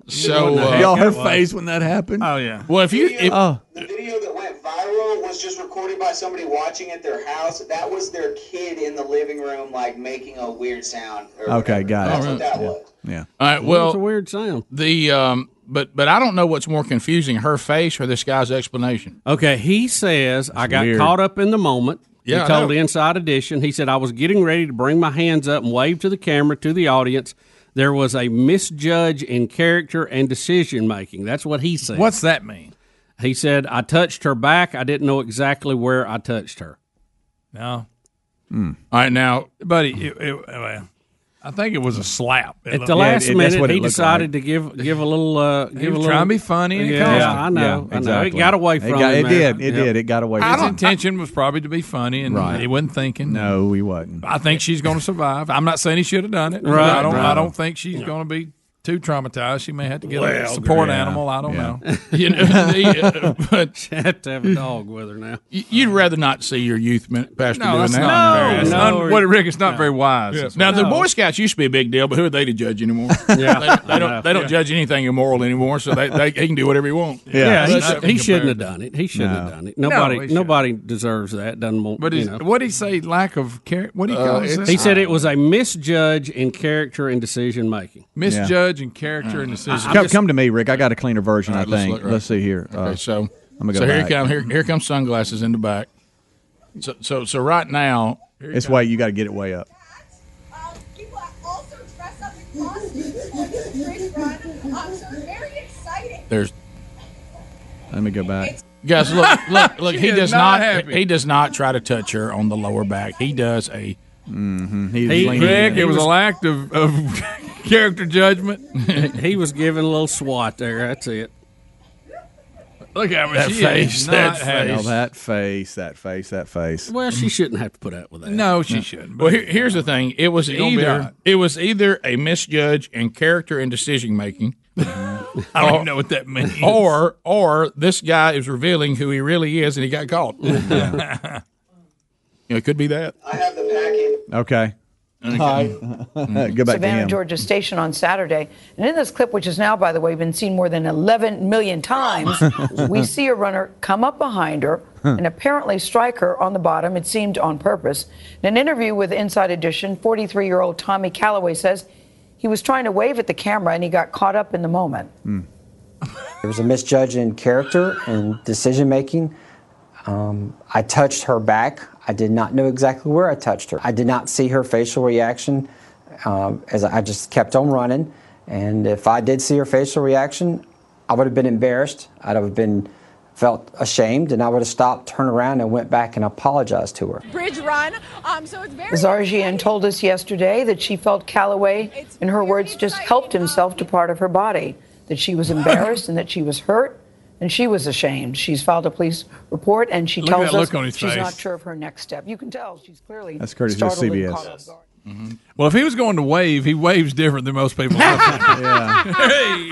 Speaker 2: So
Speaker 3: What the
Speaker 2: uh,
Speaker 3: heck Y'all, her
Speaker 8: Her face when that happened.
Speaker 9: Oh yeah.
Speaker 2: Well, if you if,
Speaker 4: The video that went viral was just recorded by somebody watching at their house. That was their kid in the living room, like making a weird sound. Or
Speaker 8: Okay,
Speaker 4: whatever.
Speaker 8: got it.
Speaker 2: Oh,
Speaker 4: That's what that was.
Speaker 8: Yeah.
Speaker 2: All right.
Speaker 3: Well,
Speaker 2: Well,
Speaker 3: it's a weird sound.
Speaker 2: The um, but but I don't know what's more confusing, her face or this guy's explanation.
Speaker 3: Okay, he says I got
Speaker 2: weird.
Speaker 3: caught up in the moment.
Speaker 2: Yeah, I
Speaker 3: he told
Speaker 2: know.
Speaker 3: Inside Edition. He said I was getting ready to bring my hands up and wave to the camera to the audience. There was a misjudge in character and decision making. That's what he said.
Speaker 9: What's that mean?
Speaker 3: He said I touched her back. I didn't know exactly where I touched her.
Speaker 9: No, Hmm.
Speaker 2: All right, now,
Speaker 9: buddy. It, it, well, I think it was a slap. It
Speaker 3: At
Speaker 9: looked-
Speaker 3: the last
Speaker 9: Yeah, it- that's
Speaker 3: minute,
Speaker 9: what it
Speaker 3: he
Speaker 9: looked
Speaker 3: decided to give give a little. Uh, give a
Speaker 9: was
Speaker 3: little,
Speaker 9: trying to be funny and it
Speaker 3: yeah,
Speaker 9: cost
Speaker 3: yeah,
Speaker 9: him.
Speaker 3: I know.
Speaker 9: Yeah,
Speaker 3: I know. It
Speaker 9: exactly.
Speaker 3: got away
Speaker 9: It
Speaker 3: from
Speaker 9: got-
Speaker 3: him.
Speaker 9: it
Speaker 3: there.
Speaker 9: did.
Speaker 8: It
Speaker 3: Yep.
Speaker 8: did. It got away.
Speaker 9: His
Speaker 8: from it.
Speaker 9: intention was probably to be funny, and
Speaker 8: Right.
Speaker 9: he wasn't thinking.
Speaker 8: No, he wasn't.
Speaker 9: I think she's going to survive. I'm not saying he should have done it.
Speaker 8: Right,
Speaker 9: I don't.
Speaker 8: right.
Speaker 9: I don't think she's going to be too traumatized. She may have to get a
Speaker 2: Well,
Speaker 9: support
Speaker 2: yeah.
Speaker 9: animal. I don't
Speaker 2: Yeah.
Speaker 9: know.
Speaker 2: You know, the, uh, but
Speaker 3: she had to have a dog with her now.
Speaker 2: Y- You'd rather not see your youth min- pastor
Speaker 9: No,
Speaker 2: doing
Speaker 9: that's
Speaker 2: that.
Speaker 9: not No, very- that's no. un- what, Rick, it's not very wise.
Speaker 2: Yeah.
Speaker 9: That's
Speaker 2: Now the
Speaker 9: what-
Speaker 2: Boy Scouts used to be a big deal, but who are they to judge anymore?
Speaker 9: Yeah.
Speaker 2: they, they don't. They don't judge anything immoral anymore, so they, they he can do whatever he wants.
Speaker 3: Yeah, he,
Speaker 2: But-
Speaker 3: sh- he shouldn't have done it. He shouldn't have
Speaker 2: No.
Speaker 3: done it.
Speaker 2: No,
Speaker 3: Nobody,
Speaker 2: he
Speaker 3: nobody deserves that. Doesn't want.
Speaker 9: But
Speaker 3: you
Speaker 9: is,
Speaker 3: know.
Speaker 9: what did he say? Lack of care. What do you
Speaker 3: Uh,
Speaker 9: call
Speaker 3: it's-
Speaker 9: it?
Speaker 3: he said it was a misjudge in character and decision making.
Speaker 9: misjudge and character and decision.
Speaker 8: Come, come to me, Rick. I got a cleaner version. I
Speaker 2: All right, let's
Speaker 8: think.
Speaker 2: look, right.
Speaker 8: Let's see here. Uh,
Speaker 2: Okay, so
Speaker 8: I'm gonna go
Speaker 2: so here
Speaker 8: back.
Speaker 2: come here here comes sunglasses in the back. So so so right now,
Speaker 8: It's way you got to get it way up.
Speaker 2: There's.
Speaker 8: Let me go back.
Speaker 2: Guys, look, look, look.
Speaker 8: She
Speaker 2: he
Speaker 8: is
Speaker 2: does
Speaker 8: not
Speaker 2: not.
Speaker 8: happy.
Speaker 2: he does not try to touch her on the lower back. He does a.
Speaker 8: Mm-hmm.
Speaker 3: He- leaning
Speaker 9: Rick,
Speaker 3: in.
Speaker 9: it was
Speaker 3: He
Speaker 9: a
Speaker 3: was-
Speaker 9: lack of, of character judgment.
Speaker 3: he was giving a little swat there. That's it.
Speaker 9: Look at her.
Speaker 3: That
Speaker 9: she
Speaker 3: face,
Speaker 9: Is not
Speaker 3: that
Speaker 9: happy.
Speaker 8: Oh, that face, that face, that face.
Speaker 3: Well, she shouldn't have to put up with that.
Speaker 9: No,
Speaker 8: Mm.
Speaker 9: she shouldn't.
Speaker 2: Well, here, here's the thing. It was
Speaker 9: You're gonna be all right.
Speaker 2: either it was either a misjudge in character and decision making.
Speaker 9: I don't even know what that means.
Speaker 2: Or or this guy is revealing who he really is, and he got caught. You know, it could be that.
Speaker 8: Okay.
Speaker 2: Hi.
Speaker 8: go back to
Speaker 23: Savannah,
Speaker 8: him.
Speaker 23: Georgia station on Saturday. And in this clip, which has now, by the way, been seen more than 11 million times, we see a runner come up behind her and apparently strike her on the bottom. It seemed on purpose. In an interview with Inside Edition, 43 year old Tommy Calloway says he was trying to wave at the camera and he got caught up in the moment.
Speaker 4: There was a misjudge in character and decision making. Um, I touched her back.
Speaker 5: I did not know exactly where I touched her. I did not see her facial reaction um, as I I just kept on running. And if I did see her facial reaction, I would have been embarrassed. I'd have been felt ashamed, and I would have stopped, turned around, and went back and apologized to her.
Speaker 13: Bridge run. Um, so it's very.
Speaker 23: Zarjian told us yesterday that she felt Calloway, in her words, just helped himself
Speaker 13: um,
Speaker 23: to part of her body, that she was embarrassed and that she was hurt and she was ashamed. She's filed a police report and she Look at tells that us look on his she's face. not sure of her next step. You can tell she's clearly
Speaker 9: That's Curtis with
Speaker 23: startled and
Speaker 9: CBS.
Speaker 23: caught off guard.
Speaker 2: Mm-hmm.
Speaker 9: Well, if he was going to wave, he waves different than most people. yeah. Hey.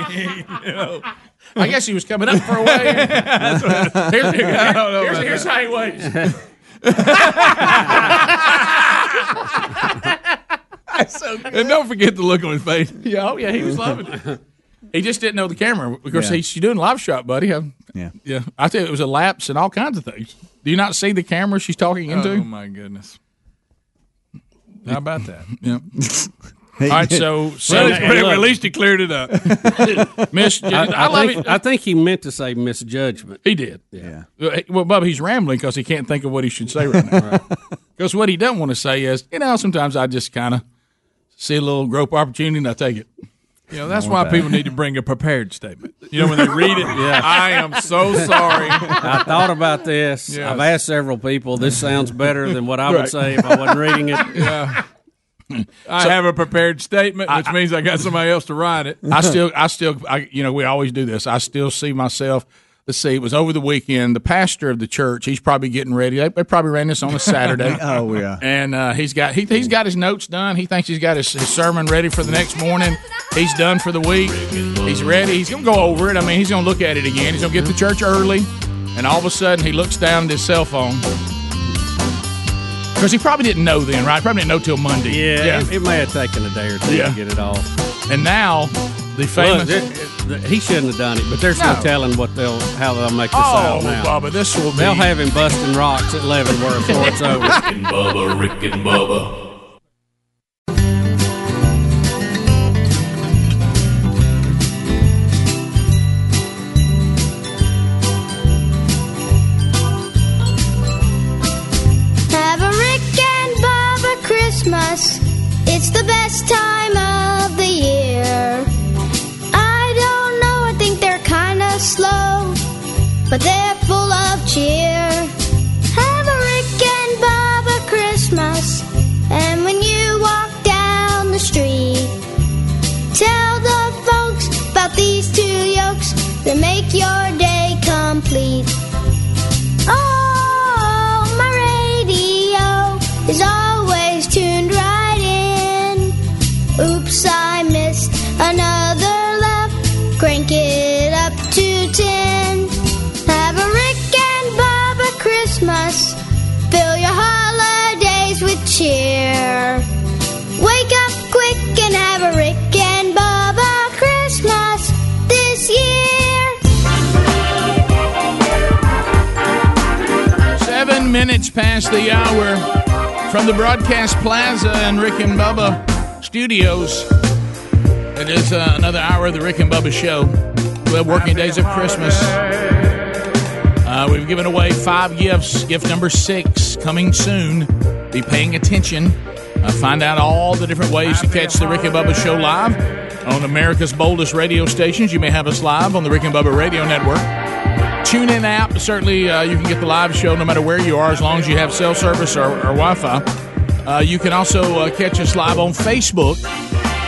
Speaker 9: you know.
Speaker 2: I guess he was coming up for a wave.
Speaker 9: That's what I-
Speaker 2: Here's, here-
Speaker 9: I don't know
Speaker 2: here's,
Speaker 9: about
Speaker 2: here's
Speaker 9: that.
Speaker 2: how he weighs.
Speaker 9: That's so good. And don't forget the look on his face.
Speaker 2: Yeah, oh yeah, he was loving it. He just didn't know the camera. Of course,
Speaker 9: Yeah.
Speaker 2: he's you doing live shot, buddy. i
Speaker 8: yeah,
Speaker 2: yeah. I tell you, it was a lapse and all kinds of things. Do you not see the camera she's talking into?
Speaker 9: Oh my goodness. How about that?
Speaker 2: yeah. all right, so so
Speaker 9: Well, it's- at least he cleared it up.
Speaker 2: Miss,
Speaker 3: I,
Speaker 2: I,
Speaker 3: I
Speaker 2: love
Speaker 3: think,
Speaker 2: it.
Speaker 3: I think he meant to say misjudgment.
Speaker 2: He did.
Speaker 3: Yeah.
Speaker 9: Oh,
Speaker 2: Uh, Well, Bubba, he's rambling because he can't think of what he should say right now. Because what he doesn't want to say is, you know, sometimes I just kind of see a little grope opportunity and I take it.
Speaker 9: You know, that's
Speaker 2: I
Speaker 9: why
Speaker 2: want that.
Speaker 9: people need to bring a prepared statement. You know, when they read it,
Speaker 3: Yeah.
Speaker 9: I am so sorry.
Speaker 3: I thought about this.
Speaker 9: Yes.
Speaker 3: I've asked several people. This sounds better than what I would
Speaker 9: Right.
Speaker 3: say if I wasn't reading it.
Speaker 9: Yeah. I
Speaker 2: So-
Speaker 9: have a prepared statement, which means I got somebody else to write it.
Speaker 2: I still, I still, I, you know, we always do this. I still see myself. Let's see, it was over the weekend. The pastor of the church, he's probably getting ready. They, they probably ran this on a Saturday.
Speaker 8: Oh, yeah.
Speaker 2: And uh, he's got he, he's got his notes done. He thinks he's got his, his sermon ready for the next morning. He's done for the week. He's ready. He's gonna go over it. I mean, he's gonna look at it again. He's gonna get to church early, and all of a sudden he looks down at his cell phone because he probably didn't know then, right? Probably didn't know till Monday.
Speaker 3: Yeah, It, it may have taken a day or two
Speaker 2: Yeah.
Speaker 3: to get it all.
Speaker 2: And now the famous-
Speaker 3: there- he shouldn't have done it, but there's no,
Speaker 2: No.
Speaker 3: telling what they'll how they'll make this
Speaker 2: Oh,
Speaker 3: out now.
Speaker 2: Bubba, this will
Speaker 3: They'll
Speaker 2: be-
Speaker 3: have him busting rocks at Leavenworth before it's over.
Speaker 7: Rick and Bubba, Rick and Bubba.
Speaker 6: Have a Rick and Bubba Christmas. It's the best time of the year. I don't know, I think they're kinda slow, but they're full of cheer. Have a Rick and Bubba Christmas. And when you walk down the street, tell the folks about these two yolks that make your day complete. Oh, my radio is always tuned right in. Oops, I missed another love. Crank it up to ten. Have a Rick and Bubba Christmas. Fill your holidays with cheer. Wake up quick and have a Rick and Bubba Christmas this year.
Speaker 2: Seven minutes past the hour from the Broadcast Plaza and Rick and Bubba Studios. It is uh, another hour of the Rick and Bubba Show. The working days of Christmas. Uh, we've given away five gifts. Gift number six coming soon. Be paying attention. Uh, find out all the different ways to catch the Rick and Bubba Show live on America's boldest radio stations. You may have us live on the Rick and Bubba Radio Network. Tune in app. Certainly, uh, you can get the live show no matter where you are, as long as you have cell service or, or Wi Fi. Uh, you can also uh, catch us live on Facebook.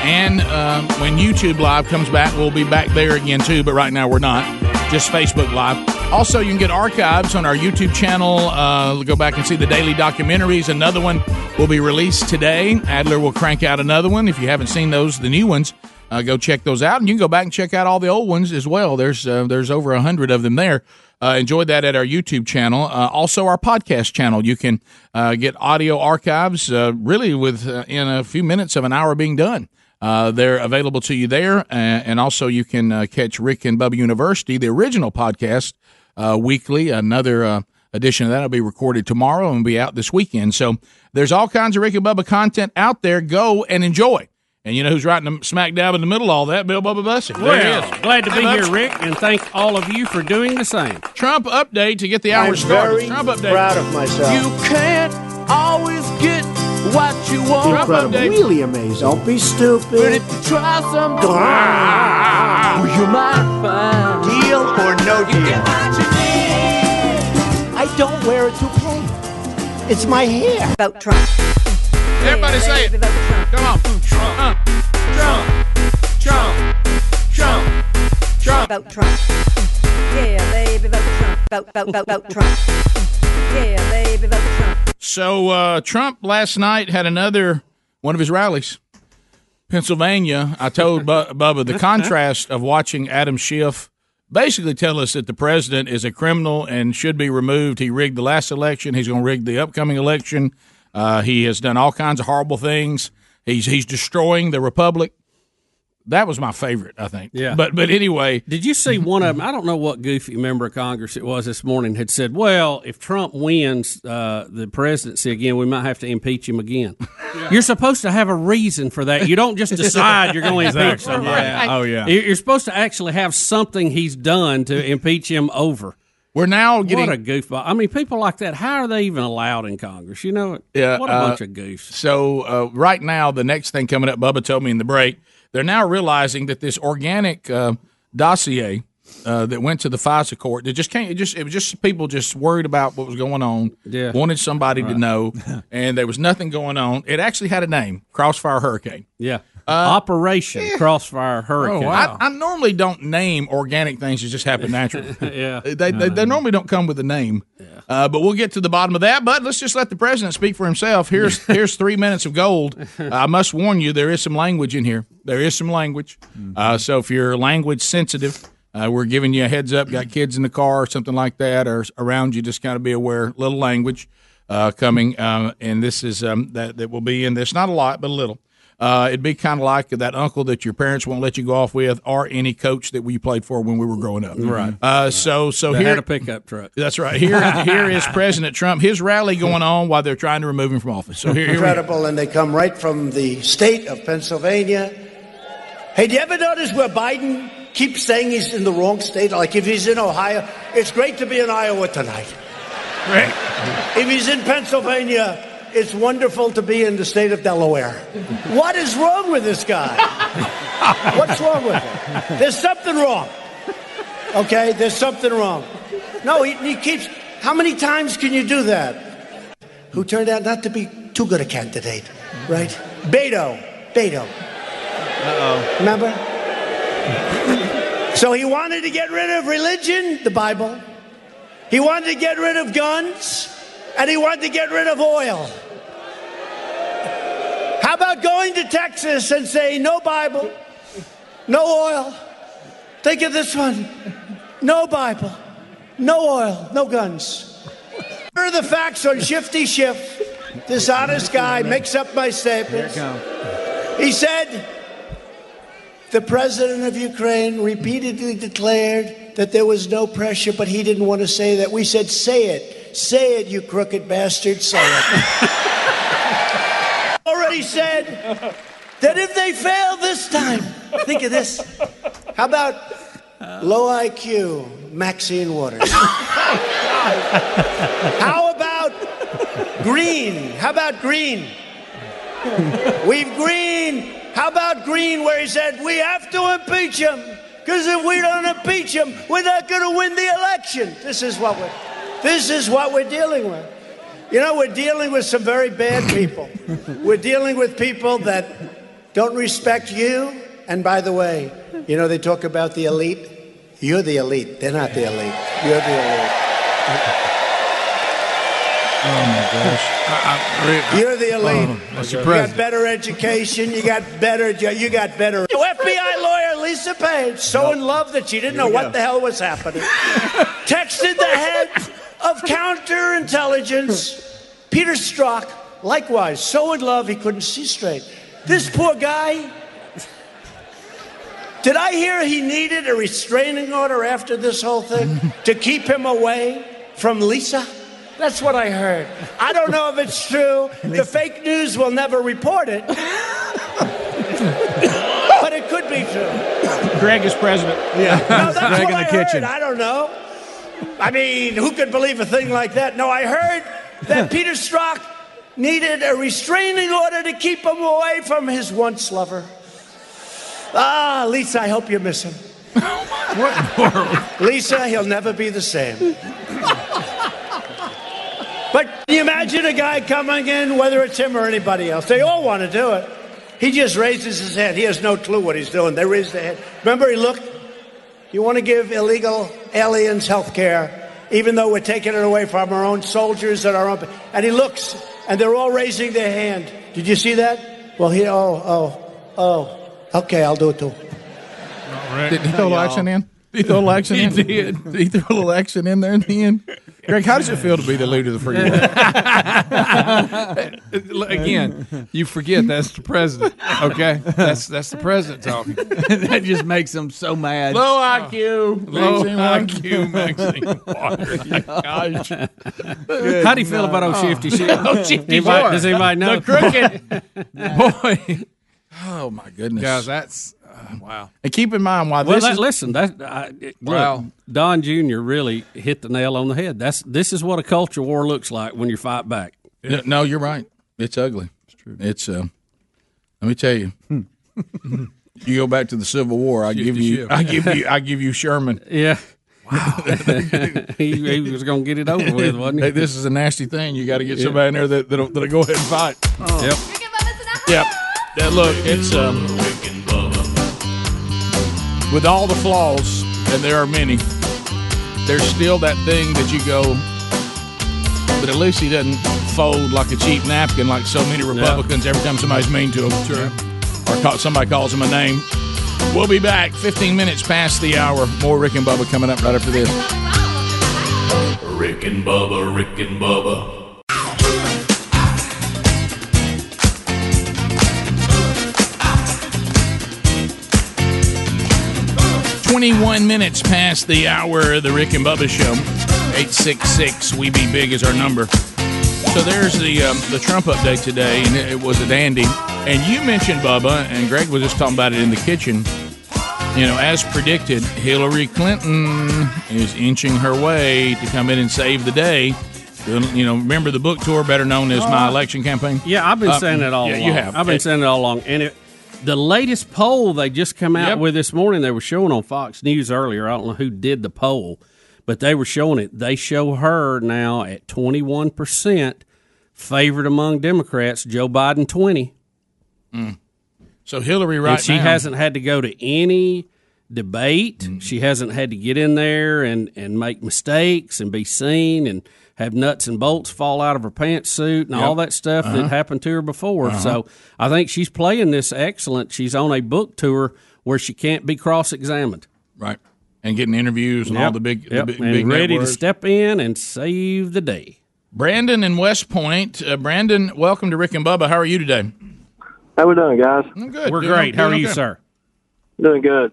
Speaker 2: And um, when YouTube Live comes back, we'll be back there again, too. But right now, we're not. Just Facebook Live. Also, you can get archives on our YouTube channel. Uh, go back and see the daily documentaries. Another one will be released today. Adler will crank out another one. If you haven't seen those, the new ones, uh, go check those out, and you can go back and check out all the old ones as well. There's uh, there's over a hundred of them there. Uh, enjoy that at our YouTube channel, uh, also our podcast channel. You can uh, get audio archives uh, really within a few minutes of an hour being done. Uh, they're available to you there, uh, and also you can uh, catch Rick and Bubba University, the original podcast, uh, weekly. Another uh, edition of that will be recorded tomorrow and be out this weekend. So there's all kinds of Rick and Bubba content out there. Go and enjoy. And you know who's right in the smack dab in the middle of all that? Bill Bubba Bussy. There he
Speaker 3: Well,
Speaker 2: is.
Speaker 3: glad to be
Speaker 2: Hey,
Speaker 3: here,
Speaker 2: Bubs.
Speaker 3: Rick, and thank all of you for doing the same.
Speaker 2: Trump update to get the
Speaker 3: hour
Speaker 2: hour started. Trump update.
Speaker 3: You
Speaker 18: can't always get what you want.
Speaker 12: Incredible. Really amazing. Don't be stupid.
Speaker 18: But if you try something,
Speaker 2: Ah.
Speaker 18: you might find deal or no deal.
Speaker 12: I don't wear a toupee. It's my hair. About Trump.
Speaker 2: Everybody say it. Come on. Trump. Trump. Trump. Trump. Trump.
Speaker 14: About Trump. Yeah, baby, about Trump. About, about, about, about Trump. Yeah, baby, about Trump.
Speaker 2: So uh, Trump last night had another one of his rallies. Pennsylvania, I told Bu- Bubba the contrast of watching Adam Schiff basically tell us that the president is a criminal and should be removed. He rigged the last election. He's going to rig the upcoming election. Uh, he has done all kinds of horrible things. He's he's destroying the republic. That was my favorite, I think.
Speaker 3: Yeah.
Speaker 2: But but anyway,
Speaker 3: did you see one of them? I don't know what goofy member of Congress it was this morning had said, "Well, if Trump wins uh, the presidency again, we might have to impeach him again." You're supposed to have a reason for that. You don't just decide you're going to impeach
Speaker 10: Exactly.
Speaker 3: somebody.
Speaker 10: Yeah. Oh, yeah.
Speaker 3: You- You're supposed to actually have something he's done to impeach him over.
Speaker 2: We're now getting
Speaker 3: what a goofball. I mean, people like that. How are they even allowed in Congress? You know,
Speaker 2: Yeah,
Speaker 3: what a
Speaker 2: uh,
Speaker 3: bunch of goofs.
Speaker 2: So uh, right now, the next thing coming up, Bubba told me in the break, they're now realizing that this organic uh, dossier uh, that went to the FISA court, it just can't. It just it was just people just worried about what was going on.
Speaker 3: Yeah.
Speaker 2: wanted somebody
Speaker 3: Right.
Speaker 2: to know, and there was nothing going on. It actually had a name, Crossfire Hurricane. Uh,
Speaker 3: Yeah. Operation Crossfire Hurricane.
Speaker 2: I, I normally don't name organic things that just happen naturally.
Speaker 3: yeah,
Speaker 2: they, they, they normally don't come with a name. Uh, but we'll get to the bottom of that. But let's just let the president speak for himself. Here's here's three minutes of gold. Uh, I must warn you, there is some language in here. There is some language. Uh, so if you're language sensitive, uh, we're giving you a heads up. Got kids in the car or something like that, or s- around you. Just kind of be aware. Little language uh, coming, um, and this is um, that that will be in this. Not a lot, but a little. Uh, it'd be kind of like that uncle that your parents won't let you go off with, or any coach that we played for when we were growing up.
Speaker 3: Right.
Speaker 2: Uh, so so
Speaker 3: They
Speaker 2: here
Speaker 3: had a pickup truck.
Speaker 2: That's right. Here here is President Trump. His rally going on while they're trying to remove him from office. So here, here we go.
Speaker 12: Incredible, and they come right from the state of Pennsylvania. Hey, do you ever notice where Biden keeps saying he's in the wrong state? Like if he's in Ohio, it's great to be in Iowa tonight. If he's in Pennsylvania, it's wonderful to be in the state of Delaware. What is wrong with this guy? What's wrong with him? There's something wrong. Okay, there's something wrong. No, he, he keeps. How many times can you do that? Who turned out not to be too good a candidate, right? Beto. Beto. Uh-oh. Remember? So he wanted to get rid of religion, the Bible. He wanted to get rid of guns, and he wanted to get rid of oil. How about going to Texas and say no Bible, no oil? Think of this one: no Bible, no oil, no guns. Here are the facts on Shifty Shift. This honest guy makes up my statements. He said the president of Ukraine repeatedly declared that there was no pressure, but he didn't want to say that. We said, say it. Say it, you crooked bastard. Say it. Already said that if they fail this time, think of this. How about low IQ, Maxine Waters? How about green? How about green? We've green. How about green, where he said we have to impeach him? Because if we don't impeach him, we're not going to win the election. This is what we're. This is what we're dealing with. You know, we're dealing with some very bad people. we're dealing with people that don't respect you. And by the way, you know they talk about the elite. You're the elite. They're not the elite. You're the elite.
Speaker 2: Oh my
Speaker 10: uh,
Speaker 2: gosh!
Speaker 12: You're the elite.
Speaker 10: Oh,
Speaker 2: Mr.
Speaker 12: you got
Speaker 2: oh, President.
Speaker 12: better education. You got better. ju- You got better. You FBI lawyer Lisa Page, so in love that she didn't know we what go. the hell was happening, texted the head of counterintelligence, Peter Strzok, likewise, so in love he couldn't see straight. This poor guy. Did I hear he needed a restraining order after this whole thing to keep him away from Lisa? That's what I heard. I don't know if it's true. The fake news will never report it.
Speaker 2: Greg is president.
Speaker 12: Yeah. No, that's
Speaker 2: Greg
Speaker 12: what
Speaker 2: in the
Speaker 12: I
Speaker 2: kitchen.
Speaker 12: heard. I don't know. I mean, who could believe a thing like that? No, I heard that Peter Strzok needed a restraining order to keep him away from his once lover. Ah, Lisa, I hope you miss him. what world? Lisa, he'll never be the same. But can you imagine a guy coming in, whether it's him or anybody else? They all want to do it. He just raises his head. He has no clue what he's doing. They raise their head. Remember, he looked. You want to give illegal aliens health care, even though we're taking it away from our own soldiers and our own. And he looks, and they're all raising their hand. Did you see that? Well, he. Oh, oh, oh. Okay, I'll do it too.
Speaker 2: Did he throw a little action in? Did he throw a little action in?
Speaker 12: He
Speaker 2: did. he throw a little action in there in the end? Greg, how does it feel to be the leader of the free world?
Speaker 9: Again, you forget that's the president. Okay, that's that's the president talking.
Speaker 8: that just makes him so mad.
Speaker 2: Low IQ.
Speaker 9: Low
Speaker 2: Makes him
Speaker 9: IQ
Speaker 2: angry.
Speaker 9: makes him watery. Gosh.
Speaker 2: Good
Speaker 3: How do you feel about old Shifty Short?
Speaker 9: Old Shifty
Speaker 3: Anybody-
Speaker 9: Short.
Speaker 3: does anybody know?
Speaker 9: The crooked.
Speaker 2: Boy. Oh, my goodness.
Speaker 9: Guys, that's uh, wow.
Speaker 2: And keep in mind why
Speaker 3: Well,
Speaker 2: this
Speaker 3: that-
Speaker 2: is.
Speaker 3: listen, that I, it- look,
Speaker 2: Wow.
Speaker 3: Don Jr. really hit the nail on the head. That's this is what a culture war looks like when you fight back.
Speaker 2: No, no, you're right. It's ugly. It's true. It's uh, let me tell you.
Speaker 3: Hmm.
Speaker 2: you go back to the Civil War. I
Speaker 3: Shift
Speaker 2: give
Speaker 3: to
Speaker 2: you.
Speaker 3: shift.
Speaker 2: I give you. I give you Sherman.
Speaker 3: Yeah. Wow. he, he was going to get it over with, wasn't he?
Speaker 2: Hey, this is a nasty thing. You got to get somebody in there that, that'll, that'll go ahead and fight.
Speaker 3: Yep.
Speaker 2: Yep. That look, it's um, with all the flaws, and there are many. There's still that thing that you go, but at least he doesn't fold like a cheap napkin, like so many Republicans. Every time somebody's mean to him, or call, somebody calls him a name. We'll be back 15 minutes past the hour. More Rick and Bubba coming up right after this.
Speaker 7: Rick and Bubba, Rick and Bubba,
Speaker 2: Twenty-one minutes past the hour of the Rick and Bubba Show. Eight six six. We be big is our number. So there's the um, the Trump update today, and it, it was a dandy. And you mentioned Bubba, and Greg was just talking about it in the kitchen. You know, as predicted, Hillary Clinton
Speaker 9: Mm.
Speaker 2: is inching her way to come in and save the day. You know, remember the book tour, better known as my election campaign.
Speaker 3: Yeah, I've been
Speaker 2: Uh,
Speaker 3: saying that all
Speaker 2: yeah,
Speaker 3: along.
Speaker 2: you have.
Speaker 3: I've been
Speaker 2: It-
Speaker 3: saying it all along. And it, the latest poll they just come out with this morning, they were showing on Fox News earlier. I don't know who did the poll, but they were showing it. They show her now at 21% favored among Democrats, Joe Biden 20.
Speaker 2: Mm. So Hillary, right
Speaker 3: And she
Speaker 2: now- Mm.
Speaker 3: hasn't had to go to any debate. She hasn't had to get in there and, and make mistakes and be seen and have nuts and bolts fall out of her pantsuit and
Speaker 2: Yep.
Speaker 3: all that stuff
Speaker 2: Uh-huh.
Speaker 3: that happened to her before.
Speaker 2: Uh-huh.
Speaker 3: So I think she's playing this excellent. She's on a book tour where she can't be cross examined.
Speaker 2: Right. And getting interviews and all the big- the
Speaker 3: yep.
Speaker 2: big-
Speaker 3: and
Speaker 2: big
Speaker 3: ready
Speaker 2: networks.
Speaker 3: to step in and save the day.
Speaker 2: Brandon in West Point. Uh, Brandon, welcome to Rick and Bubba. How are you today?
Speaker 11: How we doing, guys?
Speaker 2: I'm good.
Speaker 3: We're
Speaker 2: Doing
Speaker 3: great. How are you,
Speaker 2: okay.
Speaker 3: sir?
Speaker 11: Doing good.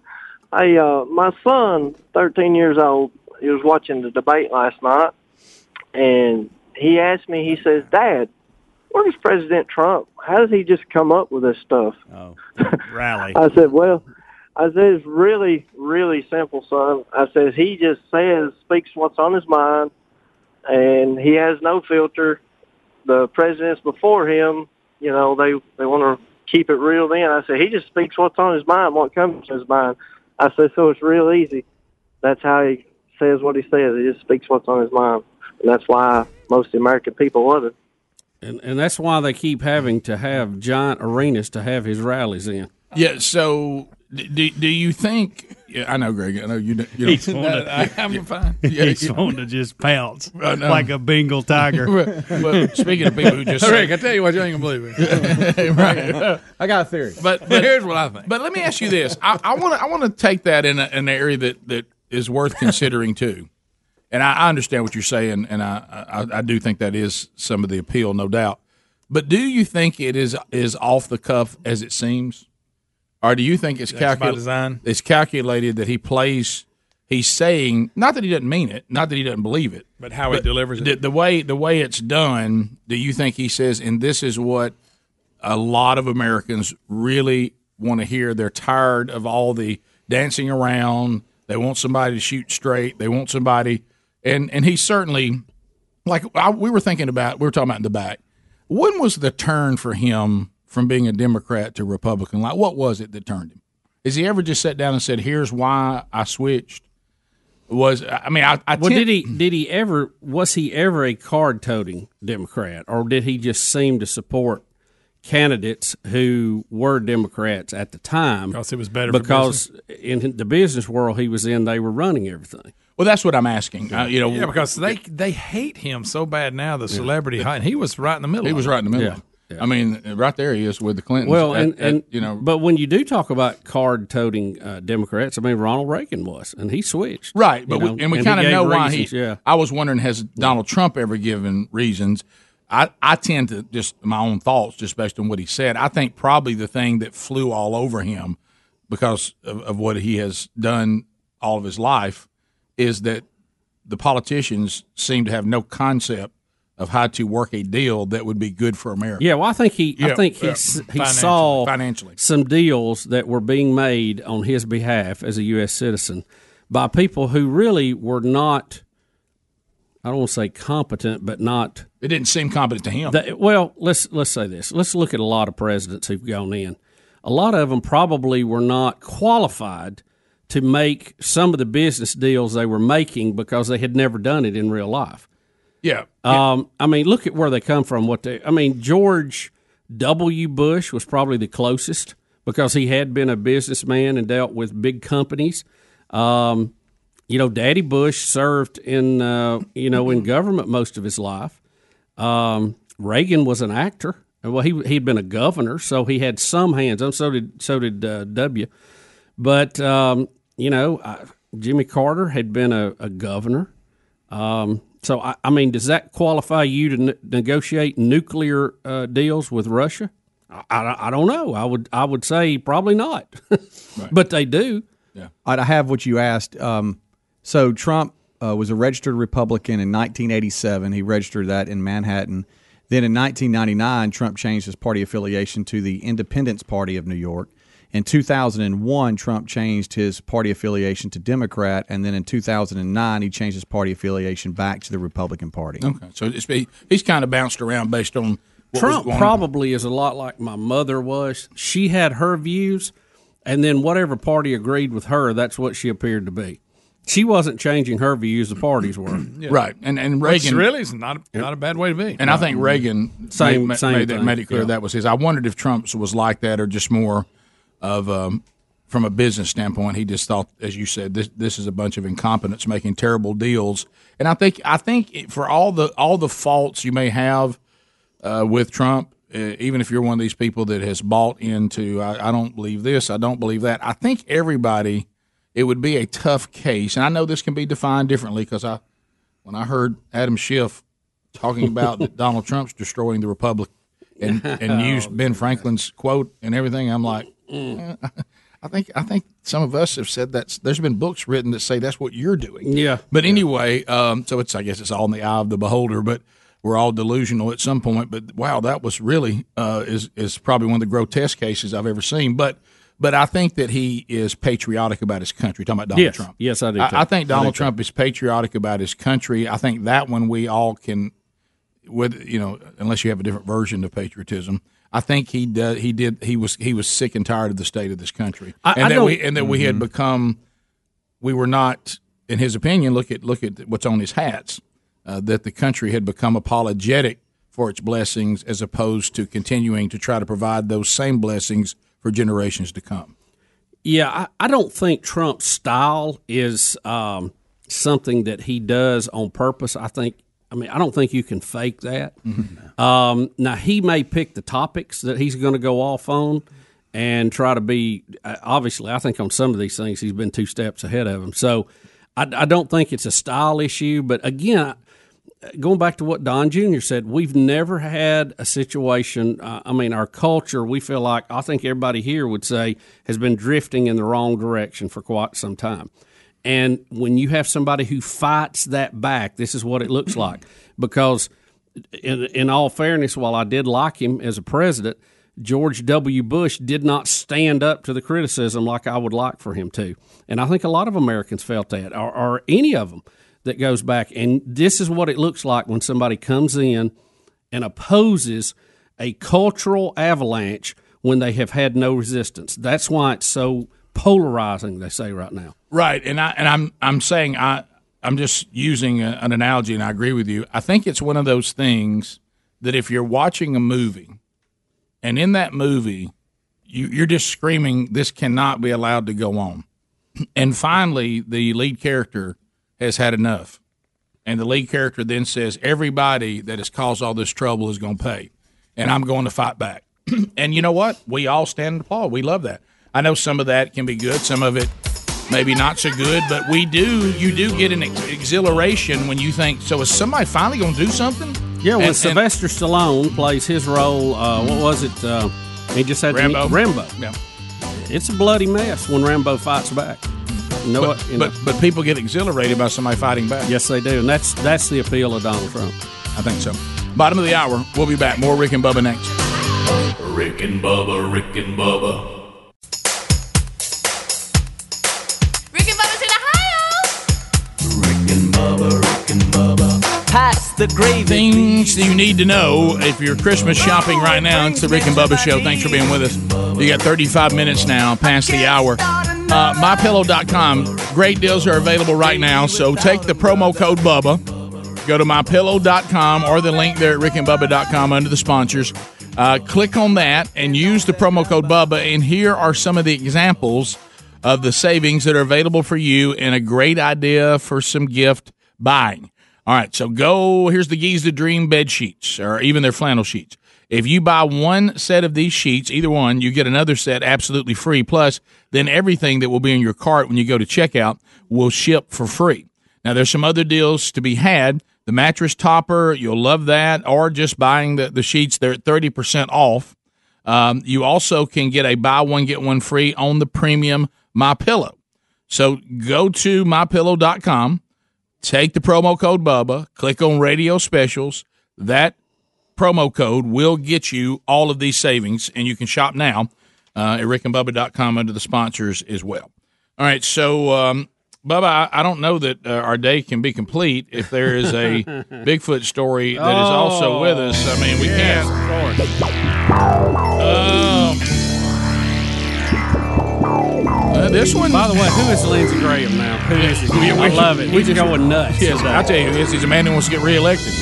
Speaker 11: Hey, uh, my son, thirteen years old, he was watching the debate last night, and he asked me. He says, "Dad, where does President Trump? How does he just come up with this stuff?"
Speaker 3: Oh,
Speaker 11: rally. I said, "Well." I said, it's really, really simple, son. I says, he just says, speaks what's on his mind, and he has no filter. The presidents before him, you know, they, they want to keep it real then. I said, he just speaks what's on his mind, what comes to his mind. I said, so it's real easy. That's how he says what he says. He just speaks what's on his mind. And that's why most of the American people love it.
Speaker 3: And, and that's why they keep having to have giant arenas to have his rallies in.
Speaker 2: Yeah. So, d- do, do you think? Yeah, I know, Greg. I know you. don't- you
Speaker 9: He's
Speaker 2: don't-
Speaker 9: wanting to-
Speaker 2: I- I'm fine.
Speaker 10: He's
Speaker 2: you-
Speaker 10: wanting to just pounce
Speaker 2: I know.
Speaker 10: like a Bengal tiger.
Speaker 2: Well, well, speaking of people who just
Speaker 9: Rick, I tell you what, you ain't gonna believe it.
Speaker 2: Right.
Speaker 8: I got a theory.
Speaker 2: But, but here's what I think. But let me ask you this: I want to I want to take that in, a, an area that that is worth considering too. And I, I understand what you're saying, and I, I I do think that is some of the appeal, no doubt. But do you think it is is off the cuff as it seems, or do you think it's
Speaker 9: That's by
Speaker 2: calculated?
Speaker 9: design?
Speaker 2: It's calculated that he plays. He's saying not that he doesn't mean it, not that he doesn't believe it,
Speaker 9: But how he delivers it.
Speaker 2: The, the way the way it's done, do you think he says, and this is what a lot of Americans really want to hear. They're tired of all the dancing around. They want somebody to shoot straight. They want somebody, and and he certainly, like I, we were thinking about, we were talking about in the back. When was the turn for him from being a Democrat to Republican? Like, what was it that turned him? Has he ever just sat down and said, "Here's why I switched"? Was I mean, I, I
Speaker 3: well,
Speaker 2: tend-
Speaker 3: did he did he ever was he ever a card toting Democrat, or did he just seem to support candidates who were Democrats at the time? Because
Speaker 9: it was better for
Speaker 3: because in the business world he was in, they were running everything.
Speaker 2: Well, that's what I'm asking. Uh, you know,
Speaker 9: yeah, because they they hate him so bad now. The
Speaker 2: Yeah.
Speaker 9: celebrity hate, and he was right in the middle.
Speaker 2: He
Speaker 9: of
Speaker 2: was
Speaker 9: it.
Speaker 2: right in the middle. I mean, right there he is with the Clintons.
Speaker 3: Well,
Speaker 2: at-
Speaker 3: and,
Speaker 2: at,
Speaker 3: and
Speaker 2: you know,
Speaker 3: but when you do talk about card-toting uh, Democrats, I mean Ronald Reagan was, and he switched,
Speaker 2: right.
Speaker 3: you
Speaker 2: But
Speaker 3: know,
Speaker 2: we, and we
Speaker 3: he
Speaker 2: kind of
Speaker 3: gave
Speaker 2: know why
Speaker 3: reasons,
Speaker 2: he.
Speaker 3: yeah.
Speaker 2: I was wondering, has Donald Trump ever given reasons? I, I tend to just my own thoughts, just based on what he said. I think probably the thing that flew all over him because of, of what he has done all of his life is that the politicians seem to have no concept of how to work a deal that would be good for America.
Speaker 3: Yeah, well, I think he,
Speaker 2: Yeah,
Speaker 3: I think he,
Speaker 2: yeah.
Speaker 3: s he
Speaker 2: Financially,
Speaker 3: saw
Speaker 2: financially.
Speaker 3: some deals that were being made on his behalf as a U.S. citizen by people who really were not. I don't want to say competent, but not.
Speaker 2: It didn't seem competent to him.
Speaker 3: well, let's let's say this. Let's look at a lot of presidents who've gone in. A lot of them probably were not qualified to make some of the business deals they were making because they had never done it in real life.
Speaker 2: Yeah.
Speaker 3: Um, I mean, look at where they come from. What they, I mean, George W. Bush was probably the closest because he had been a businessman and dealt with big companies. Um, you know, Daddy Bush served in uh, you know in government most of his life. Um, Reagan was an actor. Well, he he'd been a governor, so he had some hands on. So did so did uh, W. But um, you know, I, Jimmy Carter had been a, a governor. Um, so I, I mean, does that qualify you to ne- negotiate nuclear uh, deals with Russia? I, I, I don't know. I would I would say probably not, but they do.
Speaker 8: I have what you asked. Um, so Trump uh, was a registered Republican in 1987. He registered that in Manhattan. Then in 1999, Trump changed his party affiliation to the Independence Party of New York. In 2001, Trump changed his party affiliation to Democrat, and then in 2009, he changed his party affiliation back to the Republican Party.
Speaker 2: Okay, so it's, he- he's kind of bounced around based on what was
Speaker 3: Trump
Speaker 2: going on.
Speaker 3: probably is a lot like my mother was. She had her views, and then whatever party agreed with her, that's what she appeared to be. She wasn't changing her views; the parties were
Speaker 2: Yeah. Right, and- and Reagan-
Speaker 9: Which really is not a, not a bad way to be.
Speaker 2: And I think Reagan
Speaker 9: Mm-hmm. Same-
Speaker 2: made, ma-
Speaker 9: same
Speaker 2: made that
Speaker 9: thing,
Speaker 2: made it clear
Speaker 9: yeah.
Speaker 2: that was his. I wondered if Trump's was like that or just more of um, from a business standpoint. He just thought, as you said, this this is a bunch of incompetents making terrible deals. And I think I think it- for all the all the faults you may have uh, with Trump, uh, even if you're one of these people that has bought into, I, I don't believe this, I don't believe that. I think everybody, it would be a tough case, and I know this can be defined differently because I when I heard Adam Schiff talking about that Donald Trump's destroying the republic and and used Ben Franklin's quote and everything, I'm like, eh, I think I think some of us have said that. There's been books written that say that's what you're doing.
Speaker 3: Yeah.
Speaker 2: But anyway, um, so it's I guess it's all in the eye of the beholder, but. We're all delusional at some point, but wow, that was really uh, is is probably one of the grotesque cases I've ever seen. But but I think that he is patriotic about his country. Talking about Donald
Speaker 3: yes,
Speaker 2: Trump,
Speaker 3: Yes, I do.
Speaker 2: I,
Speaker 3: too.
Speaker 2: I think Donald Trump is patriotic about his country. I think that one we all can, with you know, unless you have a different version of patriotism. I think he does. He did. He was. He was sick and tired of the state of this country,
Speaker 9: I-
Speaker 2: and
Speaker 9: I
Speaker 2: that
Speaker 9: don't-
Speaker 2: we and that we had
Speaker 9: Mhm.
Speaker 2: become. We were not, in his opinion. Look at look at what's on his hats. Uh, that the country had become apologetic for its blessings, as opposed to continuing to try to provide those same blessings for generations to come.
Speaker 3: Yeah, I, I don't think Trump's style is um, something that he does on purpose. I think, I mean, I don't think you can fake that. Um, now, he may pick the topics that he's going to go off on and try to be, uh, obviously, I think on some of these things, he's been two steps ahead of him. So I, I don't think it's a style issue. But again, I, going back to what Don Jr. said, we've never had a situation. Uh, I mean, our culture, we feel like, I think everybody here would say, has been drifting in the wrong direction for quite some time. And when you have somebody who fights that back, this is what it looks like. Because, in, in all fairness, while I did like him as a president, George W. Bush did not stand up to the criticism like I would like for him to. And I think a lot of Americans felt that, or, or any of them that goes back. And this is what it looks like when somebody comes in and opposes a cultural avalanche when they have had no resistance. That's why it's so polarizing, they say right now.
Speaker 2: Right, and I and I'm I'm saying I I'm just using a, an analogy, and I agree with you. I think it's one of those things that if you're watching a movie, and in that movie, you, you're just screaming, "This cannot be allowed to go on," and finally, the lead character has had enough, and the lead character then says, "Everybody that has caused all this trouble is going to pay, and I'm going to fight back." and you know what? We all stand and applaud. We love that. I know some of that can be good, some of it maybe not so good, but we do. You do get an ex- exhilaration when you think. So is somebody finally going to do something?
Speaker 3: Yeah, when
Speaker 2: And- and-
Speaker 3: Sylvester Stallone plays his role, uh, what was it? Uh, he just had
Speaker 2: Rambo.
Speaker 3: To, Rambo.
Speaker 2: Yeah.
Speaker 3: It's a bloody mess when Rambo fights back. No,
Speaker 2: but, but but people get exhilarated by somebody fighting back.
Speaker 3: Yes, they do, and that's that's the appeal of Donald Trump.
Speaker 2: I think so. Bottom of the hour. We'll be back. More Rick and Bubba next.
Speaker 7: Rick and Bubba, Rick and Bubba,
Speaker 13: Rick and Bubba's in Ohio.
Speaker 2: Pass the gravy. Things that you need to know if you're Christmas shopping right now. It's the Rick and Bubba Show. Thanks for being with us. You got 35 minutes now, past the hour. Uh, MyPillow.com. Great deals are available right now. So take the promo code Bubba. Go to MyPillow.com or the link there at RickandBubba.com under the sponsors. Uh, click on that and use the promo code Bubba. And here are some of the examples of the savings that are available for you and a great idea for some gift buying. All right, so go. Here's the Giza Dream bed sheets, or even their flannel sheets. If you buy one set of these sheets, either one, you get another set absolutely free. Plus, then everything that will be in your cart when you go to checkout will ship for free. Now, there's some other deals to be had. The mattress topper, you'll love that, or just buying the, the sheets, they're at 30% off. Um, you also can get a buy one, get one free on the premium My Pillow. So go to mypillow.com take the promo code Bubba, click on radio specials. That promo code will get you all of these savings, and you can shop now uh, at rickandbubba.com under the sponsors as well. All right, so um, Bubba, I, I don't know that uh, our day can be complete if there is a Bigfoot story that is also with us. I mean, we can't. Um, uh, this one.
Speaker 3: By the way, who is Lindsey Graham now? Who is he?
Speaker 2: Yeah,
Speaker 3: I love it.
Speaker 2: we
Speaker 3: He's going nuts.
Speaker 2: Yes,
Speaker 3: today.
Speaker 2: I tell you, he's, he's a man who wants to get reelected.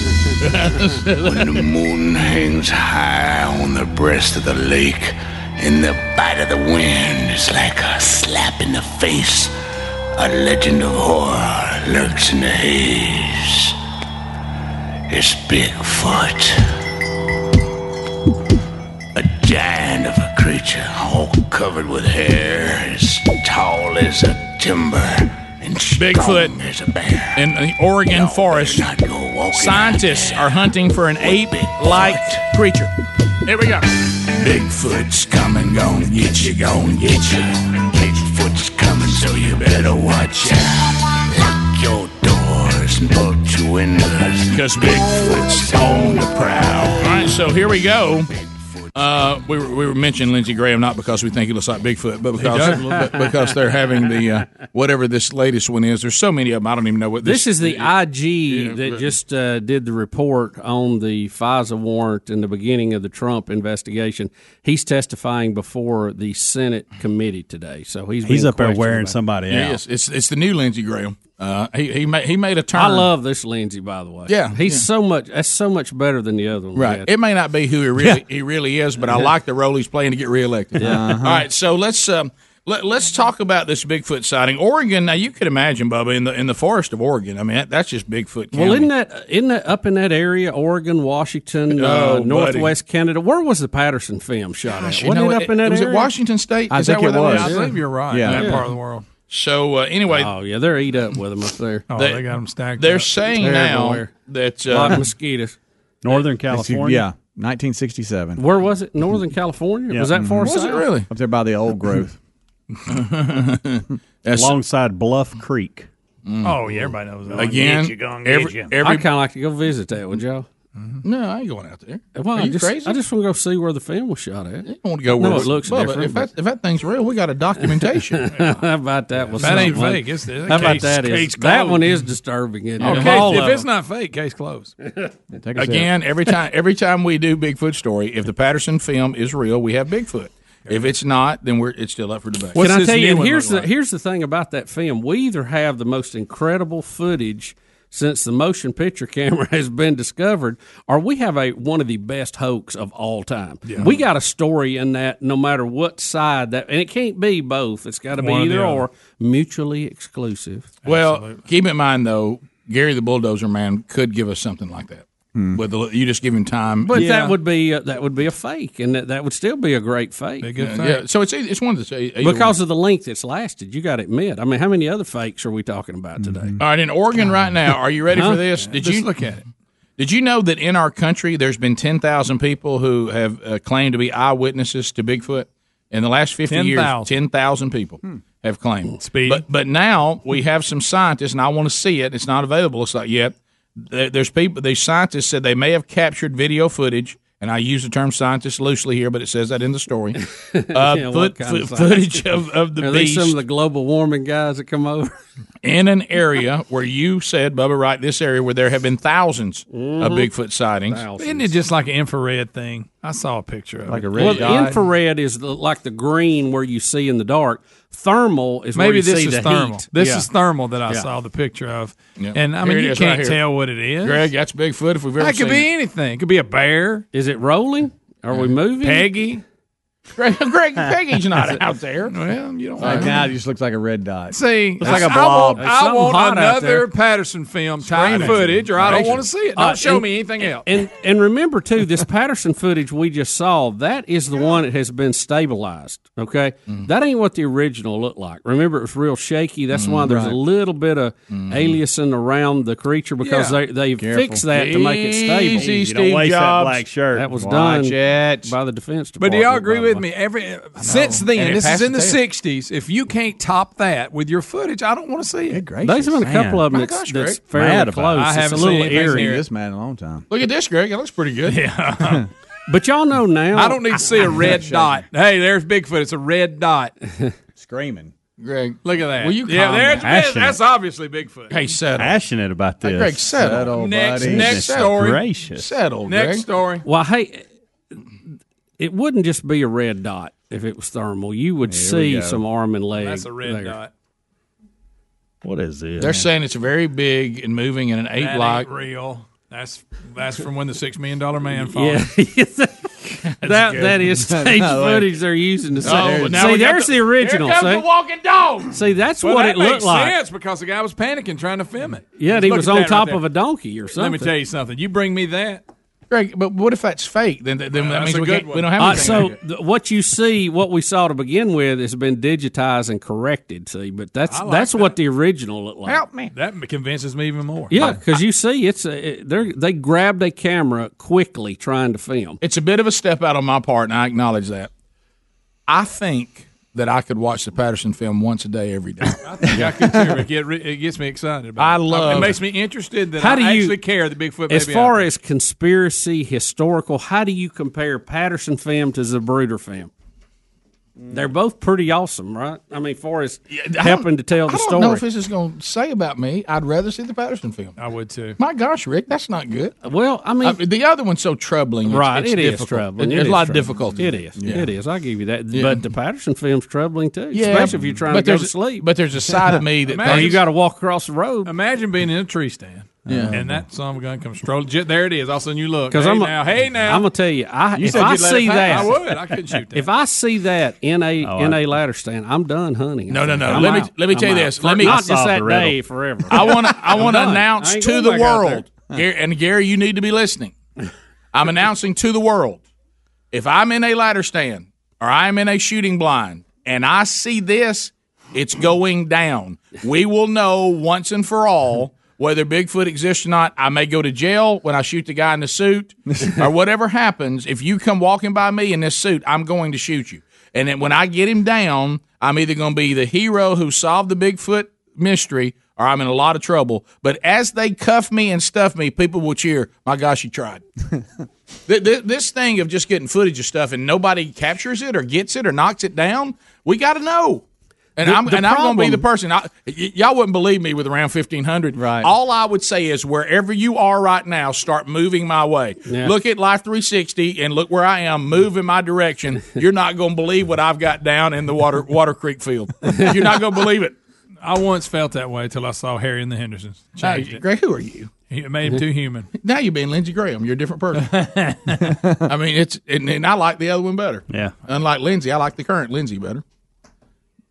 Speaker 16: when the moon hangs high on the breast of the lake and the bite of the wind is like a slap in the face, a legend of horror lurks in the haze. It's Bigfoot. A giant of a creature, all covered with hair, as tall as a timber and strong
Speaker 2: Bigfoot.
Speaker 16: as a bear.
Speaker 2: in the Oregon forest. Scientists are hunting for an ape like creature. Here we go.
Speaker 16: Bigfoot's coming, gonna get you, gonna get you. Bigfoot's coming, so you better watch out. Lock your doors and bolt your windows.
Speaker 2: Because Bigfoot's on the prowl. All right, so here we go. Uh, we, were, we were mentioning Lindsey Graham not because we think he looks like Bigfoot, but
Speaker 3: does a
Speaker 2: because,
Speaker 3: little bit.
Speaker 2: but because they're having the uh, whatever this latest one is. There's so many of them, I don't even know what this,
Speaker 3: This is the IG that just uh, did the report on the FISA warrant in the beginning of the Trump investigation. He's testifying before the Senate committee today, so he's
Speaker 10: He's
Speaker 3: being
Speaker 10: up there
Speaker 3: questioned
Speaker 10: wearing
Speaker 3: about it.
Speaker 10: somebody
Speaker 2: Yeah,
Speaker 10: out.
Speaker 2: It's, it's it's the new Lindsey Graham. Uh, he he made he made a turn.
Speaker 3: I love this Lindsay, by the way.
Speaker 2: Yeah,
Speaker 3: he's
Speaker 2: yeah.
Speaker 3: so much. That's so much better than the other one.
Speaker 2: Right.
Speaker 3: Yeah.
Speaker 2: It may not be who he really he really is, but I
Speaker 3: Yeah.
Speaker 2: like the role he's playing to get reelected.
Speaker 3: Yeah. Uh-huh.
Speaker 2: All right. So let's um, let, let's talk about this Bigfoot sighting. Oregon. Now you could imagine, Bubba, in the in the forest of Oregon. I mean, that, that's just Bigfoot. County.
Speaker 3: Well, isn't that isn't that up in that area, Oregon, Washington,
Speaker 2: Oh,
Speaker 3: uh,
Speaker 2: buddy.
Speaker 3: Northwest Canada? Where was the Patterson film shot
Speaker 2: Gosh,
Speaker 3: at?
Speaker 2: you
Speaker 3: Wasn't
Speaker 2: know
Speaker 3: it up
Speaker 2: what?
Speaker 3: in that
Speaker 2: Was it
Speaker 3: area?
Speaker 2: Washington State? I Is that think where it that was. is? Yeah, I believe you're right, Yeah. that part of the
Speaker 9: world.
Speaker 2: So uh, anyway,
Speaker 3: oh yeah, they're eat up with them up there.
Speaker 9: Oh, they got 'em stacked
Speaker 2: They're
Speaker 9: up.
Speaker 2: saying
Speaker 3: They're
Speaker 2: now
Speaker 3: everywhere.
Speaker 2: that
Speaker 3: A lot
Speaker 2: uh,
Speaker 3: of mosquitoes.
Speaker 10: Northern
Speaker 8: That's-
Speaker 10: California.
Speaker 8: Yeah, 1967.
Speaker 3: Where was it? Northern California. Was that far south?
Speaker 8: Mm-hmm. Up there by the old growth.
Speaker 10: Alongside Bluff Creek.
Speaker 9: Oh, yeah, everybody knows that.
Speaker 10: Again, Get you, gonna get every- you.
Speaker 3: I kind of like to go visit that. Would y'all?
Speaker 2: No, I ain't going out there.
Speaker 3: Well,
Speaker 2: Are
Speaker 3: I
Speaker 2: you
Speaker 3: just,
Speaker 2: crazy?
Speaker 3: I just want to go see where the film was shot at. I
Speaker 2: want to go where
Speaker 3: no, it
Speaker 2: it's-
Speaker 3: looks
Speaker 2: Bubba,
Speaker 3: different.
Speaker 2: If that, if that thing's real, we got a documentation.
Speaker 3: How about that was
Speaker 9: That ain't
Speaker 3: something.
Speaker 9: fake, is it?
Speaker 3: How about
Speaker 9: Case-
Speaker 3: that is
Speaker 9: case
Speaker 3: that
Speaker 9: closed.
Speaker 3: one is disturbing. Isn't it?
Speaker 9: Okay,
Speaker 3: Of all
Speaker 9: if
Speaker 3: of
Speaker 9: it's
Speaker 3: them.
Speaker 9: not fake, case closed.
Speaker 2: Again, every time every time we do Bigfoot story, if the Patterson film is real, we have Bigfoot. If it's not, then we're it's still up for debate.
Speaker 3: Can I tell you? and Here's the here's the thing about that film. We either have the most incredible footage since the motion picture camera has been discovered, or we have a one of the best hoax of all time. We got a story in that, no matter what side that, and it can't be both. It's got to be
Speaker 2: One or the
Speaker 3: either
Speaker 2: other.
Speaker 3: or, mutually exclusive.
Speaker 2: Well, keep in mind though, Gary the Bulldozer Man could give us something like that. But the, you just give him time.
Speaker 3: But that would be uh, that would be a fake, and that, that would still be a great fake.
Speaker 2: yeah, yeah. So it's either- it's one of the either
Speaker 3: because of the length it's lasted. You got to admit. I mean, how many other fakes are we talking
Speaker 9: Mm-hmm.
Speaker 3: about today?
Speaker 2: All right, in Oregon right now, are you ready
Speaker 3: Huh?
Speaker 2: for this? Did
Speaker 3: Uh-huh. Just
Speaker 2: you
Speaker 3: look at
Speaker 2: it? Did you know that in our country there's been ten thousand people who have uh, claimed to be eyewitnesses to Bigfoot in the last fifty years?
Speaker 9: 10,000.
Speaker 2: Ten thousand people
Speaker 3: Hmm.
Speaker 2: have claimed. Speed. But but now we have some scientists, and I want to see it. It's not available it's not yet. There- There's people. These scientists said they may have captured video footage. And I use the term scientist loosely here, but it says that in the story. Uh,
Speaker 3: Yeah,
Speaker 2: foot,
Speaker 3: what kind of
Speaker 2: foot-
Speaker 3: science?
Speaker 2: footage of, of the
Speaker 3: Are they
Speaker 2: beast
Speaker 3: some of the global warming guys that come over?
Speaker 2: in an area where you said, Bubba, right? This area where there have been 1000s of
Speaker 3: Mm-hmm.
Speaker 9: Mhm.
Speaker 2: Bigfoot sightings.
Speaker 9: Isn't it just like an infrared thing? I saw a picture of it.
Speaker 3: well, the infrared is the, like the green where you see in the dark. Thermal is where
Speaker 9: Maybe
Speaker 3: you
Speaker 9: this
Speaker 3: see
Speaker 9: is
Speaker 3: the
Speaker 9: thermal.
Speaker 3: heat.
Speaker 9: This
Speaker 3: Yeah.
Speaker 9: is thermal that I
Speaker 3: Yeah.
Speaker 9: saw the picture of,
Speaker 3: Yeah.
Speaker 9: and I
Speaker 3: Here
Speaker 9: mean
Speaker 3: it
Speaker 9: you
Speaker 3: is
Speaker 9: can't
Speaker 3: right here.
Speaker 9: tell what it is.
Speaker 2: Greg, that's Bigfoot if we've ever
Speaker 9: that
Speaker 2: seen
Speaker 9: could be
Speaker 2: it.
Speaker 9: anything. It could be a bear.
Speaker 3: Is it rolling? Are we moving?
Speaker 9: Peggy.
Speaker 2: Greg, Greg Peggy's not out there.
Speaker 9: Well, you don't
Speaker 8: Like,
Speaker 9: know.
Speaker 8: now it just looks like a red dot.
Speaker 9: See,
Speaker 8: it's like a
Speaker 9: I want,
Speaker 8: blob.
Speaker 9: I want another Patterson film type
Speaker 3: Right.
Speaker 9: footage, or I don't
Speaker 3: Right.
Speaker 9: want to see it. Don't
Speaker 3: Uh,
Speaker 9: show
Speaker 3: and-
Speaker 9: me anything else.
Speaker 3: And and remember too, this Patterson footage we just saw, that is the one that has been stabilized. Okay,
Speaker 9: Mm.
Speaker 3: that ain't what the original looked like. Remember, it was real shaky. That's why there's
Speaker 9: Mm, Right.
Speaker 3: a little bit of aliasing around the creature because
Speaker 9: Yeah.
Speaker 3: they they
Speaker 9: Careful.
Speaker 3: fixed that to make it stable.
Speaker 9: Easy, You don't Steve waste that Jobs. black shirt.
Speaker 3: That was
Speaker 9: Watch
Speaker 3: done
Speaker 9: it.
Speaker 3: by the defense
Speaker 9: But
Speaker 3: department.
Speaker 9: do y'all agree
Speaker 3: by
Speaker 9: with me?
Speaker 3: the way.
Speaker 9: Every uh, since
Speaker 3: And
Speaker 9: then,
Speaker 3: it
Speaker 9: this is
Speaker 3: passed
Speaker 9: in the
Speaker 3: the test.
Speaker 9: '60s. If you can't top that with your footage, I don't want to see it.
Speaker 3: There's been a couple of them that's, that's fairly close.
Speaker 9: I
Speaker 3: It's
Speaker 9: haven't
Speaker 3: a little
Speaker 9: seen anything
Speaker 3: eerie.
Speaker 9: near it.
Speaker 8: This man a long time.
Speaker 2: Look at this, Greg. It looks pretty good.
Speaker 9: Yeah.
Speaker 3: but y'all know now.
Speaker 9: I don't need to see a red dot. Hey, there's Bigfoot. It's a red dot.
Speaker 8: Screaming.
Speaker 2: Greg,
Speaker 9: look at that.
Speaker 2: Will you
Speaker 9: yeah,
Speaker 2: calm
Speaker 9: there's
Speaker 2: down?
Speaker 9: that's, that's obviously Bigfoot.
Speaker 2: Hey, settle.
Speaker 10: Passionate about this.
Speaker 2: Greg, settle.
Speaker 9: Next- buddy.
Speaker 10: next story. Gracious.
Speaker 2: Settle,
Speaker 9: Next
Speaker 2: Greg.
Speaker 9: story.
Speaker 3: Well, hey, it wouldn't just be a red dot if it was thermal. You would see
Speaker 2: go.
Speaker 3: some arm and leg.
Speaker 9: That's a red
Speaker 3: there.
Speaker 9: dot.
Speaker 10: What is this?
Speaker 2: They're saying it's very big and moving in an
Speaker 9: That
Speaker 2: eight
Speaker 9: ain't
Speaker 2: like.
Speaker 9: real. That's that's from when the six million dollar man fought.
Speaker 3: Yeah, that that is stage footage they're
Speaker 9: Oh,
Speaker 3: using to say. see, there's the, original.
Speaker 9: Here comes
Speaker 3: see?
Speaker 9: the walking dog.
Speaker 3: See, that's
Speaker 9: Well,
Speaker 3: what
Speaker 9: that
Speaker 3: it looked
Speaker 9: makes
Speaker 3: like.
Speaker 9: Sense because the guy was panicking trying to film it.
Speaker 3: Yeah, and
Speaker 9: Just
Speaker 3: he
Speaker 9: look
Speaker 3: was
Speaker 9: at
Speaker 3: on
Speaker 9: that
Speaker 3: top
Speaker 9: right
Speaker 3: of a donkey or
Speaker 9: Let
Speaker 3: something.
Speaker 9: me tell you something. You bring me that.
Speaker 2: Greg, but what if that's fake? Then, then that
Speaker 9: that's
Speaker 2: means
Speaker 9: a
Speaker 2: we,
Speaker 9: good
Speaker 2: can't,
Speaker 9: one.
Speaker 2: we don't have
Speaker 3: Uh,
Speaker 2: anything.
Speaker 3: so th- what you see, what we saw to begin with, has been digitized and corrected. See, but that's
Speaker 9: I like
Speaker 3: that's what the original looked like.
Speaker 9: me. That convinces me even more.
Speaker 3: Yeah, because you see, it's a, it- they're, they grabbed a camera quickly trying to film.
Speaker 2: It's a bit of a step out on my part, and I acknowledge that. I think that I could watch the Patterson film once a day every day.
Speaker 9: I think I could too. Ricky. It, re- it gets me excited. About
Speaker 2: I
Speaker 9: it.
Speaker 2: love
Speaker 9: It makes
Speaker 2: it.
Speaker 9: me interested that
Speaker 3: How do
Speaker 9: I
Speaker 3: you-
Speaker 9: actually care the Bigfoot.
Speaker 3: As
Speaker 9: baby
Speaker 3: far as conspiracy, historical, how do you compare Patterson film to Zabruder film? They're both pretty awesome, right? I mean, far as helping to tell the
Speaker 2: I don't
Speaker 3: story.
Speaker 2: know if this is going to say about me. I'd rather see the Patterson film.
Speaker 9: I would too.
Speaker 2: My gosh, Rick, that's not good.
Speaker 3: Well, I mean,
Speaker 2: the other one's so troubling. It's,
Speaker 3: right,
Speaker 2: it's
Speaker 3: it is
Speaker 2: difficult.
Speaker 3: troubling.
Speaker 2: It-
Speaker 3: It
Speaker 2: There's
Speaker 3: is
Speaker 2: a lot of
Speaker 3: troubling.
Speaker 2: difficulty.
Speaker 3: It is.
Speaker 2: Yeah.
Speaker 3: It is. I give you that.
Speaker 2: Yeah.
Speaker 3: But the Patterson film's troubling too, especially if you're trying to
Speaker 2: but
Speaker 3: go to
Speaker 2: there's-
Speaker 3: sleep.
Speaker 2: But there's a side of me that
Speaker 3: Or you
Speaker 2: thinks-
Speaker 3: got to walk across the road.
Speaker 9: Imagine being in a tree stand.
Speaker 3: Yeah.
Speaker 9: And that some gun comes strolling. J- There it is. All of a sudden you look.
Speaker 3: Because
Speaker 9: hey
Speaker 3: I'm a-
Speaker 9: now, hey now.
Speaker 3: I'm gonna tell you, I
Speaker 9: You
Speaker 3: if
Speaker 9: said
Speaker 3: I
Speaker 9: you'd let it
Speaker 3: see
Speaker 9: pass.
Speaker 3: that,
Speaker 9: I would. I couldn't shoot that.
Speaker 3: If I see that in a
Speaker 9: Oh,
Speaker 3: in
Speaker 9: I-
Speaker 3: a ladder stand, I'm done hunting. I
Speaker 2: No, no,
Speaker 3: think.
Speaker 2: no.
Speaker 3: I'm
Speaker 2: Let me
Speaker 3: out.
Speaker 2: let me
Speaker 3: I'm
Speaker 2: tell you
Speaker 3: out.
Speaker 2: this.
Speaker 3: For-
Speaker 2: Let me
Speaker 3: not just that day forever.
Speaker 2: I want to I
Speaker 3: I'm
Speaker 2: want to
Speaker 3: done. I
Speaker 2: announce
Speaker 3: ain't
Speaker 2: to
Speaker 3: going
Speaker 2: the
Speaker 3: back out there.
Speaker 2: world, Gary, and Gary, you need to be listening. I'm announcing to the world. If I'm in a ladder stand or I'm in a shooting blind and I see this, it's going down. We will know once and for all whether Bigfoot exists or not. I may go to jail when I shoot the guy in the suit or whatever happens. If you come walking by me in this suit, I'm going to shoot you. And then when I get him down, I'm either going to be the hero who solved the Bigfoot mystery or I'm in a lot of trouble. But as they cuff me and stuff me, people will cheer, my gosh, you tried. Th- th- this thing of just getting footage of stuff and nobody captures it or gets it or knocks it down, we got to know. And
Speaker 9: The-
Speaker 2: I'm
Speaker 9: the
Speaker 2: and I'm going to be
Speaker 9: problem-
Speaker 2: the person. I, y- y'all wouldn't believe me with around 1500. Right. All I would say is wherever you are right now, start moving my way.
Speaker 9: Yeah.
Speaker 2: Look at Life 360 and look where I am. Move in my direction. You're not going to believe what I've got down in the water Water Creek field. You're not going to believe it.
Speaker 9: I once felt that way till I saw Harry and the Hendersons.
Speaker 2: Now,
Speaker 9: Changed it.
Speaker 2: Greg, who are you?
Speaker 9: It made him too human.
Speaker 2: Now you're being Lindsey Graham. You're a different person. I mean, it's and, and I like the other one better.
Speaker 10: Yeah.
Speaker 2: Unlike Lindsey, I like the current Lindsey better.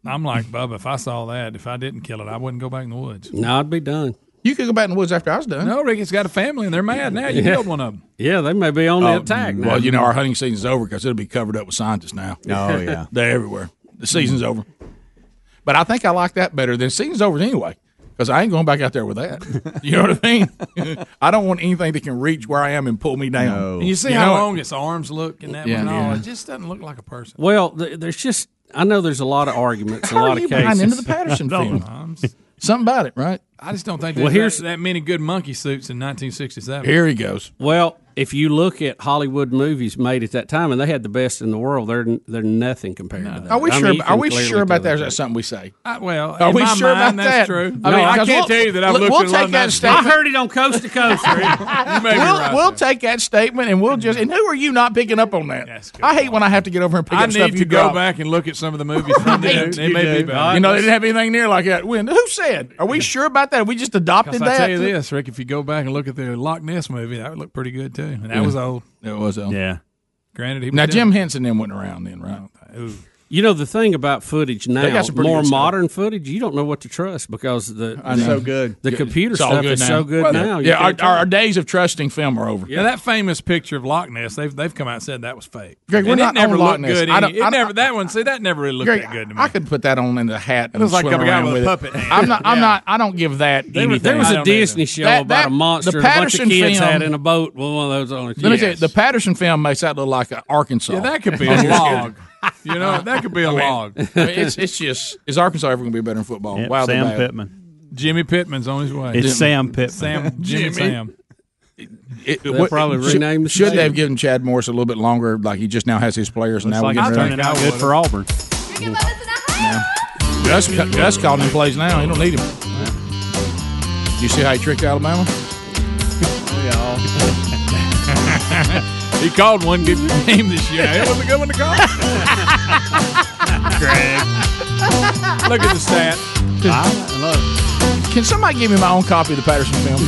Speaker 9: I'm like Bubba. If I saw that, if I didn't kill it, I wouldn't go back in the woods.
Speaker 3: No, I'd be done.
Speaker 2: You could go back in the woods after I was done.
Speaker 9: No, Rick, it's got a family and they're mad now. You killed one of them.
Speaker 3: Yeah, they may be on
Speaker 2: Oh,
Speaker 3: the attack. Now.
Speaker 2: Well, you know, our hunting season's over because it'll be covered up with scientists now.
Speaker 3: Oh, yeah.
Speaker 2: They're everywhere. The season's over. But I think I like that better than season's over anyway because I ain't going back out there with that. You know what I mean? I don't want anything that can reach where I am and pull me down.
Speaker 9: And you see
Speaker 2: Oh. You
Speaker 9: how
Speaker 2: know it.
Speaker 9: long its arms look and that
Speaker 2: Yeah.
Speaker 9: one and all.
Speaker 2: Yeah.
Speaker 9: It just doesn't look like a person.
Speaker 3: Well, th- there's just I know there's a lot of arguments, a
Speaker 9: How are
Speaker 3: lot
Speaker 9: you
Speaker 3: of cases.
Speaker 9: buying into the Patterson
Speaker 3: No,
Speaker 9: film?
Speaker 3: I'm-
Speaker 2: Something about it, right?
Speaker 9: I just don't think
Speaker 3: Well,
Speaker 9: there's
Speaker 3: here's-
Speaker 9: that, that many good monkey suits in 1967.
Speaker 2: goes.
Speaker 3: Well, if you look at Hollywood movies made at that time, and they had the best in the world, they're they're nothing compared to that.
Speaker 2: Are we
Speaker 3: I mean,
Speaker 2: sure?
Speaker 3: you
Speaker 2: are
Speaker 3: can
Speaker 2: we
Speaker 3: clearly
Speaker 2: sure about
Speaker 3: tell
Speaker 2: that? Or is that something we say?
Speaker 9: I, Uh, well,
Speaker 2: Are
Speaker 9: in
Speaker 2: we
Speaker 9: my
Speaker 2: sure
Speaker 9: mind,
Speaker 2: about that?
Speaker 9: that's True.
Speaker 2: I mean, I can't
Speaker 9: because we'll-
Speaker 2: tell you that I've
Speaker 9: look,
Speaker 2: looked
Speaker 9: we'll
Speaker 2: at a lot
Speaker 9: take
Speaker 2: of
Speaker 9: that
Speaker 2: nice
Speaker 9: statement.
Speaker 2: I heard
Speaker 3: it on coast to coast.
Speaker 9: may be
Speaker 2: we'll,
Speaker 9: right
Speaker 2: we'll take that statement and we'll just. And who are you not picking up on that? I hate when I have to get over and pick
Speaker 9: I
Speaker 2: up stuff
Speaker 9: need
Speaker 2: you
Speaker 9: to go
Speaker 2: drop.
Speaker 9: back and look at some of the movies. from there. They
Speaker 2: You
Speaker 9: may be
Speaker 2: do.
Speaker 9: better.
Speaker 2: You know, they didn't have anything near like that. When who said? Are we sure about that? We just adopted
Speaker 9: Because
Speaker 2: that.
Speaker 9: I tell you this, Rick, if you go back and look at the Loch Ness movie, that would look pretty good too. And that
Speaker 2: Yeah.
Speaker 9: was old.
Speaker 2: It was old.
Speaker 10: Yeah.
Speaker 9: Granted, he was
Speaker 2: Now
Speaker 9: dead.
Speaker 2: Jim Henson then wasn't around then, right?
Speaker 3: You know the thing about footage
Speaker 2: They
Speaker 3: now,
Speaker 2: got some pretty
Speaker 3: more
Speaker 2: good stuff.
Speaker 3: modern footage, you don't know what to trust because the
Speaker 2: I know.
Speaker 3: the- The computer stuff is so good
Speaker 2: Well,
Speaker 3: now. you
Speaker 2: Yeah, our,
Speaker 3: can't
Speaker 2: our,
Speaker 3: tell.
Speaker 2: our days of trusting film are over.
Speaker 9: Yeah, that famous picture of Loch Ness, they've they've come out and said that was fake.
Speaker 2: Greg, we're
Speaker 9: And it
Speaker 2: not
Speaker 9: never
Speaker 2: on Loch
Speaker 9: looked
Speaker 2: Ness.
Speaker 9: good.
Speaker 2: I
Speaker 9: I
Speaker 2: don't-
Speaker 9: don't,
Speaker 2: I
Speaker 9: it
Speaker 2: don't-
Speaker 9: never that one. See, that never really looked
Speaker 2: Greg,
Speaker 9: that good to me.
Speaker 2: I could put that on in the hat. And
Speaker 9: It was like
Speaker 2: swim
Speaker 9: a guy
Speaker 2: around
Speaker 9: with a
Speaker 2: with it.
Speaker 9: puppet hand.
Speaker 2: I'm not. I'm
Speaker 9: Yeah.
Speaker 2: not. I don't give that
Speaker 3: There was-
Speaker 2: anything.
Speaker 3: there was
Speaker 2: I
Speaker 3: a
Speaker 2: don't
Speaker 3: Disney
Speaker 2: either.
Speaker 3: show
Speaker 2: That-
Speaker 3: about
Speaker 2: that-
Speaker 3: a monster
Speaker 2: The
Speaker 3: and a bunch of
Speaker 2: Patterson
Speaker 3: kids
Speaker 2: film,
Speaker 3: had in a boat with one of those on it.
Speaker 2: Let me tell you,
Speaker 3: Yes.
Speaker 2: the Patterson film makes that look like a Arkansas.
Speaker 9: Yeah, that could be a log. You know, that could be a
Speaker 2: I mean,
Speaker 9: log.
Speaker 2: I mean, it's, it's just is Arkansas ever going to be better in football?
Speaker 9: Yep,
Speaker 2: wow, they're
Speaker 9: Sam
Speaker 2: bad.
Speaker 10: Pittman.
Speaker 9: Jimmy Pittman's on his way.
Speaker 10: It's Sam Pittman.
Speaker 9: Sam Jimmy,
Speaker 10: Jimmy.
Speaker 9: Sam.
Speaker 2: It-
Speaker 9: They'll
Speaker 2: what-
Speaker 9: probably
Speaker 2: should,
Speaker 9: rename the
Speaker 2: Should they have
Speaker 9: stadium.
Speaker 2: given Chad Morris a little bit longer? Like he just now has his players, and now
Speaker 10: like
Speaker 2: we're
Speaker 10: it's
Speaker 2: getting
Speaker 10: turning out good for Auburn.
Speaker 2: Gus, Gus calling him plays now. He don't need him. You see how he tricked Alabama?
Speaker 9: he called one good game this year. It was a good one to call. Look at the stat.
Speaker 2: Can somebody give me my own copy of the Patterson film?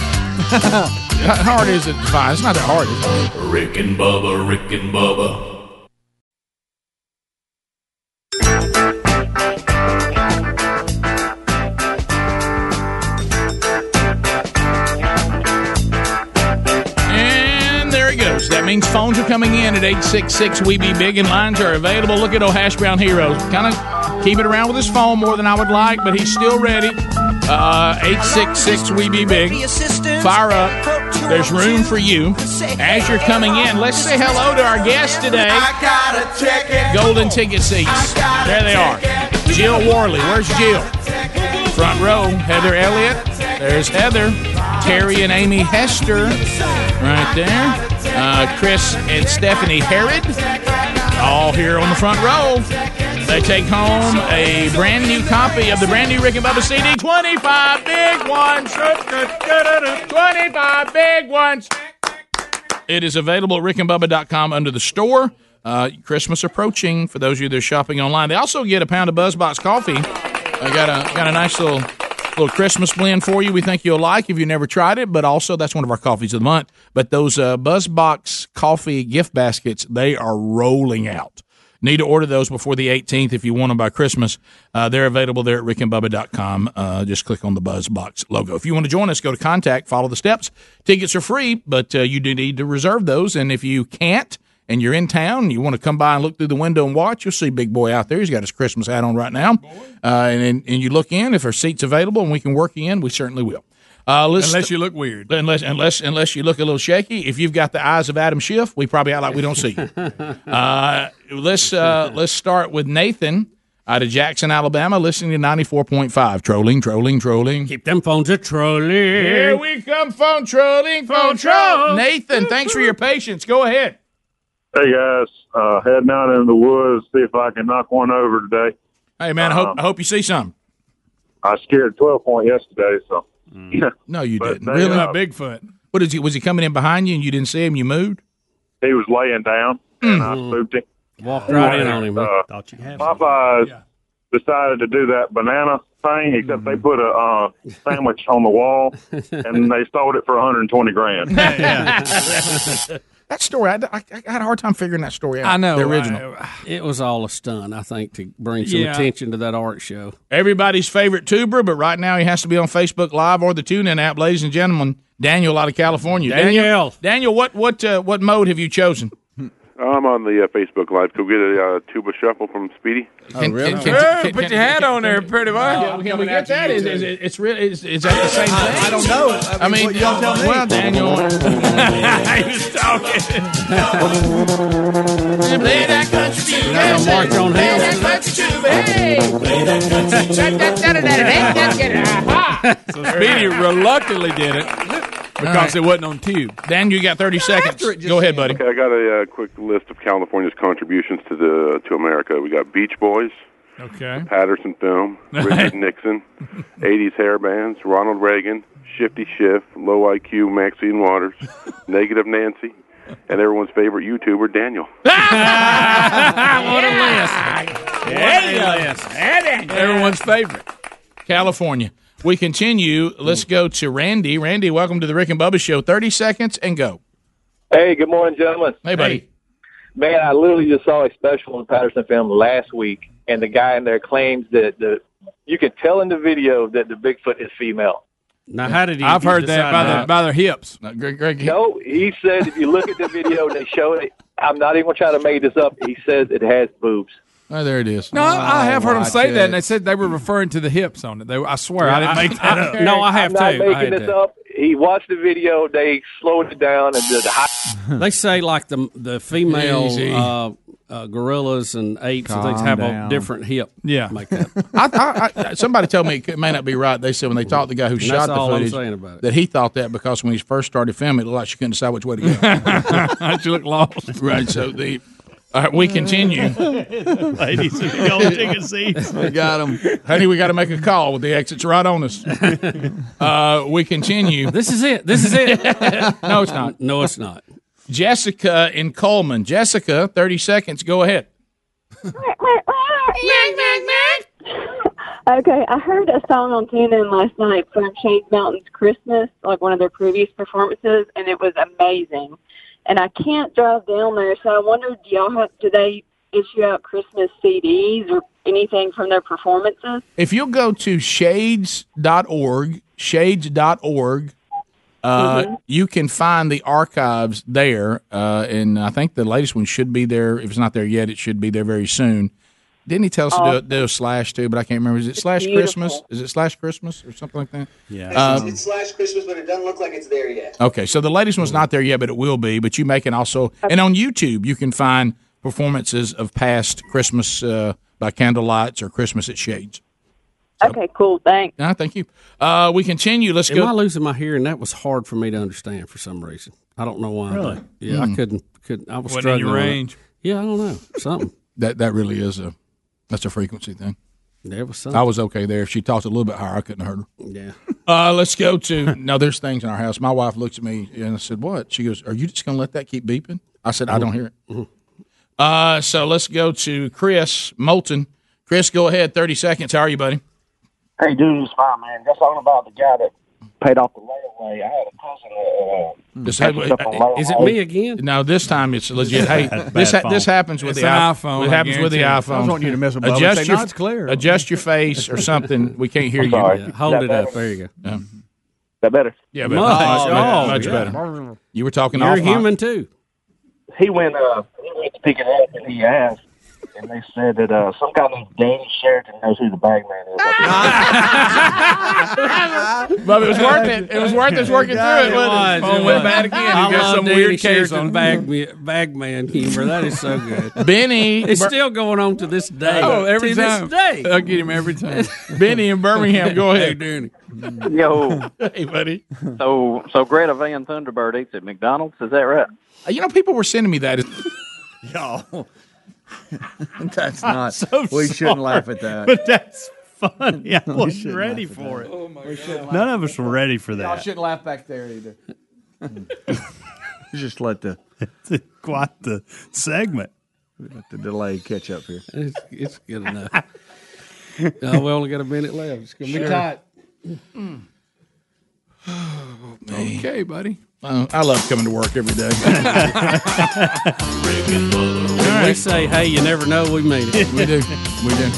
Speaker 2: how hard is it to find? It's not that hard. Is it?
Speaker 7: Rick and Bubba, Rick and Bubba.
Speaker 2: And there it goes. That means phones are coming in at 866 We Be Big, and lines are available. Look at old Hash Brown Heroes. Kind of keep it around with his phone more than I would like, but he's still ready. Uh, 866 We Be Big. Fire up. There's room for you. As you're coming in, let's say hello to our guest today. Golden ticket seats. There they are. Jill Warley. Where's Jill? Front row. Heather Elliott. There's Heather. Terry and Amy Hester. Right there. Uh, Chris and Stephanie Herod. All here on the front row. They take home a brand new copy of the brand new Rick and Bubba CD. 25 big ones. 25 big ones. It is available at rickandbubba.com under the store. Uh, Christmas approaching for those of you that are shopping online. They also get a pound of BuzzBox coffee. I got a got a nice little little Christmas blend for you. We think you'll like if you never tried it. But also that's one of our coffees of the month. But those uh, BuzzBox coffee gift baskets they are rolling out. Need to order those before the 18th if you want them by Christmas. Uh, they're available there at rickandbubba.com. Uh, just click on the BuzzBox logo. If you want to join us, go to contact, follow the steps. Tickets are free, but uh, you do need to reserve those. And if you can't and you're in town and you want to come by and look through the window and watch, you'll see Big Boy out there. He's got his Christmas hat on right now. Uh, and, and, and you look in, if there are seats available and we can work you in, we certainly will. Uh, let's-
Speaker 9: Unless you look weird.
Speaker 2: Unless, unless, unless you look a little shaky. If you've got the eyes of Adam Schiff, we probably act like we don't see you. Uh, let's uh, let's start with Nathan. out of Jackson, Alabama, listening to 94.5. Trolling, trolling, trolling.
Speaker 3: Keep them phones a trolling.
Speaker 2: Here we come, phone trolling, phone troll. Nathan, thanks for your patience. Go ahead.
Speaker 15: Hey guys, uh, heading out into the woods, see if I can knock one over today. Um,
Speaker 2: Hey, man, I hope, I hope you see something.
Speaker 15: I scared twelve point yesterday, so
Speaker 2: No, you didn't.
Speaker 15: they,
Speaker 2: Really?
Speaker 15: uh,
Speaker 2: Bigfoot. What is he? Was he coming in behind you and you didn't see him? You moved?
Speaker 15: he was laying down, and I
Speaker 2: Mm-hmm.
Speaker 15: spooked him.
Speaker 3: Walked
Speaker 15: right in on him. Uh,
Speaker 3: Thought you had
Speaker 15: Popeyes decided to do that banana thing, except
Speaker 2: Mm-hmm.
Speaker 15: they put a uh, sandwich on the wall, and they sold it for 120 grand.
Speaker 2: That story, I, I, I had a hard time figuring that story out. The original.
Speaker 3: it was all a stunt, I think, to bring some
Speaker 2: Yeah.
Speaker 3: attention to that art show.
Speaker 2: Everybody's favorite tuber, but right now he has to be on Facebook Live or the TuneIn app, ladies and gentlemen. Daniel out of California. Daniel, Daniel, what what uh, what mode have you chosen?
Speaker 24: I'm on the uh, Facebook Live. Go get a uh, tuba shuffle from Speedy.
Speaker 2: Oh, Can- can- can- can- can- can- can- Oh, Can we get that? Is, is, it- it's real? Is, is that the same thing? I, don't know. I mean, y'all tell me. Well, Daniel, he was talking. Play that country tuba.
Speaker 3: march on
Speaker 2: Play that country tuba. Hey, play that country
Speaker 9: So Speedy reluctantly did it because
Speaker 2: right.
Speaker 9: it wasn't on tube.
Speaker 2: Dan, you got thirty seconds. Go ahead, buddy.
Speaker 24: Okay, I got a uh, quick list of California's contributions to the to America. We got Beach Boys,
Speaker 9: Okay.
Speaker 24: Patterson Film, Richard Nixon, '80s hair bands, Ronald Reagan, Shifty Schiff, Low IQ Maxine Waters, Negative Nancy, and everyone's favorite YouTuber Daniel.
Speaker 2: what a list. Everyone's favorite. California. We continue. Let's go to Randy. Randy, welcome to the Rick and Bubba Show. 30 seconds and go.
Speaker 25: Hey, good morning, gentlemen.
Speaker 2: Hey, buddy.
Speaker 25: Man, I literally just saw a special on Patterson Film last week, and the guy in there claims that the you can tell in the video that the Bigfoot is female.
Speaker 3: Now, how did he?
Speaker 9: I've heard that
Speaker 3: decide
Speaker 9: by
Speaker 3: that?
Speaker 9: their by their hips.
Speaker 2: Greg, Greg,
Speaker 25: No, he says if you look at the video and they show it, I'm not even trying to make this up. He says it has boobs.
Speaker 2: Oh, there it is.
Speaker 9: No, I, I have heard them
Speaker 25: watch
Speaker 9: say that, and
Speaker 25: it.
Speaker 9: they said they were referring to the hips on it. They, I swear, I didn't
Speaker 25: I-
Speaker 9: make that
Speaker 25: I-
Speaker 9: up. No, I have
Speaker 25: I'm not
Speaker 9: too. I
Speaker 25: making
Speaker 9: had
Speaker 25: this
Speaker 9: that.
Speaker 25: up. He watched the video. They slowed it down and did the high.
Speaker 3: they say like the the female
Speaker 25: Easy.
Speaker 3: uh, uh, gorillas and apes and things
Speaker 2: Calm
Speaker 3: have
Speaker 2: down.
Speaker 3: a different hip.
Speaker 9: Yeah.
Speaker 3: makeup.
Speaker 2: I, I, I, somebody told me it may not be right. They said when they talked the guy who
Speaker 3: And
Speaker 2: shot
Speaker 3: that's
Speaker 2: the
Speaker 3: all I'm
Speaker 2: footage
Speaker 3: saying about it.
Speaker 2: that he thought that because when he first started filming, it looked like she couldn't decide which way to go.
Speaker 9: she looked lost.
Speaker 2: Right. So the all right, we continue.
Speaker 26: Ladies, you can go take a seat.
Speaker 2: We got him, honey. We got to make a call. The exit's right on us. Uh, we continue.
Speaker 3: This is it. This is it.
Speaker 2: no, it's not.
Speaker 3: No, it's not.
Speaker 2: Jessica in Coleman. Jessica, thirty seconds. Go ahead.
Speaker 16: Oh.
Speaker 9: Oh.
Speaker 16: Okay, I heard a song on TuneIn last night from Shade Mountain's Christmas, like one of their previous performances, and it was amazing. And I can't drive down there, so I wondered, do y'all have, do they issue out Christmas CDs or anything from their performances?
Speaker 2: If you'll go to shades.org, shades.org, uh, you can find the archives there. Uh, and I think the latest one should be there. If it's not there yet, it should be there very soon. Didn't he tell us to do, do a slash too? But I can't remember. Is it slash
Speaker 27: beautiful.
Speaker 2: Christmas? Is it slash Christmas or something like that? Yeah.
Speaker 27: It's,
Speaker 10: Um,
Speaker 27: it's slash Christmas, but it doesn't look like it's there yet.
Speaker 2: Okay, so the latest one's not there yet, but it will be. But you make it also, and on YouTube you can find performances of past Christmas uh, by candlelights or Christmas at Shades.
Speaker 16: Okay, cool, thanks.
Speaker 2: No, thank you. Uh, we continue. Let's
Speaker 3: Am
Speaker 2: go.
Speaker 3: I losing my hearing? That was hard for me to understand for some reason. I don't know why.
Speaker 2: Really?
Speaker 3: Yeah,
Speaker 2: Hmm.
Speaker 3: I couldn't. Couldn't. I was
Speaker 9: Wasn't in
Speaker 3: struggling.
Speaker 9: your
Speaker 3: with it.
Speaker 9: range.
Speaker 3: Yeah, I don't know. Something.
Speaker 2: that that really is a that's a frequency thing.
Speaker 3: There was something.
Speaker 2: I was okay there. If she talked a little bit higher, I couldn't hurt her.
Speaker 3: Yeah.
Speaker 2: Uh, let's go to no. There's things in our house. My wife looks at me and I said, "What?" She goes, "Are you just going to let that keep beeping?" I said, "I don't hear it."
Speaker 3: Mm-hmm.
Speaker 2: Uh, so let's go to Chris Moulton. Chris, go ahead. Thirty seconds. How are you, buddy?
Speaker 10: Hey, dude, it's fine, man. That's all about the guy that paid off the layaway. I had a cousin that. Uh,
Speaker 2: This-
Speaker 10: had some stuff on layaway.
Speaker 3: Is it me again?
Speaker 2: Mm-hmm. No, this time it's legit. Hey,
Speaker 3: Bad
Speaker 2: this ha-
Speaker 3: phone.
Speaker 2: this happens with
Speaker 3: It's
Speaker 2: the
Speaker 3: an
Speaker 2: i-
Speaker 3: iPhone,
Speaker 2: It
Speaker 3: I
Speaker 2: happens with the
Speaker 3: guarantee.
Speaker 2: iPhone.
Speaker 3: I was wanting you to mess with Bubba and say, "No, it's clear."
Speaker 2: Adjust your face or something. We can't hear you.
Speaker 3: Yeah, hold it up. There you go.
Speaker 10: that better?
Speaker 2: Yeah,
Speaker 3: Much.
Speaker 2: but much,
Speaker 3: Oh,
Speaker 2: much
Speaker 3: yeah.
Speaker 2: better. You were talking
Speaker 3: You're
Speaker 2: offline.
Speaker 3: human too.
Speaker 10: He went. Uh, he went to pick it up, and he asked
Speaker 11: and they said that uh, some guy named Danny Sheraton knows who the bag man is.
Speaker 2: But it was worth it. It was worth us working
Speaker 3: Yeah,
Speaker 2: through it. wasn't it?
Speaker 3: was,
Speaker 2: Phone
Speaker 3: it
Speaker 2: went
Speaker 3: was.
Speaker 2: bad again.
Speaker 3: I
Speaker 2: You got
Speaker 10: um,
Speaker 3: love
Speaker 2: some
Speaker 3: Danny
Speaker 2: weird
Speaker 3: Shears
Speaker 2: character.
Speaker 3: on Bag, Bagman humor. That is so good.
Speaker 2: Benny,
Speaker 3: it's
Speaker 2: Bur-
Speaker 3: still going on to this day.
Speaker 2: Oh, every
Speaker 3: to
Speaker 2: time.
Speaker 3: This day.
Speaker 2: I'll get him every time. Benny in Birmingham, go ahead.
Speaker 3: Hey, Danny.
Speaker 28: Yo.
Speaker 2: hey, buddy.
Speaker 28: So, so Greta Van Thunderbird eats at McDonald's. Is that right?
Speaker 2: Uh, You know, people were sending me that.
Speaker 28: Yo.
Speaker 10: That's
Speaker 28: I'm
Speaker 10: not.
Speaker 28: so
Speaker 10: we shouldn't
Speaker 28: sorry,
Speaker 10: laugh at that.
Speaker 22: But that's funny. I
Speaker 10: We
Speaker 22: wasn't
Speaker 10: shouldn't
Speaker 22: ready
Speaker 10: laugh at
Speaker 22: for
Speaker 10: that.
Speaker 22: it.
Speaker 10: Oh, my We God. shouldn't
Speaker 22: None
Speaker 10: laugh
Speaker 22: of us were ready for
Speaker 10: Y'all
Speaker 22: that.
Speaker 10: shouldn't laugh back there either. Just let the
Speaker 22: Quite the segment.
Speaker 10: Let the delay catch up here.
Speaker 3: It's, it's good enough. Uh, we only got a minute left. It's gonna be
Speaker 2: Sure.
Speaker 3: tight.
Speaker 9: Oh,
Speaker 2: Okay, buddy. Uh, I love coming to work every day.
Speaker 3: When We say, hey, you never know. We mean it.
Speaker 2: we do. We do.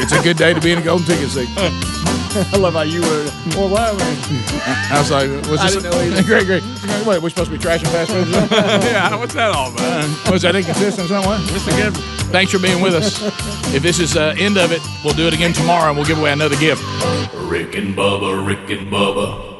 Speaker 2: It's a good day to be in a golden ticket seat.
Speaker 10: I love how you
Speaker 2: uh,
Speaker 10: were. Well, why
Speaker 2: I was like, what's
Speaker 9: I
Speaker 2: this?
Speaker 9: didn't know either.
Speaker 2: great, great. What, we're supposed to be trashing fast food? or something?
Speaker 29: yeah, I don't- what's that all about?
Speaker 2: Uh, was that inconsistent? Somewhat? That's a good. Thanks for being with us. If this is uh, the end of it, we'll do it again tomorrow and we'll give away another gift.
Speaker 7: Rick and Bubba, Rick and Bubba.